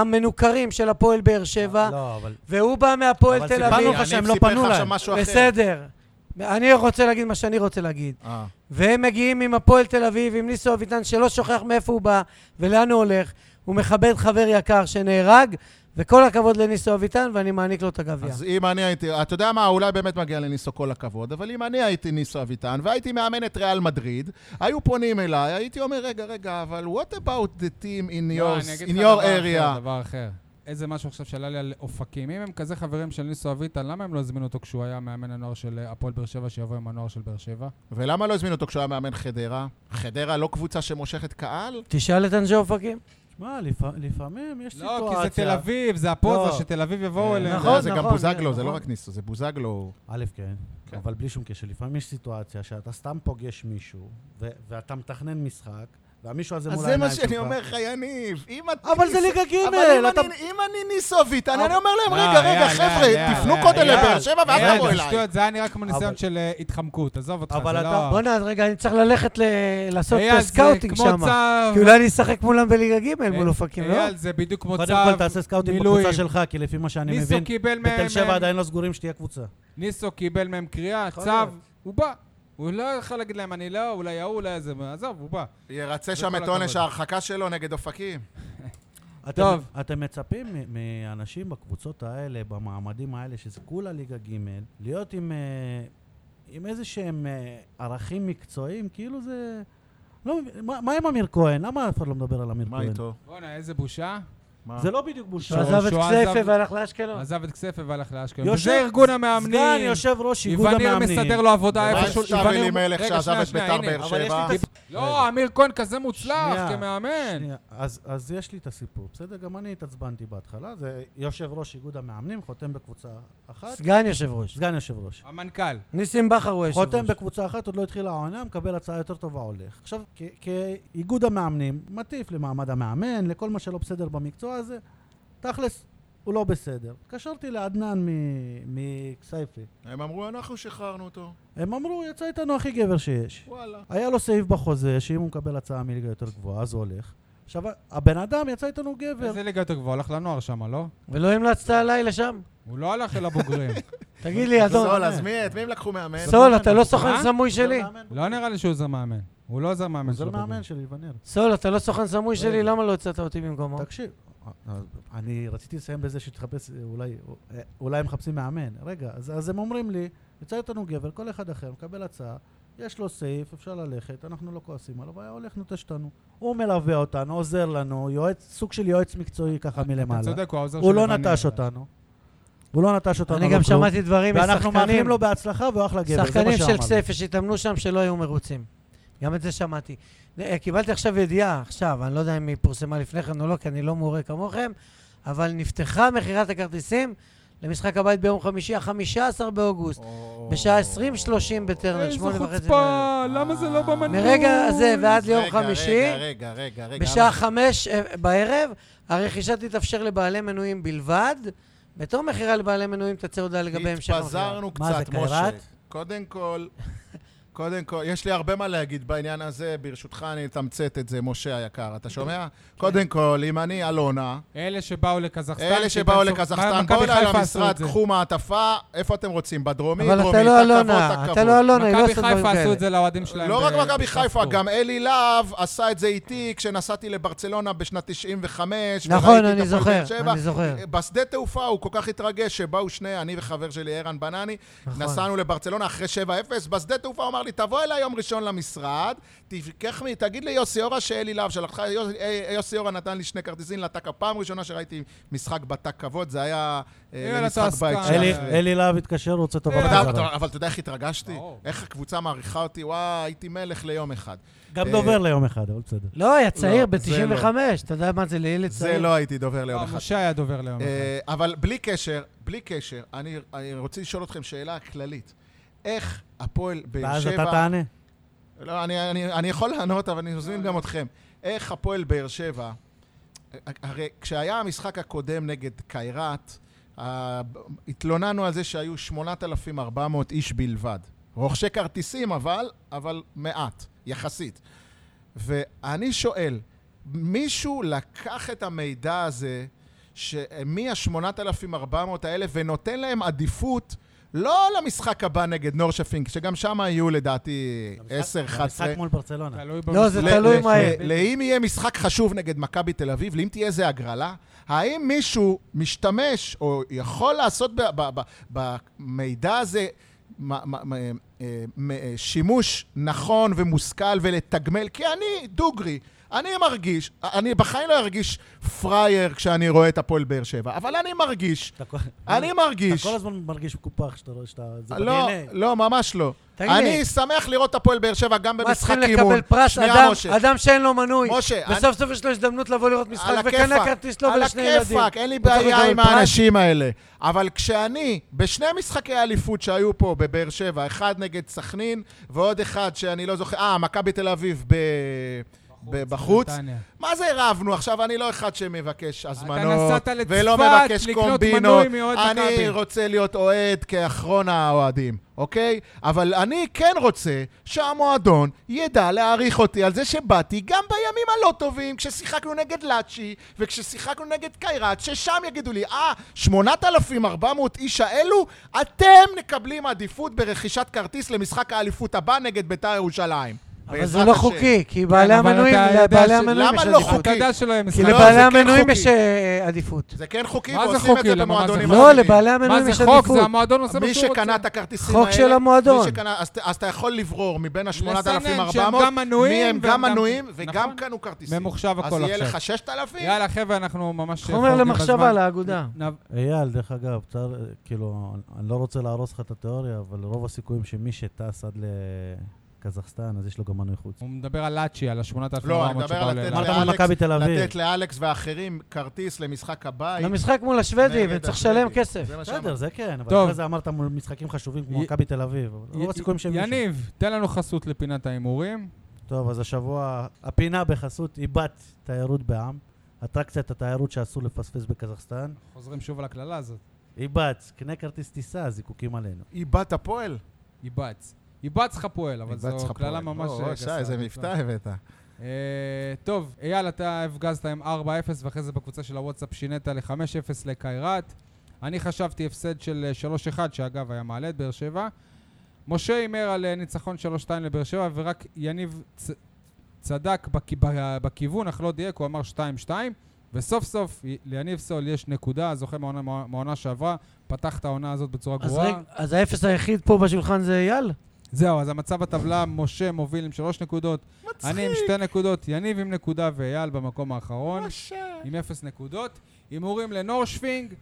המנוכרים של הפועל באר שבע,
לא, אבל...
והוא בא מהפועל
אבל
תל
סיפרנו
אביב.
לך שהם לא פנו
אני סיפר לך עכשיו
להם.
משהו אחר.
בסדר. אני רוצה להגיד מה שאני רוצה להגיד.
אה,
והם מגיעים עם הפועל תל אביב, עם ניסו אביטן, שלא שוכח מאיפה הוא בא ולאן הוא הולך. הוא מכבד חבר יקר שנהרג, וכל הכבוד לניסו אביטן, ואני מעניק לו את הגביע.
אז אם אני הייתי, אתה יודע מה, אולי באמת מגיע לניסו כל הכבוד, אבל אם אני הייתי ניסו אביטן והייתי מאמן את ריאל מדריד, היו פונים אליי, הייתי אומר, רגע, רגע, אבל what about the team in
לא,
yours,
אני אגיד
in
לך
your
דבר אחר,
area?
דבר אחר. איזה משהו עכשיו שעלה לי על אופקים. אם הם כזה חברים של ניסו אביטן, למה הם לא הזמינו אותו כשהוא היה מאמן הנוער של אה, הפועל באר שבע, שיבוא עם הנוער של באר שבע?
ולמה לא הזמינו אותו כשהוא היה מאמן חדרה? חדרה לא קבוצה שמושכת קהל?
תשאל את אנשי אופקים.
שמע, לפע- לפעמים יש סיטואציה...
לא, כי זה תל אביב, זה הפוזה
לא.
שתל אביב יבואו
אה,
אליהם.
נכון,
זה גם
נכון,
בוזגלו, זה לא
נכון.
רק ניסו, זה בוזגלו.
א', כן,
כן.
אבל בלי שום קשר. לפעמים יש סיטואציה שאתה סתם פוגש מישהו, ו- ואתה מתכנן משחק, והמישהו הזה
אז
מול
זה
העיניים
מה
שלך.
שאני אומר לך, יניב. אם את...
אבל זה
ניסו-
ליגה ג',
אבל אם
אתה-
אני- אם אני ניסו אביטן, אני אומר להם,
לא,
רגע, רגע,
יאללה,
חבר'ה,
יאללה,
תפנו קודם
יאללה.
לבאר שבע ואז
יאללה,
תבואו אליי.
לא. שטויות, זה היה נראה כמו ניסיון
אבל-
של אה, התחמקות, עזוב אותך,
אבל
זה
אתה-
לא...
בואנה, רגע, אני צריך ללכת ל- לעשות אה,
אייל, זה
סקאוטינג
כמו
שם.
צו-
כי אולי אני אשחק מולם בליגה ג'
אה,
מול אופקים, לא?
אייל, זה בדיוק כמו צו
קודם כל תעשה סקאוטים בקבוצה
מילואים.
שלך, כי לפי מה שאני
ניסו
מבין,
קיבל מהם...
בתל שבע עדיין לא סגורים שתהיה קבוצה.
ניסו קיבל מהם קריאה,
יכול
צו,
להיות.
הוא בא. הוא לא יכול להגיד להם, אני לא, אולי ההוא, אולי זה, עזוב, הוא בא.
ירצה
זה
שם
כל
את עונש
הכבוד.
ההרחקה שלו נגד אופקים.
אתם-
טוב.
אתם מצפים מ- מאנשים בקבוצות האלה, במעמדים האלה, שזה כולה ליגה ג', להיות עם, אה, עם איזה שהם אה, ערכים מקצועיים, כאילו זה... לא מבין, מה מה עם אמיר כהן? למה אף אחד לא מדבר על אמיר
מה
כהן?
איתו?
בואנה, איזה בושה.
מה?
זה לא בדיוק
שהוא
בושה.
עזב את
שהוא
כסייפה
עזב-
והלך לאשקלון.
עזב את כסייפה והלך לאשקלון.
יושב-
וזה ארגון המאמנים.
סגן יושב ראש איגוד
איווניר
המאמנים.
מסדר לו עבודה
מה עם
אה, איפשהו.
סתיו
איווניר-
אלימלך
רגע,
שעזב
שנייה,
את
שנייה,
ביתר
הנה.
באר
אבל יש לי
שבע?
את הס-
לא, אמיר כהן כזה מוצלח
שנייה,
כמאמן.
שנייה. אז, אז יש לי את הסיפור, בסדר? גם אני התעצבנתי בהתחלה. זה יושב ראש איגוד המאמנים, חותם בקבוצה אחת.
סגן יושב ראש.
סגן יושב ראש.
המנכ"ל.
ניסים בכר הוא יושב
חותם
ראש.
בקבוצה אחת, עוד לא התחילה העונה, מקבל הצעה יותר טובה, הולך. עכשיו, כ- כאיגוד המאמנים, מטיף למעמד המאמן, לכל מה שלא בסדר במקצוע הזה, תכלס, הוא לא בסדר. התקשרתי לעדנן מ- מכסייפה.
הם אמרו, אנחנו שחררנו אותו.
הם אמרו, הוא יצא איתנו הכי גבר שיש.
וואלה.
היה לו סעיף בחוזה, שאם הוא מקבל הצעה מליגה יותר גבוהה, אז הוא הולך. עכשיו, הבן אדם יצא איתנו גבר.
איזה ליגה יותר גבוהה? הלך לנוער שם, לא?
ולא המלצת עליי לשם?
הוא לא הלך אל הבוגרים.
תגיד לי, אדון.
סול, אז מי, את מי הם לקחו מאמן?
סול, אתה לא סוכן
אה?
סמוי
זה
שלי?
מאמן.
לא נראה לי שהוא עוזר מאמן. הוא לא עוזר מאמן
זה
של
לא
הבוגרים.
מאמן שלי, וניר.
סול, אתה לא סוכן סמוי שלי, למה לא הצעת אותי במקומו?
תקשיב, אני רציתי לסיים בזה שתחפש, אה, אולי, אה, אולי הם מחפשים מאמן. רגע, אז, אז הם אומרים לי, יצא איתנו גבר, כל אחד אחר מקבל הצעה, יש לו סעיף, אפשר ללכת, אנחנו לא כועסים עליו, היה הולך נוטש אותנו. הוא מלווה אותנו, עוזר לנו, יועץ, סוג של יועץ מקצועי ככה
אתה
מלמעלה.
צודק, הוא העוזר של
הוא לא
לבנר.
נטש אותנו. הוא לא נטש אותנו.
אני
לא
גם
כלום.
שמעתי דברים
ואנחנו
משחקנים,
מאחלים לו בהצלחה והוא אחלה גבר, זה מה
שחקנים של
שאמרנו.
כסייפה שהתאמנו שם שלא היו מרוצים. גם את זה שמעתי. אה, קיבלתי עכשיו ידיעה, עכשיו, אני לא יודע אם היא פורסמה לפני כן או לא, כי אני לא מעורה כמוכם, אבל נפתחה מכירת הכרטיסים למשחק הבית ביום חמישי, ה-15 באוגוסט, בשעה 20:30 בטרנר,
איזה
8:30. בערב.
חוצפה, למה זה לא במנוי?
מרגע הזה ועד ליום
רגע,
חמישי,
רגע, רגע, רגע, רגע.
בשעה
אנחנו-
חמש אה, בערב, הרכישה תתאפשר לבעלי מנויים בלבד. בתום מכירה לבעלי מנויים תצא הודעה לגבי המשך המכירה.
התפזרנו
מה
קצת,
זה,
משה.
קיירת?
קודם כל, קודם כל, יש לי הרבה מה להגיד בעניין הזה, ברשותך אני אתמצת את זה, משה היקר, אתה שומע?
כן.
קודם כל, אם אני אלונה,
אלה שבאו לקזחסטן.
אלה שבאו
שייכנסו-
לקזחסטן,
מכבי
בואו אליי
חיפה עשו את
למשרד,
זה.
קחו מעטפה, איפה אתם רוצים? בדרומי,
אבל
דרומי,
אתה לא
תת-כבוד,
אלונה, אתה
תת-כבוד.
לא אלונה, היא לא
מכבי
עושה דברים
חיפה עשו את
כאלה.
זה לאוהדים שלהם.
לא
ב-
רק מכבי חיפה,
בסטרסבורג.
גם אלי להב עשה את זה איתי כשנסעתי לברצלונה בשנת 95.
נכון,
וראיתי
אני
את הפועל
זוכר,
באר שבע.
אני זוכר.
בשדה תעופה הוא כל כך התרגש שבאו שני, אני וחבר שלי ערן בנני,
נכון.
נסענו לברצלונה אחרי 7-0, בשדה תעופה הוא אמר לי, תבוא אליי יום ראשון למשרד, תיקח מ- תגיד לי יוסי אורה שאלי להב שלחך, יוס- אה, יוסי אורה נתן לי שני כרטיסים לטקה, פעם ראשונה שראיתי משחק בתק כבוד, זה היה
יאללה,
אה, למשחק
אתה
בית
עסקן.
של
אלי-
אחרי.
אלי להב התקשר, רוצה טובה
אלי-
אתה-
חזרה.
אתה-
בחזרה.
אבל אתה יודע איך התרגשתי?
ברור.
איך הקבוצה מעריכה אותי? וואי, הייתי מלך ליום אחד.
גם
אה,
דובר ליום אחד, אבל בסדר.
לא, היה
לא,
צעיר,
זה
ב-95, אתה יודע מה זה לילד
זה
צעיר?
לא הייתי דובר ליום
לא,
אחד.
משה היה דובר ליום אחד.
אה, אבל בלי קשר, בלי קשר, אני אני רוצה לשאול אתכם שאלה כללית. איך הפועל באר
ואז
שבע...
אתה תענה.
לא, אני, אני, אני יכול לענות, אבל אני מזמין גם אתכם. איך הפועל באר שבע, הרי כשהיה המשחק הקודם נגד קיירת, אה, התלוננו על זה שהיו 8,400 איש בלבד. רוכשי כרטיסים אבל, אבל מעט, יחסית. ואני שואל, מישהו לקח את המידע הזה, שמי ה-8,400 האלה, ונותן להם עדיפות לא למשחק הבא נגד נורשפינק, שגם שם יהיו לדעתי 10, 11.
משחק מול ברצלונה.
תלוי
לא, זה
במשחק.
תלוי
ל-
מה
ל-
יהיה.
לאם יהיה משחק חשוב נגד מכבי תל אביב, לאם תהיה איזה הגרלה, האם מישהו משתמש או יכול לעשות ב- ב- ב- במידע הזה מ- מ- מ- אה, מ- אה, שימוש נכון ומושכל ולתגמל? כי אני דוגרי. אני מרגיש, אני בחיים לא ארגיש פראייר כשאני רואה את הפועל באר שבע, אבל אני מרגיש,
אתה כל-
אני
אתה
מרגיש,
כל הזמן מרגיש מקופח שאתה רואה שאתה... זה
לא,
ב-DNA.
לא, ממש לא.
תגיד לי.
אני שמח לראות את הפועל באר שבע גם
מה
במשחק
צריכים
אימון.
לקבל פרס?
שנייה,
אדם,
משה.
אדם שאין לו מנוי.
משה, אני-
וסוף סוף יש לו הזדמנות לבוא לראות משחק, וקנה כרטיס לו ולשני ילדים.
על הכיפאק, אין לי
הוא צריך
בעיה
לקבל
עם
פרס.
האנשים האלה. אבל כשאני, בשני משחקי האליפות שהיו פה בבאר שבע, אחד נגד סכנין, ועוד אחד שאני לא זוכר, אה, מכבי תל אביב ב... ב- בחוץ.
נתניה.
מה זה רבנו? עכשיו, אני לא אחד שמבקש הזמנות,
נסעת לצפת
ולא מבקש
לקנות
קומבינות.
מנוי מאוהד מכבי.
אני רוצה להיות אוהד כאחרון האוהדים, אוקיי? אבל אני כן רוצה שהמועדון ידע להעריך אותי על זה שבאתי גם בימים הלא טובים, כששיחקנו נגד לאצ'י, וכששיחקנו נגד קיירת, ששם יגידו לי, אה, 8,400 איש האלו, אתם מקבלים עדיפות ברכישת כרטיס למשחק האליפות הבא נגד בית"ר ירושלים.
אבל זה
בעזרת
לא
השם. כן,
חוקי, כי בעלי
אבל
המנויים,
אתה יודע
לבעלי
ש-
המנויים
למה
יש
לא
עדיפות.
אתה יודע שלא יהיה
כי
משחק.
לא,
לבעלי
זה כן
המנויים
חוקי.
יש אה, עדיפות.
זה כן חוקי,
מה זה
ועושים את
חוקי?
זה
למה, מה זה
במועדונים
חוקי?
לא,
אחרים.
לבעלי
מה
המנויים
זה
יש
חוק? זה
עדיפות.
המועדון עושה מה
מי
שהוא רוצה.
שקנה את הכרטיסים
חוק
האלה...
של המועדון.
מי שקנה, אז, ת- אז אתה יכול לברור מבין
לסנן שהם
ה-8,400,
גם מנויים
מי הם
והם
גם
גם-
מנויים וגם
נכון.
קנו כרטיסים.
ממוחשב הכל
אז יהיה
עכשיו.
לך 6,000?
יאללה, חבר'ה, אנחנו ממש...
חומר
חורגים
למחשבה
בזמן.
לאגודה.
נב-
אייל, דרך אגב, צר, כאילו, אני לא רוצה להרוס לך את התיאוריה, אבל רוב הסיכויים שמי שטס עד לקזחסטן, אז יש לו גם מנוי חוץ.
הוא מדבר על לאצ'י, על ה-8,400
לא, אני מדבר
שבאו
על לתת
לאילת.
אמרת
לאלכס-
מול מכבי תל אביב.
לתת לאלכס ואחרים כרטיס למשחק הבית.
למשחק מול השוודים, הם צריך לשלם כסף.
זה מה
בסדר,
שאמרתי.
זה כן, אבל
טוב.
אחרי זה אמרת מול משחקים חשובים כמו
י-
מכבי תל אביב. אבל רוב הסיכויים שהם יהיו שם.
יניב, תן לנו חסות לפינת ההימורים.
טוב, אז השבוע, הפינה בחסות איבת תיירות בעם, אטרקציית התיירות שאסור לפספס בקזחסטן.
חוזרים שוב על הקללה הזאת.
איבת, קנה כרטיס טיסה, זיקוקים עלינו.
איבת הפועל.
ייבץ. ייבץ לך פועל, אבל
איבד
זו
לך
קללה
פועל.
ממש
או,
אה,
או,
גסה.
שי, איזה
לא.
מבטא הבאת.
אה, טוב, אייל, אתה הפגזת עם 4-0, ואחרי זה בקבוצה של הוואטסאפ שינית ל-5-0 לקיירת. אני חשבתי הפסד של אה, 3-1, שאגב היה מעלה את באר שבע. משה הימר על אה, ניצחון 3-2 לבאר שבע, ורק יניב צ- צדק בכ- ב- בכיוון, אך לא דייק, הוא אמר 2-2. וסוף סוף, י- ליניב סול יש נקודה, זוכה מהעונה- מהעונה שעברה, פתח את העונה הזאת בצורה
אז
גרועה.
רגע, אז האפס היחיד פה בשולחן זה אייל?
זהו, אז המצב בטבלה, משה מוביל עם שלוש נקודות, אני עם שתי נקודות, יניב עם נקודה ואייל במקום האחרון, עם אפס נקודות. הימורים לנורשפינג,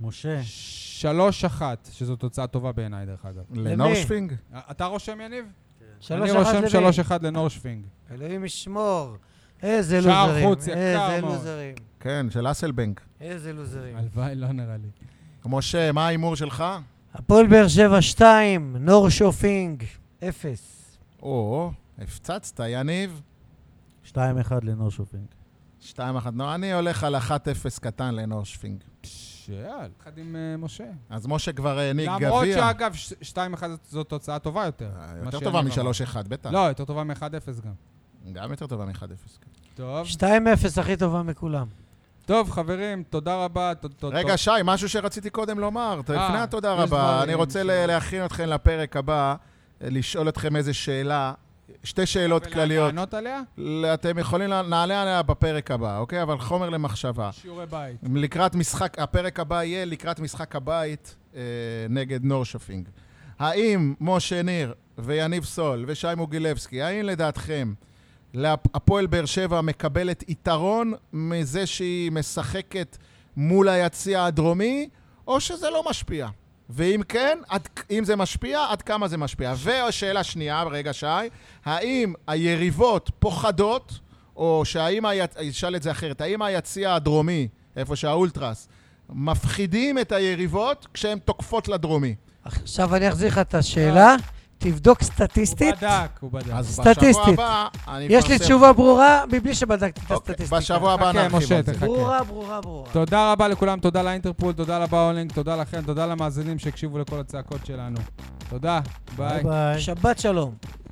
משה,
שלוש אחת, שזו תוצאה טובה בעיניי, דרך אגב.
לנורשפינג?
אתה רושם, יניב?
שלוש
אני
אחת
רושם
לביא.
שלוש אחד לנורשפינג.
אלוהים ישמור. איזה
שער
לוזרים.
חוץ יקר
איזה
מאוד.
לוזרים.
כן, של אסלבנק.
איזה לוזרים.
הלוואי, לא נראה לי.
משה, מה ההימור שלך?
הפועל באר שבע 2, נור שופינג 0.
או, הפצצת, יניב.
2-1 לנור שופינג.
2-1. נו, אני הולך על 1-0 קטן לנורשפינג.
פש, אייל, אחד עם אה, משה.
אז משה כבר העניק גביע.
למרות שאגב, ש- שתיים אחד זו- זו תוצאה טובה יותר.
אה,
מה
יותר
שיניב
טובה
אמר.
מ-3-1, בטח.
לא, יותר טובה מ-1-0 גם.
גם יותר טובה כן. מ-1-0.
טוב.
2-0 הכי טובה מכולם.
טוב, חברים, תודה רבה. ת- ת-
רגע, שי, משהו שרציתי קודם לומר, ת-
אה,
לפני התודה
יש דברים
רבה. אני רוצה ל-
ש-
להכין אתכם לפרק הבא, אה, לשאול אתכם איזה שאלה, שתי שאלות כלליות.
לענות עליה?
ל- אתם יכולים, לה- נעלה עליה בפרק הבא, אוקיי? אבל חומר למחשבה.
שיעורי בית.
לקראת משחק, הפרק הבא יהיה לקראת משחק הבית אה, נגד נורשפינג. האם משה ניר ויניב סול ושי מוגילבסקי, האם לדעתכם להפ- הפועל באר שבע מקבלת יתרון מזה שהיא משחקת מול היציע הדרומי, או שזה לא משפיע? ואם כן, עד, אם זה משפיע, עד כמה זה משפיע? ושאלה שנייה, רגע, שי, האם היריבות פוחדות, או שהאם, היצ... אני אשאל את זה אחרת, האם היציע הדרומי, איפה שהאולטרס, מפחידים את היריבות כשהן תוקפות לדרומי?
עכשיו אני אחזיר לך את השאלה, תבדוק
אה. הוא
סטטיסטית.
בדק, הוא בדק.
אז בשבוע
סטטיסטית.
הבא אני אפרסם...
יש לי תשובה ברורה מבלי שבדקתי את
אוקיי,
הסטטיסטיקה.
בשבוע הבא
חכה,
נרחיב
משה,
על זה.
תחכה.
ברורה, ברורה, ברורה.
תודה רבה לכולם, תודה לאינטרפול, תודה לבאולינג, תודה לכם, תודה למאזינים שהקשיבו לכל הצעקות שלנו. תודה, ביי.
ביי.
שבת שלום.